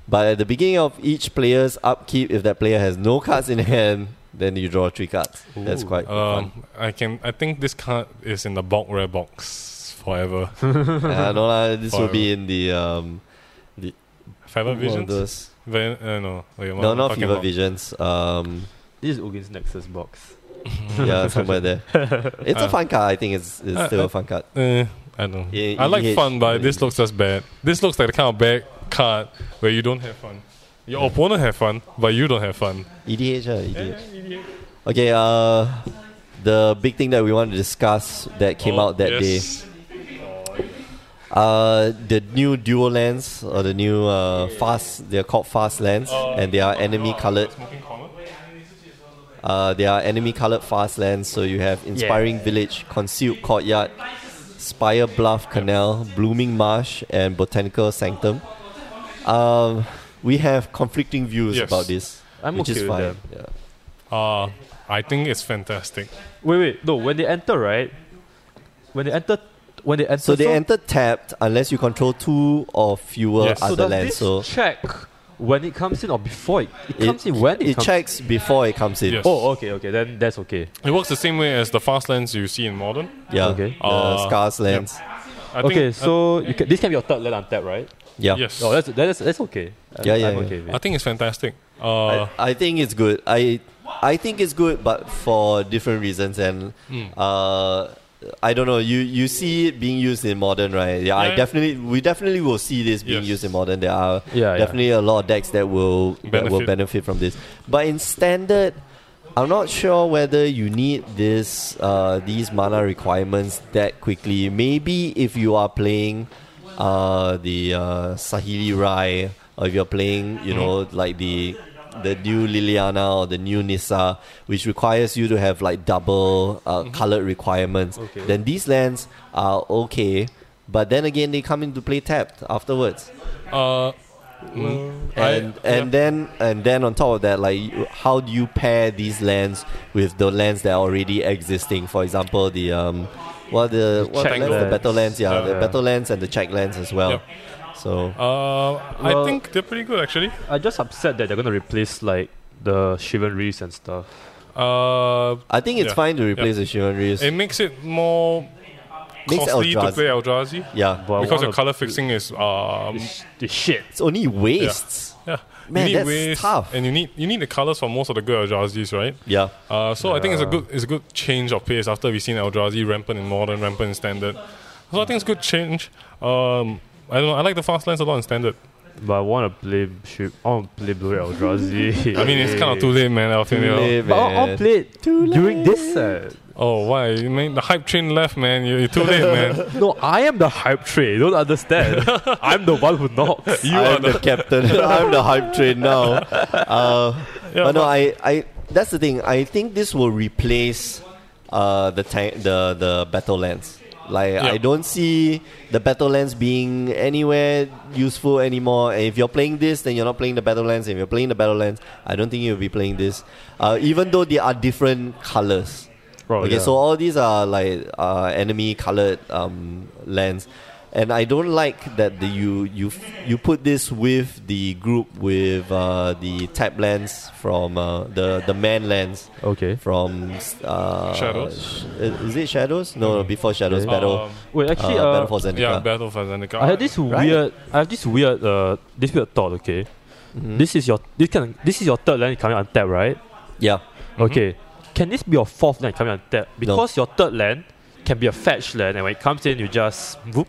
Speaker 1: but at the beginning of each player's upkeep, if that player has no cards in hand, then you draw three cards. That's
Speaker 2: Ooh.
Speaker 1: quite fun.
Speaker 3: Um, I can. I think this card is in the bulk rare box forever.
Speaker 1: uh, no lah, this will be in the um.
Speaker 3: Fever
Speaker 1: one of
Speaker 3: Visions.
Speaker 1: those-
Speaker 3: Ven- uh, no, wait, what
Speaker 1: No,
Speaker 3: am I
Speaker 1: not
Speaker 3: talking
Speaker 1: Fever
Speaker 3: about?
Speaker 1: Visions. Um,
Speaker 2: This is Ugin's Nexus box.
Speaker 1: yeah, somewhere there. It's a
Speaker 3: Uh,
Speaker 1: fun card. I think it's, it's
Speaker 3: uh,
Speaker 1: still
Speaker 3: uh,
Speaker 1: a fun card.
Speaker 3: Eh, I don't. know.
Speaker 1: Yeah,
Speaker 3: I like
Speaker 1: EDH.
Speaker 3: fun, but this looks just bad. This looks like the kind of bad card where you don't have fun. Your opponent have fun, but you don't have fun.
Speaker 1: EDH, uh, EDH.
Speaker 3: Eh, EDH.
Speaker 1: Okay, uh, the big thing that we want to discuss that came
Speaker 3: Oh,
Speaker 1: out that day,
Speaker 3: yes.
Speaker 1: uh, the new dual lands or the new uh, fast. They are called fast lands,
Speaker 3: Oh.
Speaker 1: and they are enemy colored.
Speaker 3: Smoking column?
Speaker 1: Uh, they are enemy colored fast lands. So you have Inspiring Village, Concealed Courtyard, Spire Bluff Canal, Blooming Marsh, and Botanical Sanctum. Um, we have conflicting views
Speaker 3: Yes.
Speaker 1: about this,
Speaker 2: I'm
Speaker 1: which
Speaker 2: okay
Speaker 1: is
Speaker 2: with
Speaker 1: fine.
Speaker 2: them.
Speaker 1: Yeah.
Speaker 3: Uh, I think it's fantastic.
Speaker 2: Wait, wait, no. When they enter, right? When they enter, when they enter,
Speaker 1: So they enter tapped unless you control two or fewer
Speaker 3: Yes. So
Speaker 1: other
Speaker 2: so does
Speaker 1: lands.
Speaker 2: this
Speaker 1: So
Speaker 2: check when it comes in or before it, it, comes in? When it,
Speaker 1: it
Speaker 2: comes
Speaker 1: checks before it comes in.
Speaker 3: Yes.
Speaker 2: Oh, okay, okay. Then that's okay.
Speaker 3: It works the same way as the fast lands you see in modern.
Speaker 1: Yeah.
Speaker 2: Okay.
Speaker 1: The
Speaker 3: Uh,
Speaker 1: scars lands.
Speaker 3: I uh,
Speaker 2: okay,
Speaker 3: think,
Speaker 2: so you can, this can be your third land untap, right?
Speaker 1: Yeah.
Speaker 3: I, yes,
Speaker 2: No, that's that's that's okay. I-
Speaker 1: Yeah, yeah,
Speaker 2: I'm
Speaker 1: yeah.
Speaker 2: okay with
Speaker 3: I
Speaker 2: it.
Speaker 3: think it's fantastic. Uh,
Speaker 1: I, I think it's good. I I think it's good, but for different reasons. And
Speaker 3: Hmm.
Speaker 1: uh, I don't know. You you see it being used in modern, right? Yeah. I
Speaker 3: Yeah.
Speaker 1: definitely we definitely will see this being
Speaker 3: Yes.
Speaker 1: used in modern. There are
Speaker 2: Yeah, yeah.
Speaker 1: definitely a lot of decks that will that will
Speaker 3: Benefit.
Speaker 1: benefit from this. But in standard. I'm not sure whether you need this uh, these mana requirements that quickly. Maybe if you are playing uh, the uh, Sahili Rai, or if you're playing, you know, like the the new Liliana or the new Nissa, which requires you to have like double uh, colored requirements,
Speaker 2: Okay.
Speaker 1: then these lands are okay. But then again, they come into play tapped afterwards
Speaker 3: uh, mm, I-
Speaker 1: and and then and then on top of that, like you- how do you pair these lands with the lands that are already existing? For example, the um, what the, what
Speaker 2: check
Speaker 1: lands? The
Speaker 2: lands.
Speaker 1: battle lands, yeah,
Speaker 3: Yeah.
Speaker 1: the battle lands and the check lands as well.
Speaker 3: Yep.
Speaker 1: So
Speaker 3: yeah. uh,
Speaker 2: Well-
Speaker 3: I think they're pretty good actually.
Speaker 2: I'm just upset that they're gonna replace like the chivalries and stuff.
Speaker 3: Uh,
Speaker 1: I think it's
Speaker 3: Yeah.
Speaker 1: fine to replace the Chivalries.
Speaker 3: it makes it more
Speaker 1: Makes
Speaker 3: costly to
Speaker 1: Eldrazi-
Speaker 3: play Eldrazi
Speaker 1: yeah,
Speaker 2: But I
Speaker 3: because your
Speaker 2: wanna-
Speaker 3: color fixing is um,
Speaker 2: This, this shit.
Speaker 1: it's only wastes.
Speaker 3: yeah.
Speaker 1: Man,
Speaker 3: you need
Speaker 1: that's
Speaker 3: waves,
Speaker 1: tough.
Speaker 3: and you need you need the colors for most of the good Eldrazi's, right?
Speaker 1: Yeah,
Speaker 3: Uh, so I think it's a
Speaker 2: Yeah.
Speaker 3: good it's a good change of pace after we've seen Eldrazi rampant in modern, rampant in standard. So I think it's good change. Um, I don't know. I like the fast lines a lot in standard.
Speaker 2: But I wanna play ship. I wanna play Blue Ray Eldrazi.
Speaker 3: I mean, it's kind of too late, man. Alpha
Speaker 1: Too
Speaker 3: male.
Speaker 1: late,
Speaker 2: But I'll, I'll
Speaker 1: man.
Speaker 2: play it during this uh, set.
Speaker 3: Oh, why? You mean the hype train left, man. You're, you're too late, man.
Speaker 2: No, I am the hype train. You don't understand. I'm the one who knocks.
Speaker 3: You are
Speaker 1: I'm the
Speaker 3: the.
Speaker 1: captain. I'm the hype train now. Uh,
Speaker 3: Yeah,
Speaker 1: but no,
Speaker 3: but-
Speaker 1: I, I that's the thing. I think this will replace uh, the tank, the the battle lands. Like
Speaker 3: Yeah.
Speaker 1: I don't see the battle lands being anywhere useful anymore. And if you're playing this, then you're not playing the battle lands. If you're playing the battle lands, I don't think you'll be playing this. Uh, even though they are different colors.
Speaker 2: Oh,
Speaker 1: okay,
Speaker 2: yeah.
Speaker 1: so all these are like uh, enemy colored um, lands, and I don't like that the, you you f- you put this with the group with uh, the tap lands from uh, the the man lands
Speaker 2: Okay.
Speaker 1: from uh,
Speaker 3: Shadows? Hmm.
Speaker 1: i- Is it Shadows? No, no before Shadows
Speaker 2: Yeah.
Speaker 1: Battle.
Speaker 3: Um,
Speaker 2: Wait,
Speaker 1: uh,
Speaker 2: actually,
Speaker 1: Battle
Speaker 2: uh,
Speaker 1: for Zendikar.
Speaker 3: yeah, Battle for Zendikar.
Speaker 2: I had this weird. I have this weird. Uh, this weird thought. Okay,
Speaker 1: Mhm.
Speaker 2: this is your. This can. This is your third land coming untapped, right?
Speaker 1: yeah,
Speaker 2: Okay. Can this be your fourth land coming untapped? Because your third land can be a fetch land, and when it comes in, you just whoop.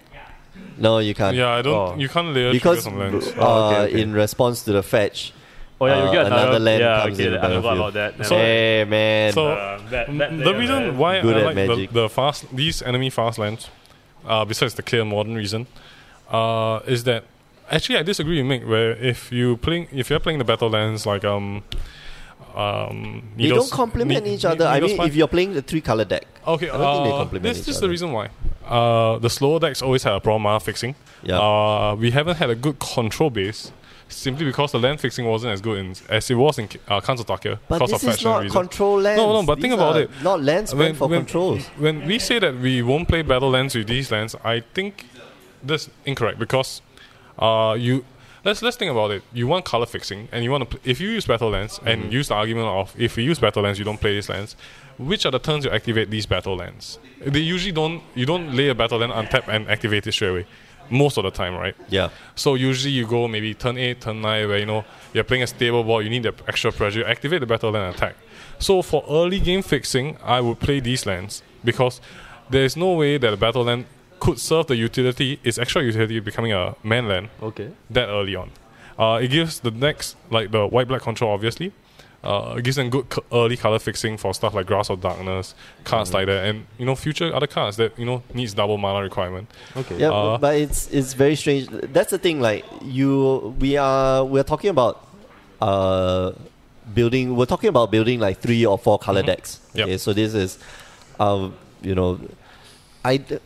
Speaker 1: no, you can't.
Speaker 3: Yeah, I don't.
Speaker 2: Oh.
Speaker 3: You can't layer
Speaker 1: Because
Speaker 3: triggers on lands.
Speaker 1: uh,
Speaker 2: Oh, okay, okay.
Speaker 1: in response to the fetch,
Speaker 2: Oh
Speaker 1: yeah, you Uh, get another- another land
Speaker 2: Yeah,
Speaker 1: comes
Speaker 2: okay.
Speaker 1: in the
Speaker 2: I forgot
Speaker 1: battlefield. uh,
Speaker 2: about that. Uh,
Speaker 3: So-
Speaker 1: hey man,
Speaker 3: so- the reason why
Speaker 1: Good
Speaker 3: I
Speaker 1: at
Speaker 3: like the,
Speaker 1: magic.
Speaker 3: the fast these enemy fast lands, uh, besides the clear modern reason, uh, is that actually I disagree with Mick. Where if you playing if you're playing the battle lands like um, um,
Speaker 1: they don't complement each other. I mean, if you're playing the three color deck,
Speaker 3: okay,
Speaker 1: I don't think they
Speaker 3: uh,
Speaker 1: complement
Speaker 3: this
Speaker 1: each
Speaker 3: this is
Speaker 1: other.
Speaker 3: the reason why uh, the slower decks always had a problem with mana fixing.
Speaker 1: Yeah.
Speaker 3: Uh, we haven't had a good control base. Simply because the land fixing wasn't as good in, as it was in uh, Kanzo Takia.
Speaker 1: but
Speaker 3: because
Speaker 1: this
Speaker 3: of
Speaker 1: is not
Speaker 3: reasons.
Speaker 1: control lands.
Speaker 3: No, no, but think
Speaker 1: These
Speaker 3: about
Speaker 1: are
Speaker 3: it.
Speaker 1: Not lands meant for controls.
Speaker 3: When we say that we won't play battle lands with these lands, I think that's incorrect because uh, you let's let's think about it. You want color fixing, and you want to pl- if you use battle lands
Speaker 1: Mm-hmm.
Speaker 3: and use the argument of if we use battle lands, you don't play these lands. Which are the turns you activate these battle lands? They usually don't. You don't lay a battle land, untap, and activate it straight away. Most of the time, right?
Speaker 1: Yeah,
Speaker 3: So usually you go maybe turn eight, turn nine, where you know you're playing a stable ball, you need the extra pressure, activate the battle land attack. So for early game fixing, I would play these lands because there is no way that a battle land could serve the utility, its extra utility becoming a man land
Speaker 2: Okay.
Speaker 3: that early on. Uh, it gives the next like the white black control obviously. Uh, it gives them good co- early color fixing for stuff like grass or darkness cards like that, and you know future other cards that you know needs double mana requirement.
Speaker 2: Okay.
Speaker 1: yeah,
Speaker 3: Uh,
Speaker 1: but it's it's very strange. That's the thing. Like you, we are we're talking about uh building. We're talking about building like three or four color decks.
Speaker 3: Mm-hmm. Yep.
Speaker 1: Okay, so this is, um, you know, I. d-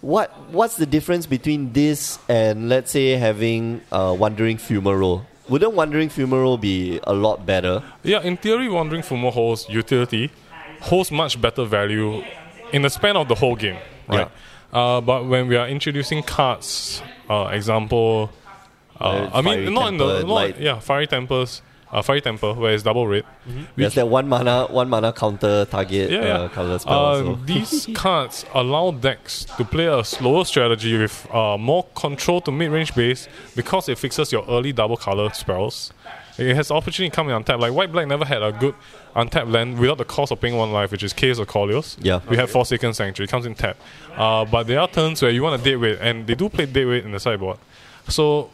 Speaker 1: What what's the difference between this and let's say having uh, wandering fumarole? Wouldn't wandering fumarole be a lot better?
Speaker 3: Yeah, in theory, Wandering Fumo holds utility, holds much better value in the span of the whole game, right? Uh, but when we are introducing cards, uh, example, uh,
Speaker 1: Like
Speaker 3: I
Speaker 1: Fiery
Speaker 3: mean, not in
Speaker 1: Temper
Speaker 3: the
Speaker 1: and
Speaker 3: not,
Speaker 1: Light.
Speaker 3: yeah, fiery tempers, uh, fiery temper where it's double red. We
Speaker 1: There's that one mana one mana counter target
Speaker 3: yeah,
Speaker 1: uh,
Speaker 3: yeah.
Speaker 1: color spell.
Speaker 3: Uh,
Speaker 1: also.
Speaker 3: these cards allow decks to play a slower strategy with uh, more control to mid-range base because it fixes your early double color spells. It has opportunity coming on tap. Like white black never had a good untapped land without the cost of paying one life, which is Chaos or Colios.
Speaker 1: Yeah.
Speaker 3: we have Forsaken Sanctuary. It comes in tap, uh, but there are turns where you want to date weight, and they do play date weight in the sideboard. So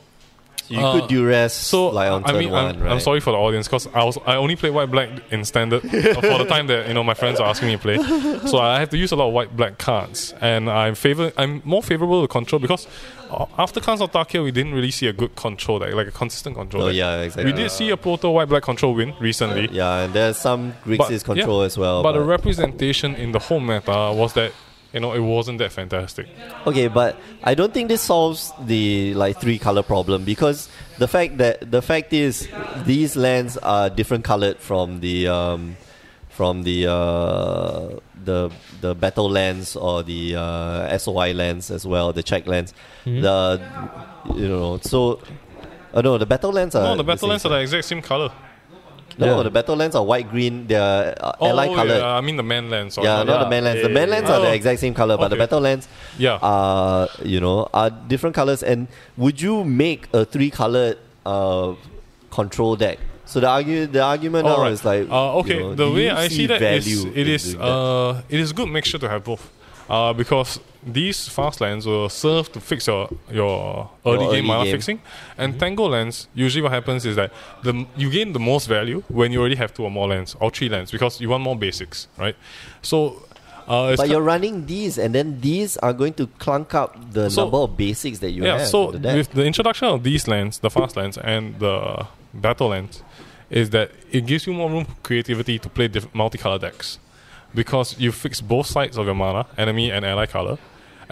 Speaker 1: you
Speaker 3: uh,
Speaker 1: could do rest
Speaker 3: so
Speaker 1: like on
Speaker 3: I
Speaker 1: turn
Speaker 3: mean,
Speaker 1: one,
Speaker 3: I'm,
Speaker 1: right?
Speaker 3: I'm sorry for the audience because I was I only play white black in standard uh, for the time that you know my friends are asking me to play, so I have to use a lot of white black cards, and I'm favor I'm more favorable to control because uh, after Khans of Takia we didn't really see a good control deck like a consistent control.
Speaker 1: Oh
Speaker 3: deck.
Speaker 1: yeah, exactly.
Speaker 3: we did see a proto white black control win recently.
Speaker 1: Yeah, and there's some Grixis
Speaker 3: yeah,
Speaker 1: control as well.
Speaker 3: but, the representation in the whole meta was that you know it wasn't that fantastic.
Speaker 1: okay, but I don't think this solves the like three color problem because the fact that the fact is these lands are different colored from the um, from the uh, the the battle lands or the uh, SOI lands as well, the check lands.
Speaker 3: Mm-hmm.
Speaker 1: The you know so. Oh no, the battle lands are
Speaker 3: no, the battle lands
Speaker 1: same.
Speaker 3: are the exact same color.
Speaker 1: No,
Speaker 2: Yeah.
Speaker 1: the battle lands are white green. They are uh,
Speaker 3: Oh,
Speaker 1: ally
Speaker 3: yeah,
Speaker 1: colored.
Speaker 3: I mean the man lands. sorry.
Speaker 1: Yeah, not the
Speaker 2: yeah.
Speaker 1: main lands. The
Speaker 2: Yeah,
Speaker 1: main
Speaker 2: yeah,
Speaker 1: lands
Speaker 3: yeah.
Speaker 1: are the
Speaker 3: Oh.
Speaker 1: exact same color, but the
Speaker 3: Okay.
Speaker 1: battle lands
Speaker 3: Yeah.
Speaker 1: are you know are different colors. And would you make a three colored uh, control deck? So the argue the argument now
Speaker 3: Alright.
Speaker 1: is like
Speaker 3: uh,
Speaker 1: you
Speaker 3: okay.
Speaker 1: know,
Speaker 3: the
Speaker 1: do
Speaker 3: way
Speaker 1: you
Speaker 3: I see that is
Speaker 1: value
Speaker 3: it
Speaker 1: in
Speaker 3: is
Speaker 1: doing that?
Speaker 3: uh, it is good mixture to have both, uh, because these fast lands will serve to fix your your early
Speaker 1: early
Speaker 3: game mana
Speaker 1: game. Mm-hmm.
Speaker 3: fixing, and tango lands usually what happens is that the m- you gain the most value when you already have two or more lands or three lands because you want more basics, right? So. Uh, it's
Speaker 1: but
Speaker 3: ki-
Speaker 1: you're running these, and then these are going to clunk up the
Speaker 3: So-
Speaker 1: number of basics that you
Speaker 3: yeah,
Speaker 1: have.
Speaker 3: so
Speaker 1: in the deck.
Speaker 3: with the introduction of these lands, the fast lands and the battle lands, is that it gives you more room for creativity to play diff- multicolor decks. because you fix both sides of your mana, enemy and ally color,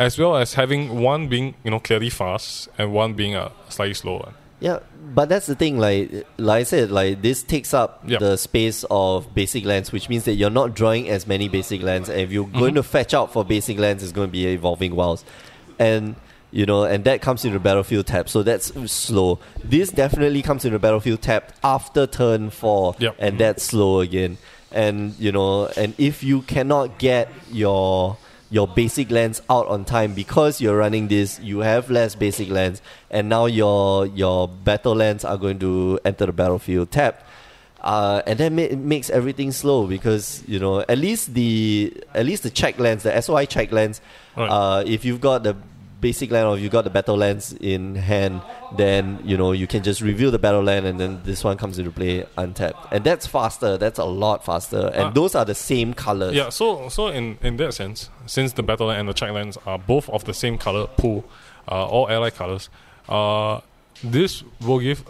Speaker 3: as well as having one being you know clearly fast and one being a slightly slower one.
Speaker 1: Yeah, but that's the thing. Like, like I said, like this takes up
Speaker 3: Yep.
Speaker 1: the space of basic lands, which means that you're not drawing as many basic lands. And if you're going to fetch out for basic lands, it's going to be evolving wilds, and you know, and that comes into the battlefield tab. So that's slow. This definitely comes into the battlefield tab after turn four,
Speaker 3: Yep. Mm-hmm.
Speaker 1: and that's slow again. And you know, and if you cannot get your your basic lands out on time because you're running this, you have less basic lands, and now your your battle lands are going to enter the battlefield tapped. Uh, and that ma- it makes everything slow because you know at least the at least the check lands, the SOI check lands,
Speaker 3: Right.
Speaker 1: uh, if you've got the basic land or you got the battle lands in hand, then you know you can just reveal the battle land and then this one comes into play untapped, and that's faster. That's a lot faster, and
Speaker 3: Uh,
Speaker 1: those are the same colors.
Speaker 3: Yeah, so so in, in that sense, since the battle line and the check lines are both of the same color pool, uh, all ally colors, uh, this will give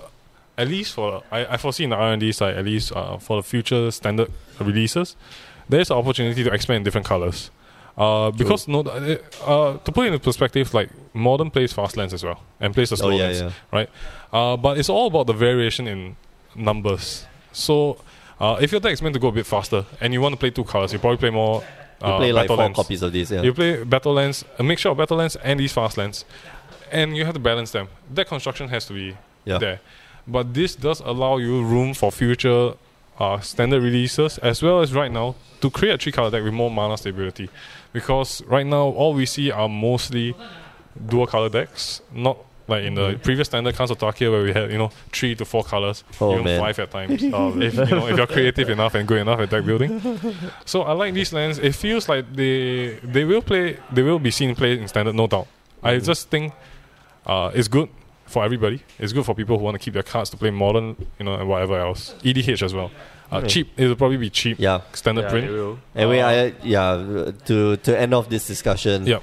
Speaker 3: at least for I, I foresee in the R and D side at least uh, for the future standard releases, there's an opportunity to expand different colors. Uh, because no, uh, uh, to put it in perspective, like modern plays fast lands as well and plays the slow
Speaker 1: Oh, yeah,
Speaker 3: lands,
Speaker 1: yeah.
Speaker 3: right? Uh, but it's all about the variation in numbers. So uh, if your deck is meant to go a bit faster and you want to play two colors, you probably play more. Uh,
Speaker 1: You play like
Speaker 3: battle
Speaker 1: four
Speaker 3: lands.
Speaker 1: copies of this. Yeah.
Speaker 3: You play battle lands, a mixture of battle lands and these fast lands, and you have to balance them. That construction has to be
Speaker 1: Yeah.
Speaker 3: there, but this does allow you room for future uh, standard releases as well as right now to create a three color deck with more mana stability, because right now all we see are mostly dual color decks, not. Like in
Speaker 1: Mm-hmm.
Speaker 3: the previous standard Council Tarkia where we had, you know, three to four colors,
Speaker 1: Oh,
Speaker 3: even
Speaker 1: man.
Speaker 3: five at times. Oh, if you know if you're creative enough and good enough at deck building. So I like these lands. It feels like they they will play they will be seen play in standard, no doubt. I
Speaker 1: Mm-hmm.
Speaker 3: just think uh, it's good for everybody. It's good for people who want to keep their cards to play modern, you know, and whatever else. EDH as well. Uh, Cheap. It'll probably be cheap.
Speaker 1: Mm. Yeah.
Speaker 3: Standard
Speaker 4: Yeah, they
Speaker 3: print.
Speaker 4: will.
Speaker 1: Anyway,
Speaker 3: Uh,
Speaker 1: I yeah to to end off this discussion.
Speaker 3: Yeah.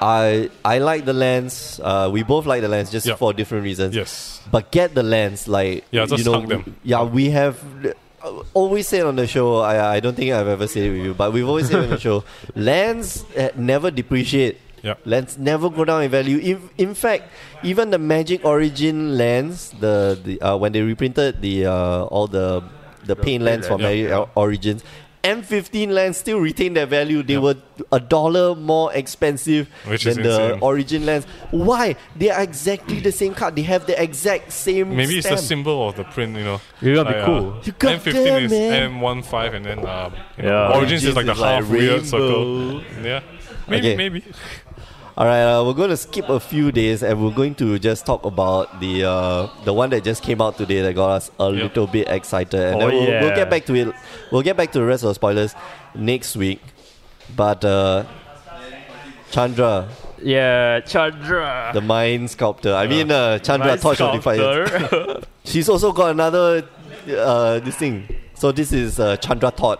Speaker 1: I I like the lands. Uh, we both like the lands just
Speaker 3: Yeah.
Speaker 1: for different reasons.
Speaker 3: Yes.
Speaker 1: But get the lands, like
Speaker 3: Yeah, just
Speaker 1: you know,
Speaker 3: hug them.
Speaker 1: Yeah, we have uh, always said on the show. I I don't think I've ever said it with you, but we've always said on the show, lands uh, never depreciate.
Speaker 3: Yeah.
Speaker 1: Lands never go down in value. In, in fact, even the Magic Origin lands, the, the uh, when they reprinted the uh, all the the, paint lands
Speaker 4: paint
Speaker 1: from Magic Origins, M15 lands still retain their value. They
Speaker 3: Yeah.
Speaker 1: were a dollar more expensive
Speaker 3: Which is
Speaker 1: than the
Speaker 3: insane.
Speaker 1: origin lands. Why? They are exactly the same card. They have the exact same.
Speaker 3: Maybe it's the
Speaker 1: stamp.
Speaker 3: symbol of the print, you know.
Speaker 2: You gotta be
Speaker 3: Like,
Speaker 2: cool.
Speaker 3: uh,
Speaker 1: You got
Speaker 3: M15
Speaker 1: there,
Speaker 3: is
Speaker 1: man.
Speaker 3: M15, and then uh, you know,
Speaker 2: Yeah.
Speaker 3: Origins is like the
Speaker 1: Origins is like
Speaker 3: half weird
Speaker 1: rainbow.
Speaker 3: circle. Yeah. Maybe,
Speaker 1: Okay.
Speaker 3: maybe.
Speaker 1: All right, uh, we're going to skip a few days, and we're going to just talk about the uh, the one that just came out today that got us a
Speaker 3: Yeah.
Speaker 1: little bit excited, and
Speaker 2: Oh,
Speaker 1: then we'll, we'll
Speaker 2: yeah.
Speaker 1: get back to it. We'll get back to the rest of the spoilers next week, but. Uh, Chandra,
Speaker 2: Yeah, Chandra.
Speaker 1: the mind sculptor. I mean, uh, Chandra, Torch of Defiance. She's also got another, uh, this thing. So this is uh, Chandra Todd.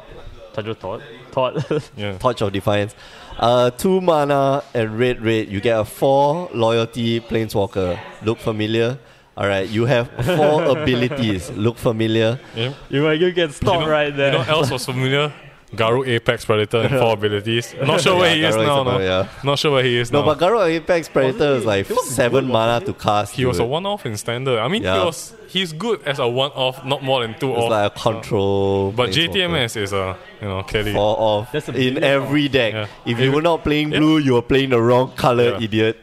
Speaker 2: Chandra Todd. Todd.
Speaker 3: Yeah.
Speaker 1: Torch of Defiance. Uh, two mana and red, red. You get a four loyalty planeswalker. Look familiar. All right, you have four abilities. Look familiar.
Speaker 3: yeah.
Speaker 2: you might get stopped
Speaker 3: know-
Speaker 2: right there.
Speaker 3: You know, else was familiar. Garu Apex Predator and four abilities. Not sure where he
Speaker 1: Yeah,
Speaker 3: is
Speaker 1: Garo is
Speaker 3: now.
Speaker 1: about-
Speaker 3: No.
Speaker 1: yeah.
Speaker 3: Not sure where he is
Speaker 1: No,
Speaker 3: now.
Speaker 1: but Garo Apex Predator is like seven mana to cast.
Speaker 3: he was a
Speaker 1: dude.
Speaker 3: one-off in standard. I mean,
Speaker 1: Yeah.
Speaker 3: he was he's good as a one-off, not more than two-off.
Speaker 1: It's like a control.
Speaker 3: but
Speaker 1: planeswalker.
Speaker 3: JTMS is a you know clearly
Speaker 1: Four off
Speaker 2: That's a
Speaker 1: in
Speaker 2: billion
Speaker 1: every deck.
Speaker 3: Yeah.
Speaker 1: If you
Speaker 3: If-
Speaker 1: were not playing blue, you were playing the wrong color,
Speaker 3: Yeah.
Speaker 1: idiot.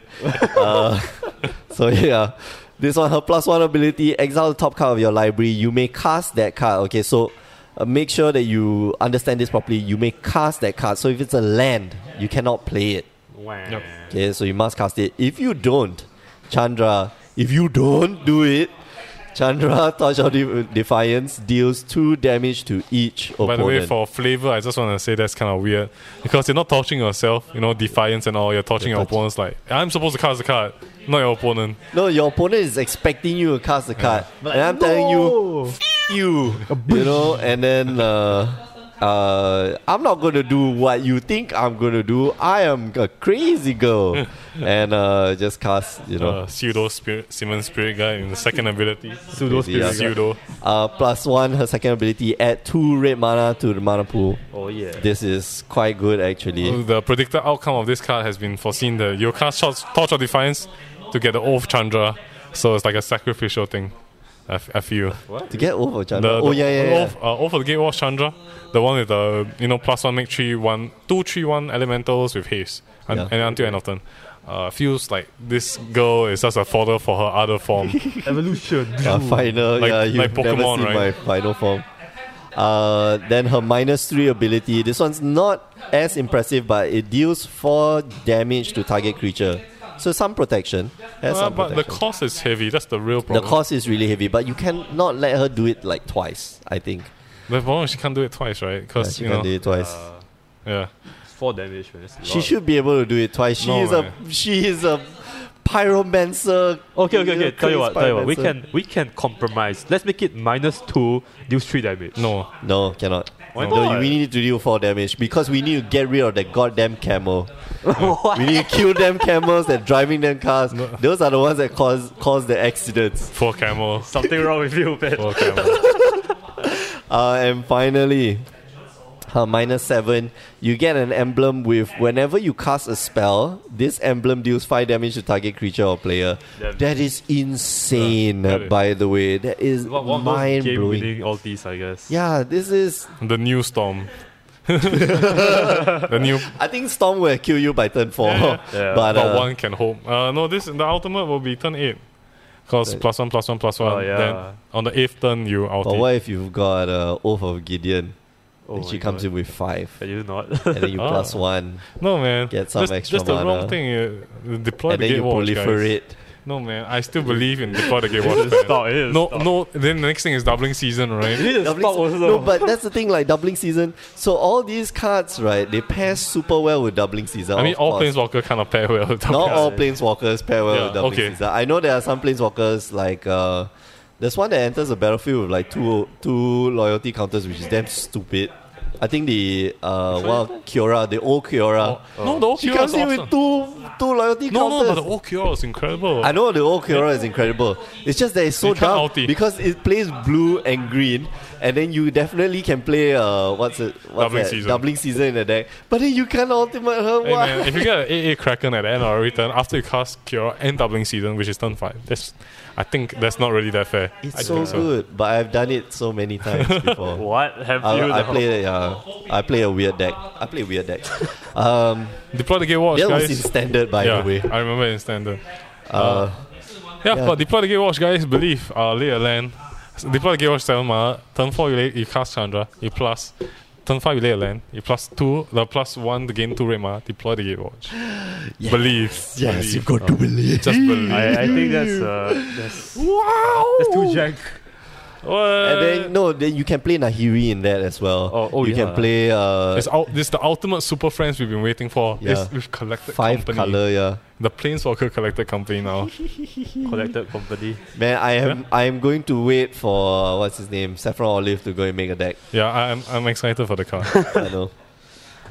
Speaker 1: uh, so yeah, this one her plus one ability exile the top card of your library. You may cast that card. Okay, so uh, make sure that you understand this properly. You may cast that card. So if it's a land, you cannot play it.
Speaker 4: Wah.
Speaker 3: Yep.
Speaker 1: Okay, so you must cast it. If you don't, Chandra, if you don't do it, Chandra Touch of De- Defiance deals two damage to each opponent.
Speaker 3: By the way, for flavor, I just want to say that's kind of weird because you're not torching yourself, you know, defiance and all. You're torching your
Speaker 1: touch-
Speaker 3: opponents. Like I'm supposed to cast the card, not your opponent.
Speaker 1: No, your opponent is expecting you to cast the card, and I'm telling you, "F- you, you know, and then uh, uh, I'm not going to do what you think I'm going to do. I am a crazy girl. and uh, just cast, you know.
Speaker 3: Uh, pseudo spirit, Simon spirit guy in the second ability.
Speaker 4: Pseudo
Speaker 1: Crazy, yeah.
Speaker 4: spirit. guy.
Speaker 3: Pseudo.
Speaker 1: Uh, plus one, her second ability, add two red mana to the mana pool.
Speaker 4: Oh yeah.
Speaker 1: This is quite good, actually.
Speaker 3: The predicted outcome of this card has been foreseen. That you'll cast Short- Torch of Defiance to get the Oath Chandra. So it's like a sacrificial thing. I, f- I feel.
Speaker 1: To get over Chandra.
Speaker 3: The,
Speaker 1: oh,
Speaker 3: the
Speaker 1: yeah, yeah, yeah.
Speaker 3: Oath, uh, Oath of the Gatewatch Chandra, the one with the you know plus one make three one two three one elementals with haste un-
Speaker 1: Yeah.
Speaker 3: and until end of turn. Uh, feels like this girl is just a fodder for her other form.
Speaker 4: Evolution.
Speaker 1: Uh, final,
Speaker 3: Like-
Speaker 1: yeah,
Speaker 3: like
Speaker 1: you've never
Speaker 3: Pokemon,
Speaker 1: seen
Speaker 3: right?
Speaker 1: my final form. Uh, then her minus three ability. This one's not as impressive, but it deals four damage to target creature. So some protection. Has
Speaker 3: Uh,
Speaker 1: some
Speaker 3: but the
Speaker 1: protection.
Speaker 3: cost is heavy. That's the real
Speaker 1: The
Speaker 3: problem.
Speaker 1: cost is really heavy, but you cannot let her do it like twice. I think
Speaker 3: The problem is she can't do it twice, right?
Speaker 1: Yeah,
Speaker 3: Because
Speaker 1: she
Speaker 3: you
Speaker 1: can
Speaker 3: know,
Speaker 1: do it twice.
Speaker 4: Uh,
Speaker 3: yeah.
Speaker 4: four damage. Man. That's a
Speaker 1: she
Speaker 4: lot.
Speaker 1: should be able to do it twice. She
Speaker 3: No,
Speaker 1: is a
Speaker 3: man.
Speaker 1: she is a pyromancer.
Speaker 2: Okay, okay,
Speaker 1: you know,
Speaker 2: okay. Tell you what,
Speaker 1: crazed
Speaker 2: tell you what. We
Speaker 1: pyromancer.
Speaker 2: can we can compromise. Let's make it minus two, deals three damage.
Speaker 3: No,
Speaker 1: No, cannot.
Speaker 3: Why
Speaker 1: no,
Speaker 3: not?
Speaker 1: we need to deal four damage because we need to get rid of that goddamn camel.
Speaker 2: What?
Speaker 1: We need to kill them camels that driving them cars. Those are the ones that cause cause the accidents.
Speaker 3: four camel,
Speaker 4: Something wrong with you, man.
Speaker 3: four camel.
Speaker 1: Uh, and finally, uh, minus seven, you get an emblem with whenever you cast a spell, this emblem deals five damage to target creature or player.
Speaker 4: Damn.
Speaker 1: That is insane,
Speaker 3: Yeah, that is-
Speaker 1: by the way. That is
Speaker 4: What, what
Speaker 1: mind
Speaker 4: game
Speaker 1: blowing.
Speaker 4: winning all these, I guess.
Speaker 1: Yeah, this is.
Speaker 3: the new storm. the new,
Speaker 1: I think Storm will kill you by turn four,
Speaker 3: Yeah,
Speaker 4: yeah.
Speaker 1: but,
Speaker 3: but
Speaker 1: uh,
Speaker 3: one can hope. Uh, no, this the ultimate will be turn eight. Cause
Speaker 1: Right.
Speaker 3: plus one, plus one, plus one.
Speaker 4: Oh, yeah.
Speaker 3: Then on the eighth turn, you out.
Speaker 1: But what if you've got uh, Oath of Gideon?
Speaker 4: Oh
Speaker 1: and she
Speaker 4: my
Speaker 1: comes
Speaker 4: God.
Speaker 1: in with five,
Speaker 4: Can you not?
Speaker 1: and then you
Speaker 3: Oh.
Speaker 1: plus one,
Speaker 3: No man,
Speaker 1: Get some
Speaker 3: that's,
Speaker 1: extra
Speaker 3: that's the wrong
Speaker 1: mana.
Speaker 3: thing. You you deploy
Speaker 1: and
Speaker 3: the
Speaker 1: then you
Speaker 3: gatewatch, guys.
Speaker 1: proliferate.
Speaker 3: No man, I still believe in deploy the gatewatch. man.
Speaker 4: Stop it.
Speaker 3: No,
Speaker 4: stop.
Speaker 3: no. Then the next thing is doubling season, right?
Speaker 4: You need to
Speaker 1: Doubling
Speaker 4: stop
Speaker 1: se-
Speaker 4: also.
Speaker 1: no, but that's the thing, like doubling season. So all these cards, right, they pair super well with doubling season.
Speaker 3: I mean,
Speaker 1: of
Speaker 3: all
Speaker 1: course.
Speaker 3: planeswalker kind of pair well. with
Speaker 1: Not
Speaker 3: doubling
Speaker 1: all
Speaker 3: season.
Speaker 1: planeswalkers pair well
Speaker 3: Yeah,
Speaker 1: with doubling
Speaker 3: okay.
Speaker 1: season. I know there are some planeswalkers like uh, there's one that enters the battlefield with like two two loyalty counters, which is damn stupid. I think the uh, well, Kiora, the old Kiora.
Speaker 3: Oh. No, the old
Speaker 1: She
Speaker 3: Kiora
Speaker 1: comes
Speaker 3: is
Speaker 1: in
Speaker 3: awesome.
Speaker 1: with two two loyalty
Speaker 3: No, no,
Speaker 1: counters.
Speaker 3: but the old Kiora is incredible.
Speaker 1: I know the old Kiora is incredible. It's just that it's so
Speaker 3: You can't
Speaker 1: dumb
Speaker 3: ulti.
Speaker 1: because it plays blue and green, and then you definitely can play uh what's it what's
Speaker 3: Doubling
Speaker 1: that?
Speaker 3: season.
Speaker 1: doubling season in the deck. But then you can't ultimate her.
Speaker 3: Hey
Speaker 1: why?
Speaker 3: man, if you get an AA Kraken at the end of every turn after you cast Cure and doubling season, which is turn five, that's I think that's not really that fair. I
Speaker 1: it's so
Speaker 3: think
Speaker 1: good, but I've done it so many times before.
Speaker 4: What have you
Speaker 1: I, I
Speaker 4: done?
Speaker 1: play yeah, I play a weird deck. I play weird deck. Um,
Speaker 3: Deploy the Gatewatch,
Speaker 1: that was in
Speaker 3: guys.
Speaker 1: standard by
Speaker 3: yeah,
Speaker 1: the way.
Speaker 3: I remember in standard.
Speaker 1: Uh,
Speaker 3: Yeah,
Speaker 1: Yeah.
Speaker 3: but deploy the Gatewatch, guys. Believe, uh, lay a land. S- Deploy the Gatewatch seven mana. uh, Turn four, you, lay, you cast Chandra. You plus. Turn five, you lay a land. You plus two, the plus one to gain two red mana. Deploy the Gatewatch.
Speaker 1: Yes.
Speaker 3: Believe.
Speaker 1: yes,
Speaker 3: believe.
Speaker 1: you've got to believe.
Speaker 3: Um, Just believe.
Speaker 4: I, I think that's uh, that's
Speaker 1: wow.
Speaker 4: that's too jank.
Speaker 1: And
Speaker 3: What?
Speaker 1: then no, then you can play Nahiri in that as well.
Speaker 4: Oh, oh,
Speaker 1: you can
Speaker 4: yeah.
Speaker 1: play uh,
Speaker 3: It's out. This is the ultimate super friends we've been waiting for.
Speaker 1: Yeah.
Speaker 3: This we've collected
Speaker 1: five
Speaker 3: company.
Speaker 1: color. Yeah,
Speaker 3: The Planeswalker collected company now.
Speaker 4: Collected company.
Speaker 1: man, I am I am going to wait for uh, what's his name, Saffron Olive, to go and make a deck.
Speaker 3: yeah, I'm I'm excited for the card.
Speaker 1: I know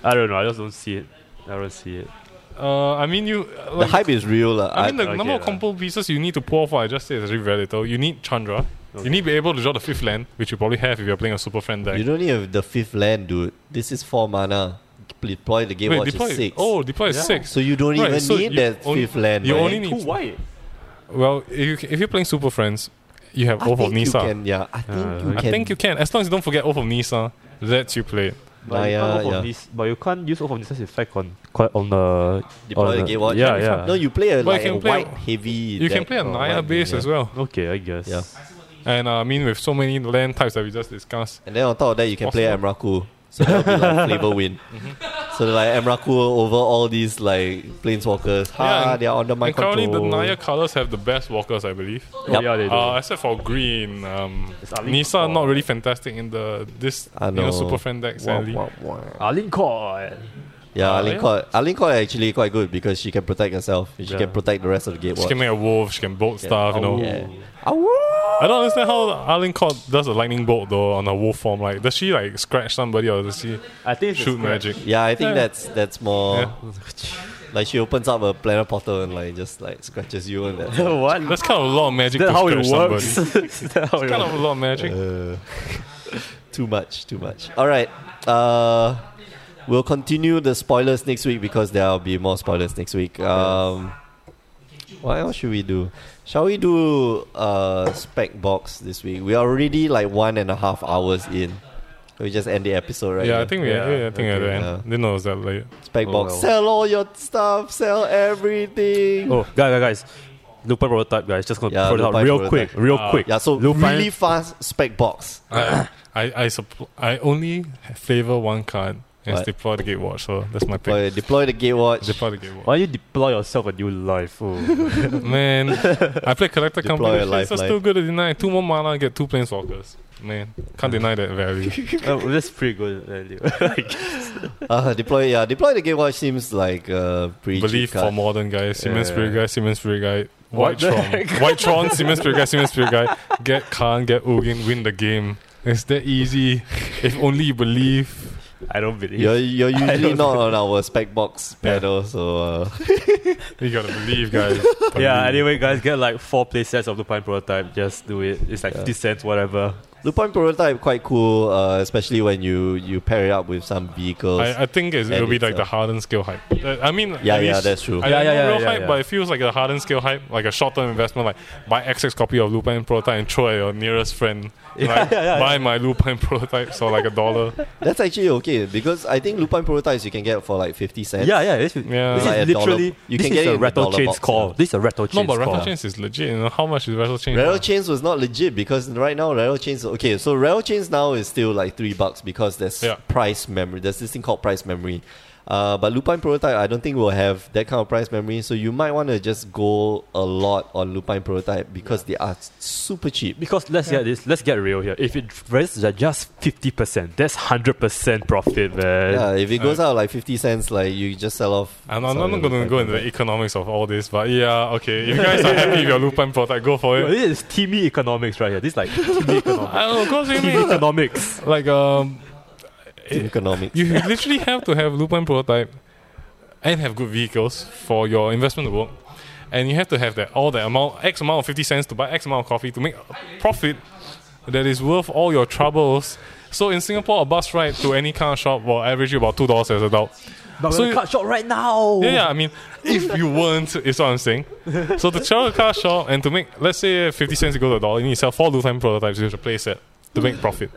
Speaker 4: I don't know. I just don't see it. I don't see it.
Speaker 3: uh, I mean you. uh,
Speaker 1: the
Speaker 3: Like,
Speaker 1: hype is real, lah.
Speaker 3: I mean the
Speaker 4: okay,
Speaker 3: number of
Speaker 4: lah.
Speaker 3: compo pieces you need to pour for. I just said is really very little. You need Chandra. You need to be able to draw the fifth land, which you probably have if you're playing a super friend
Speaker 1: I-
Speaker 3: deck.
Speaker 1: you don't need a- the fifth land, dude. This is four mana. Deploy the game
Speaker 3: Wait,
Speaker 1: watch
Speaker 3: deploy.
Speaker 1: is six.
Speaker 3: Oh, deploy is
Speaker 4: Yeah.
Speaker 3: six.
Speaker 1: so you don't
Speaker 3: Right,
Speaker 1: even
Speaker 3: so
Speaker 1: need
Speaker 3: you
Speaker 1: that
Speaker 3: only-
Speaker 1: fifth land.
Speaker 3: you
Speaker 1: right?
Speaker 3: only need-
Speaker 4: Too white.
Speaker 3: Well, if, you, if you're playing super friends, you have
Speaker 1: I
Speaker 3: Oath of
Speaker 1: think you
Speaker 3: Nisa.
Speaker 1: can, yeah, I think
Speaker 4: Uh,
Speaker 1: you
Speaker 3: I
Speaker 1: can.
Speaker 3: think you can, as long as you don't forget Oath of Nisa. Lets you play it.
Speaker 4: But,
Speaker 1: Nah,
Speaker 4: you
Speaker 1: yeah,
Speaker 4: can't off
Speaker 1: yeah.
Speaker 4: of this, but you can't use off of this effect on co- on the
Speaker 1: deploy
Speaker 4: on
Speaker 1: the
Speaker 4: the-
Speaker 1: game watch.
Speaker 4: yeah, yeah.
Speaker 1: No, you play a,
Speaker 3: Oh, But you
Speaker 1: like,
Speaker 3: can
Speaker 1: a
Speaker 3: play-
Speaker 1: white heavy.
Speaker 3: You can play a Naya base as well.
Speaker 4: Okay, I guess.
Speaker 1: Yeah.
Speaker 3: And uh, I mean, with so many land types that we just discussed,
Speaker 1: And then on top of that, you can play
Speaker 3: Awesome.
Speaker 1: Amraku. So that'll be like flavor win.
Speaker 3: Mm-hmm.
Speaker 1: So like Amraku over all these like planeswalkers. Ha,
Speaker 3: Yeah, and-
Speaker 1: they're under my
Speaker 3: and
Speaker 1: control.
Speaker 3: currently the Naya colors have the best walkers, I believe.
Speaker 4: Oh, yeah, they do.
Speaker 3: Uh, except for green, um,
Speaker 4: It's Ali
Speaker 3: Nisa
Speaker 4: Kor.
Speaker 3: not really fantastic in the this
Speaker 1: I
Speaker 3: you know
Speaker 1: know.
Speaker 3: super friend deck
Speaker 1: Wah,
Speaker 2: Ah,
Speaker 3: sadly.
Speaker 1: wah, wah.
Speaker 4: Arlene Court.
Speaker 1: Yeah,
Speaker 3: Ah,
Speaker 1: Arlene
Speaker 3: yeah.
Speaker 1: Court. Arlene Court actually quite good because she can protect herself. She
Speaker 2: Yeah.
Speaker 1: can protect the rest of the
Speaker 3: She
Speaker 1: gatewatch.
Speaker 3: can make a wolf. She can bolt stuff. You know.
Speaker 1: Yeah.
Speaker 3: I don't understand how Arlene Court does a lightning bolt though on her wolf form. Like, does she like scratch somebody or does she
Speaker 2: I think
Speaker 3: shoot magic?
Speaker 1: Yeah, I think that's that's more
Speaker 3: Yeah.
Speaker 1: like she opens up a planner portal and like just like scratches you and that.
Speaker 2: what?
Speaker 3: That's kind of a lot of magic
Speaker 2: That's
Speaker 3: to
Speaker 2: how
Speaker 3: scratch
Speaker 2: it works.
Speaker 3: somebody.
Speaker 2: That's how it
Speaker 3: Kind
Speaker 2: works.
Speaker 3: of a lot of magic.
Speaker 1: Uh, too much, too much. All right. Uh, we'll continue the spoilers next week because there'll be more spoilers next week. Um, what else should we do? Shall we do uh, spec box this week? We are already like one and a half hours in. We just end the episode right.
Speaker 3: yeah, I
Speaker 1: here.
Speaker 3: think we.
Speaker 2: Yeah,
Speaker 3: Yeah, I think at the
Speaker 1: okay,
Speaker 3: end.
Speaker 1: yeah.
Speaker 3: Didn't know it was that late.
Speaker 1: spec
Speaker 2: Oh,
Speaker 1: box.
Speaker 2: well.
Speaker 1: Sell all your stuff. Sell everything.
Speaker 2: Oh, guys, guys, guys. Lupin prototype, guys. Just gonna
Speaker 1: Yeah,
Speaker 2: put it out
Speaker 1: Lupin
Speaker 2: real
Speaker 1: prototype.
Speaker 2: quick, real
Speaker 3: Ah.
Speaker 2: quick.
Speaker 1: Yeah. So
Speaker 2: Lupin-
Speaker 1: really fast spec box.
Speaker 3: I I I, supp- I only flavor one card and
Speaker 1: What?
Speaker 3: it's deploy the gatewatch. So that's my pick.
Speaker 1: Deploy, Uh, deploy the gatewatch.
Speaker 3: Deploy the gatewatch.
Speaker 2: Why you deploy yourself a new life? Oh.
Speaker 3: Man, I play collector
Speaker 1: Deploy
Speaker 3: company.
Speaker 1: a
Speaker 3: shit,
Speaker 1: life
Speaker 3: That's
Speaker 1: line.
Speaker 3: too good to deny. Two more mana, get two planeswalkers. Man, can't deny that value.
Speaker 2: Oh, that's pretty good. value.
Speaker 1: Uh, deploy. Yeah, deploy the gatewatch seems like uh, pretty cheap
Speaker 3: Believe
Speaker 1: card.
Speaker 3: for modern guys. Siemens
Speaker 2: Yeah.
Speaker 3: Spirit guy, Siemens Spirit guy.
Speaker 2: What
Speaker 3: White
Speaker 2: the
Speaker 3: Tron. White Tron, Siemens Spirit guy, Siemens Spirit guy. Get Khan, get Ugin, win the game. It's that easy. If only you believe.
Speaker 2: I don't believe.
Speaker 1: You're, you're usually
Speaker 2: don't
Speaker 1: not on our spec box
Speaker 3: Yeah.
Speaker 1: pedal, so uh,
Speaker 3: You gotta believe, guys.
Speaker 2: yeah.
Speaker 3: Believe.
Speaker 2: Anyway, guys, get like four play sets of Lupin prototype. Just do it. It's like fifty cents, whatever.
Speaker 1: Lupin prototype quite cool, uh, especially when you you pair it up with some vehicles.
Speaker 3: I, I think it's, it'll be
Speaker 1: Edits,
Speaker 3: like the
Speaker 1: uh,
Speaker 3: Harden scale hype. Uh, I mean,
Speaker 1: yeah,
Speaker 3: at
Speaker 1: yeah,
Speaker 3: least-
Speaker 1: that's true.
Speaker 3: I
Speaker 2: Yeah,
Speaker 3: don't
Speaker 2: yeah,
Speaker 3: know
Speaker 2: yeah,
Speaker 3: real
Speaker 2: yeah,
Speaker 3: hype,
Speaker 2: yeah.
Speaker 3: but it feels like a hardened scale hype, like a short term investment, like buy XX copy of Lupin prototype and throw at your nearest friend. like, buy my Lupin prototype, so like a dollar.
Speaker 1: That's actually okay because I think Lupin prototypes you can get for like fifty cents.
Speaker 2: Yeah, yeah. This,
Speaker 3: Yeah.
Speaker 2: this
Speaker 1: Like a
Speaker 2: is literally.
Speaker 1: dollar- you
Speaker 2: this
Speaker 1: can
Speaker 2: is
Speaker 1: get it
Speaker 2: a
Speaker 1: in a
Speaker 2: rattle
Speaker 1: dollar
Speaker 2: chains
Speaker 1: box,
Speaker 2: call.
Speaker 1: yeah.
Speaker 2: This is a rattle
Speaker 3: No,
Speaker 2: chains
Speaker 3: but
Speaker 2: call.
Speaker 3: Rattle Chains is legit. You know how much is Rattle Chains?
Speaker 1: Rattle Chains was not legit because right now Rattle Chains okay, so Rattle Chains now is still like three bucks because there's
Speaker 3: Yeah.
Speaker 1: price memory. There's this thing called price memory. Uh, but Lupine Prototype, I don't think will have that kind of price memory. So you might want to just go a lot on Lupine Prototype because they are super cheap.
Speaker 2: Because let's get this. Let's get real here. If it raises at just fifty percent, that's hundred percent profit, man.
Speaker 1: Yeah, if it goes out like fifty cents, like you just sell off.
Speaker 3: I'm, I'm
Speaker 1: sell your
Speaker 3: not going to
Speaker 1: Lupine
Speaker 3: go into the
Speaker 1: prototype.
Speaker 3: economics of all this, but yeah, okay. If you guys are happy with your Lupin prototype, go for
Speaker 2: Yo,
Speaker 3: it. Oh,
Speaker 2: this is teamy economics right here. This is like teamy economics.
Speaker 3: I don't know, go see
Speaker 2: teamy
Speaker 3: me.
Speaker 2: economics.
Speaker 3: Like, um,
Speaker 1: economics.
Speaker 3: you literally have to have Lupin prototype and have good vehicles for your investment to work. And you have to have that all that amount, X amount of 50 cents to buy X amount of coffee to make a profit that is worth all your troubles. So in Singapore, a bus ride to any car shop will average you about $2 as an adult.
Speaker 2: But
Speaker 3: So
Speaker 2: we're
Speaker 3: you-
Speaker 2: cut short right now.
Speaker 3: Yeah, yeah, I mean, if you weren't, is what I'm saying. So to sell a car shop and to make, let's say, 50 cents to go to a dollar, you need to sell four Lupin prototypes with a playset to make profit.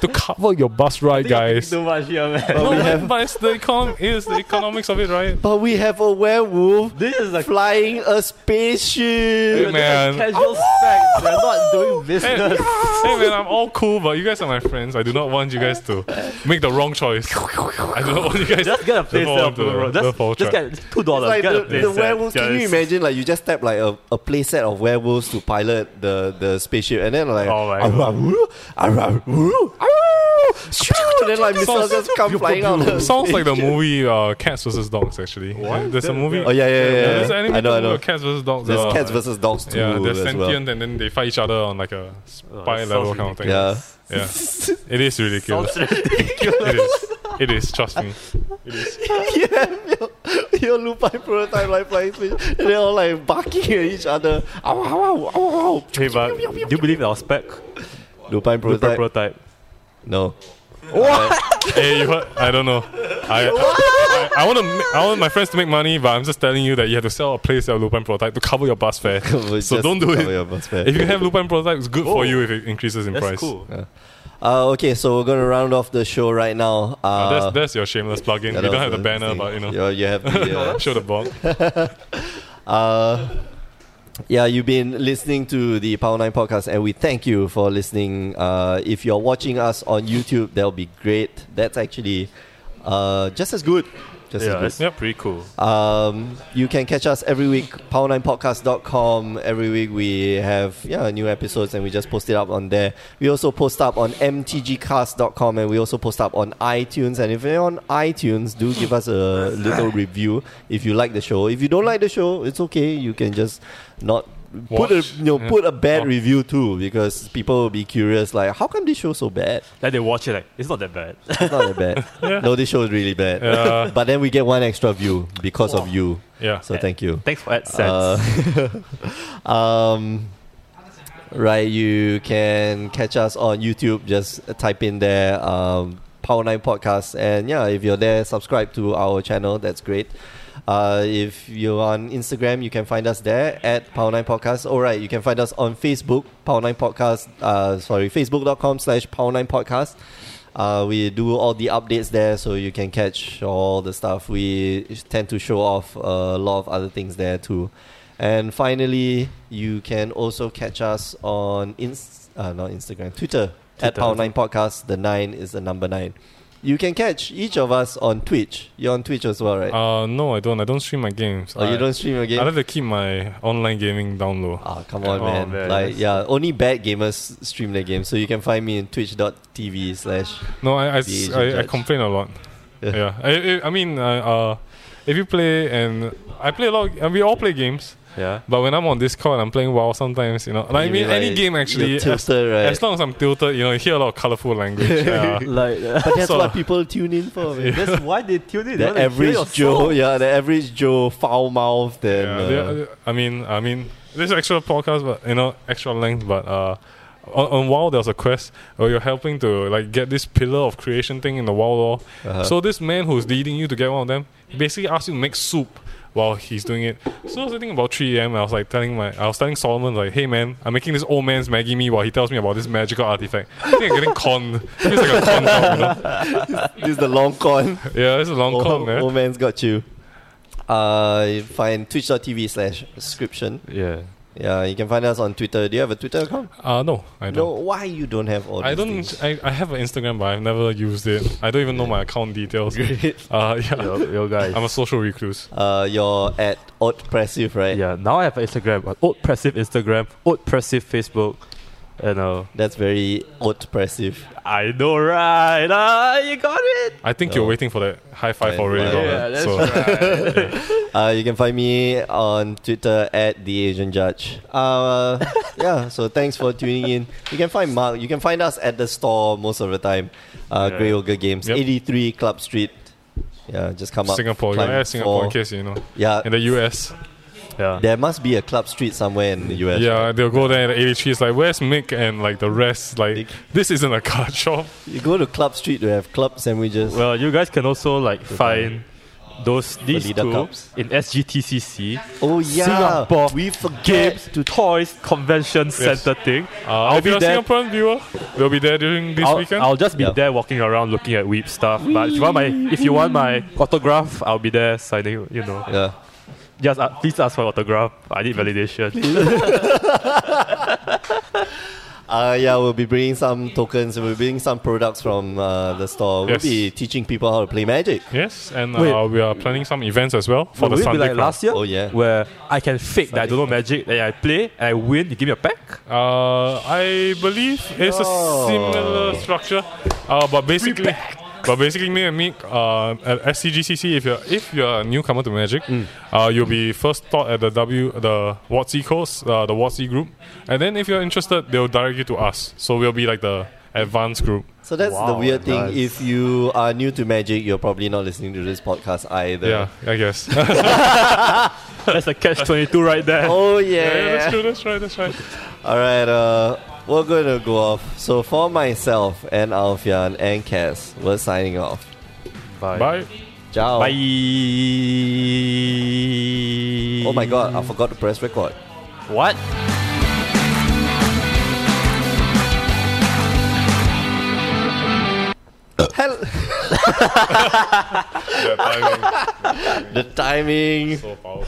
Speaker 3: to cover your bus ride, guys.
Speaker 2: Too much here, man.
Speaker 1: But
Speaker 3: No,
Speaker 1: we
Speaker 3: but-
Speaker 1: have,
Speaker 3: but it's the econ- it's the economics of it, right?
Speaker 1: but we have a werewolf
Speaker 2: This is a
Speaker 1: flying a spaceship.
Speaker 3: Hey, man.
Speaker 2: casual specs. We're not doing
Speaker 3: Hey,
Speaker 2: business.
Speaker 3: hey, man, I'm all cool, but you guys are my friends. I do not want you guys to make the wrong choice. I do not want you guys
Speaker 2: Just get a
Speaker 3: to
Speaker 2: place
Speaker 3: fall
Speaker 2: set
Speaker 3: onto the-
Speaker 2: bro.
Speaker 3: the
Speaker 2: Just,
Speaker 3: fall
Speaker 2: just
Speaker 3: trap.
Speaker 2: get two dollars.
Speaker 1: It's
Speaker 2: get a
Speaker 1: like the,
Speaker 2: place
Speaker 1: the
Speaker 2: set.
Speaker 1: werewolves. Can
Speaker 2: Just-
Speaker 1: you imagine? Like you just tap like a, a playset of werewolves to pilot the, the spaceship, and then like
Speaker 2: Oh my
Speaker 1: "Arrah,
Speaker 2: God.
Speaker 1: woo, arrah, woo, arrah, shoo," then like missiles just come flying out. of the
Speaker 3: Sounds like the
Speaker 1: spaceship.
Speaker 3: movie uh, Cats vs Dogs. Actually, there's a movie.
Speaker 1: Oh yeah, yeah, yeah. yeah.
Speaker 3: there's an anime
Speaker 1: I know, I
Speaker 3: called
Speaker 1: know.
Speaker 3: Cats vs Dogs.
Speaker 1: There's
Speaker 3: uh,
Speaker 1: cats versus dogs too
Speaker 3: Yeah, they're
Speaker 1: as
Speaker 3: sentient
Speaker 1: well.
Speaker 3: and then they fight each other on like a
Speaker 2: Oh,
Speaker 3: spy
Speaker 2: that sounds
Speaker 3: level kind of thing.
Speaker 1: Yeah.
Speaker 3: Yeah. It is ridiculous.
Speaker 2: Sounds ridiculous.
Speaker 3: it is. It is. Trust me.
Speaker 1: yeah, your, your lupine prototype like flying fish, and they're all like barking at each other. Ow, ow, ow, ow,
Speaker 2: Hey, but do you believe in our spec?
Speaker 1: ow. Lupine
Speaker 2: Prototype.
Speaker 1: prototype? no.
Speaker 3: hey, you heard, I don't know. I I, I, want to. I want my friends to make money, but I'm just telling you that you have to sell a place of Lupin prototype to cover your bus fare. so
Speaker 1: Just
Speaker 3: don't do
Speaker 1: cover
Speaker 3: it.
Speaker 1: your bus fare.
Speaker 3: If you have Lupin prototype, it's good
Speaker 2: Oh,
Speaker 3: for you if it increases in
Speaker 2: That's
Speaker 3: price.
Speaker 2: cool.
Speaker 1: Uh, okay, so we're gonna round off the show right now. Uh,
Speaker 3: Uh, that's that's your shameless plug-in.
Speaker 1: Yeah,
Speaker 3: we
Speaker 1: that
Speaker 3: don't
Speaker 1: was
Speaker 3: have the banner,
Speaker 1: thing.
Speaker 3: but you know,
Speaker 1: Yeah, you have the. Uh,
Speaker 3: show the ball.
Speaker 1: uh, yeah, you've been listening to the Power 9 podcast, and we thank you for listening. Uh, if you're watching us on YouTube, that'll be great. That's actually uh, just as good. Just
Speaker 2: Yeah,
Speaker 1: a bit.
Speaker 2: that's
Speaker 3: Yep.
Speaker 2: pretty cool.
Speaker 1: Um, you can catch us every week, power9podcast.com. Every week we have yeah new episodes and we just post it up on there. We also post up on mtgcast.com and we also post up on iTunes. And if you're on iTunes, do give us a little review if you like the show. If you don't like the show, it's okay. You can just not put a
Speaker 3: Watch.
Speaker 1: you know
Speaker 3: Yeah.
Speaker 1: put a bad
Speaker 3: Oh.
Speaker 1: review too because people will be curious like how come this show so bad?
Speaker 2: Like they watch it, like it's not that bad.
Speaker 1: It's not that bad. No, this show is really bad.
Speaker 3: Yeah.
Speaker 1: but then we get one extra view because of you.
Speaker 3: Yeah.
Speaker 1: So thank you.
Speaker 2: Thanks for AdSense.
Speaker 1: Uh, um, right, you can catch us on YouTube. Just type in there um, Power Nine Podcast, and yeah, if you're there, subscribe to our channel. That's great. Uh, if you're on Instagram, you can find us there at Power Nine Podcast. All right, you can find us on Facebook, Power Nine Podcast. Uh, sorry, facebook.com slash Power Nine Podcast. Uh, we do all the updates there, so you can catch all the stuff. We tend to show off a lot of other things there too. And finally, you can also catch us on ins- uh, not Instagram, Twitter, at
Speaker 2: Twitter.
Speaker 1: Power Nine Podcast. The nine is the number nine. You can catch each of us on Twitch. You're on Twitch as well, right?
Speaker 3: Uh, no, I don't. I don't stream my games.
Speaker 1: or
Speaker 3: I,
Speaker 1: Oh, you don't stream your
Speaker 3: I
Speaker 1: game?
Speaker 3: like to keep my online gaming down low.
Speaker 1: Ah, come on,
Speaker 2: Oh,
Speaker 1: man.
Speaker 2: man,
Speaker 1: Like,
Speaker 2: that's-
Speaker 1: yeah, only bad gamers stream their game. So you can find me in twitch.tv slash.
Speaker 3: No, I I, s-
Speaker 1: The Asian
Speaker 3: I- I
Speaker 1: judge.
Speaker 3: complain a lot.
Speaker 1: Yeah.
Speaker 3: Yeah, I, I, I mean, I, uh, if you play and I play a lot, and we all play games.
Speaker 2: yeah.
Speaker 3: But when I'm on Discord, and I'm playing WoW. Sometimes you know, like, I
Speaker 1: You
Speaker 3: mean, any
Speaker 1: like,
Speaker 3: game actually.
Speaker 1: you're
Speaker 3: As,
Speaker 1: Tilted, right?
Speaker 3: as long as I'm tilted, you know, you hear a lot of colorful language. yeah.
Speaker 2: Like
Speaker 1: But that's
Speaker 3: So-
Speaker 1: what people tune in for. Man. uh, That's
Speaker 2: that's why they tune in.
Speaker 1: the average Joe, yeah, the average Joe foul mouthed and
Speaker 3: Yeah,
Speaker 1: uh,
Speaker 3: they- I mean, I mean, this is extra podcast, but you know, extra length. But uh, on, on WoW, there's a quest where you're helping to like get this pillar of creation thing in the WoW lore.
Speaker 1: Uh-huh.
Speaker 3: So this man who's leading you to get one of them he basically asks you to make soup while he's doing it. So I was thinking about 3 a.m. I was like telling my, I was telling Solomon like, hey man, I'm making this old man's Maggie me while he tells me about this magical artifact. I think I'm getting conned. It's like a con. job, you know?
Speaker 1: this is the long con.
Speaker 3: Yeah, it's a long con,
Speaker 1: old,
Speaker 3: man.
Speaker 1: old man's got you. Uh, you find twitch.tv slash subscription.
Speaker 2: Yeah.
Speaker 1: Yeah, you can find us on Twitter. Do you have a Twitter account?
Speaker 3: Uh, no, I
Speaker 1: No,
Speaker 3: don't.
Speaker 1: why you don't have all
Speaker 3: I
Speaker 1: these
Speaker 3: don't.
Speaker 1: things?
Speaker 3: I, I have an Instagram, but I've never used it. I don't even know my account details.
Speaker 1: Great.
Speaker 3: Uh, yeah.
Speaker 2: Yo, yo guys.
Speaker 3: I'm a social recluse.
Speaker 1: Uh, you're at Oddpressive, right?
Speaker 2: yeah. Now I have an Instagram. An old pressive Instagram. Old pressive Facebook. You know.
Speaker 1: That's very Oddpressive.
Speaker 2: I know, right? Ah, you got it.
Speaker 3: I think
Speaker 1: No.
Speaker 3: you're waiting for that high five
Speaker 1: Yeah,
Speaker 3: already.
Speaker 1: yeah,
Speaker 3: Robert. so,
Speaker 1: Uh, you can find me on Twitter at the Asian Judge. Uh, yeah, so thanks for tuning in. You can find Mark. You can find us at the store most of the time. Uh,
Speaker 2: Yeah.
Speaker 1: Grey Ogre Games,
Speaker 3: Yep.
Speaker 1: 83 Club Street. Yeah, just come up.
Speaker 3: Singapore,
Speaker 1: climb
Speaker 3: yeah, Singapore, in
Speaker 1: four.
Speaker 3: case you know,
Speaker 1: Yeah,
Speaker 3: in the US,
Speaker 2: Yeah.
Speaker 1: there must be a Club Street somewhere in the US.
Speaker 3: yeah, they'll go there. And the 83 is like, where's Mick and like the rest?
Speaker 1: They-
Speaker 3: Like, this isn't a card shop.
Speaker 1: You go to Club Street to have club sandwiches.
Speaker 2: Well, you guys can also like find those these
Speaker 1: Leader
Speaker 2: two
Speaker 1: Cups.
Speaker 2: in SGTCC.
Speaker 1: oh, yeah.
Speaker 2: Singapore
Speaker 1: we forget
Speaker 2: Games
Speaker 1: to
Speaker 2: Toys Convention Center thing.
Speaker 3: Uh,
Speaker 2: I'll
Speaker 3: if
Speaker 2: be
Speaker 3: you're a
Speaker 2: there.
Speaker 3: Singaporean viewer, we'll be there during this
Speaker 2: I'll,
Speaker 3: weekend.
Speaker 2: I'll just be
Speaker 1: Yeah.
Speaker 2: there walking around looking at weep stuff. But if you want my if you want my autograph, I'll be there signing. You know,
Speaker 1: Yeah.
Speaker 2: just uh, please ask for autograph. I need validation.
Speaker 1: Uh, yeah, we'll be bringing some tokens. We'll be bringing some products from uh, the store. We'll
Speaker 3: Yes.
Speaker 1: be teaching people how to play Magic.
Speaker 3: yes, and
Speaker 2: Wait.
Speaker 3: uh, we are planning some events as well for
Speaker 2: Will
Speaker 3: the
Speaker 2: it be
Speaker 3: Sunday
Speaker 2: like
Speaker 3: crowd.
Speaker 2: last year?
Speaker 1: Oh, yeah.
Speaker 2: where I can fake that I don't know magic, that I play and I win. You give me a pack.
Speaker 3: Uh, I believe it's
Speaker 1: No.
Speaker 3: a similar structure, uh, but basically, but basically, me and Mick uh, at SCGCC. If you're if you're a newcomer to Magic, uh, you'll be first taught at the W the WotC course, uh, the WotC group, and then if you're interested, they'll direct you to us. So we'll be like the advanced group.
Speaker 1: So that's the
Speaker 2: Wow,
Speaker 1: weird thing.
Speaker 2: nice.
Speaker 1: If you are new to Magic, you're probably not listening to this podcast either.
Speaker 3: Yeah, I guess.
Speaker 2: That's a catch twenty two right there.
Speaker 1: Oh
Speaker 3: yeah, that's
Speaker 1: yeah.
Speaker 3: true. That's right. That's right.
Speaker 1: All right. Uh, we're gonna go off. So for myself and Alfian and Cass, we're signing off.
Speaker 3: Bye.
Speaker 1: Ciao.
Speaker 2: Bye.
Speaker 1: Oh my god, I forgot to press record.
Speaker 2: What?
Speaker 1: Hell,
Speaker 3: That timing
Speaker 1: the timing.
Speaker 3: so powerful.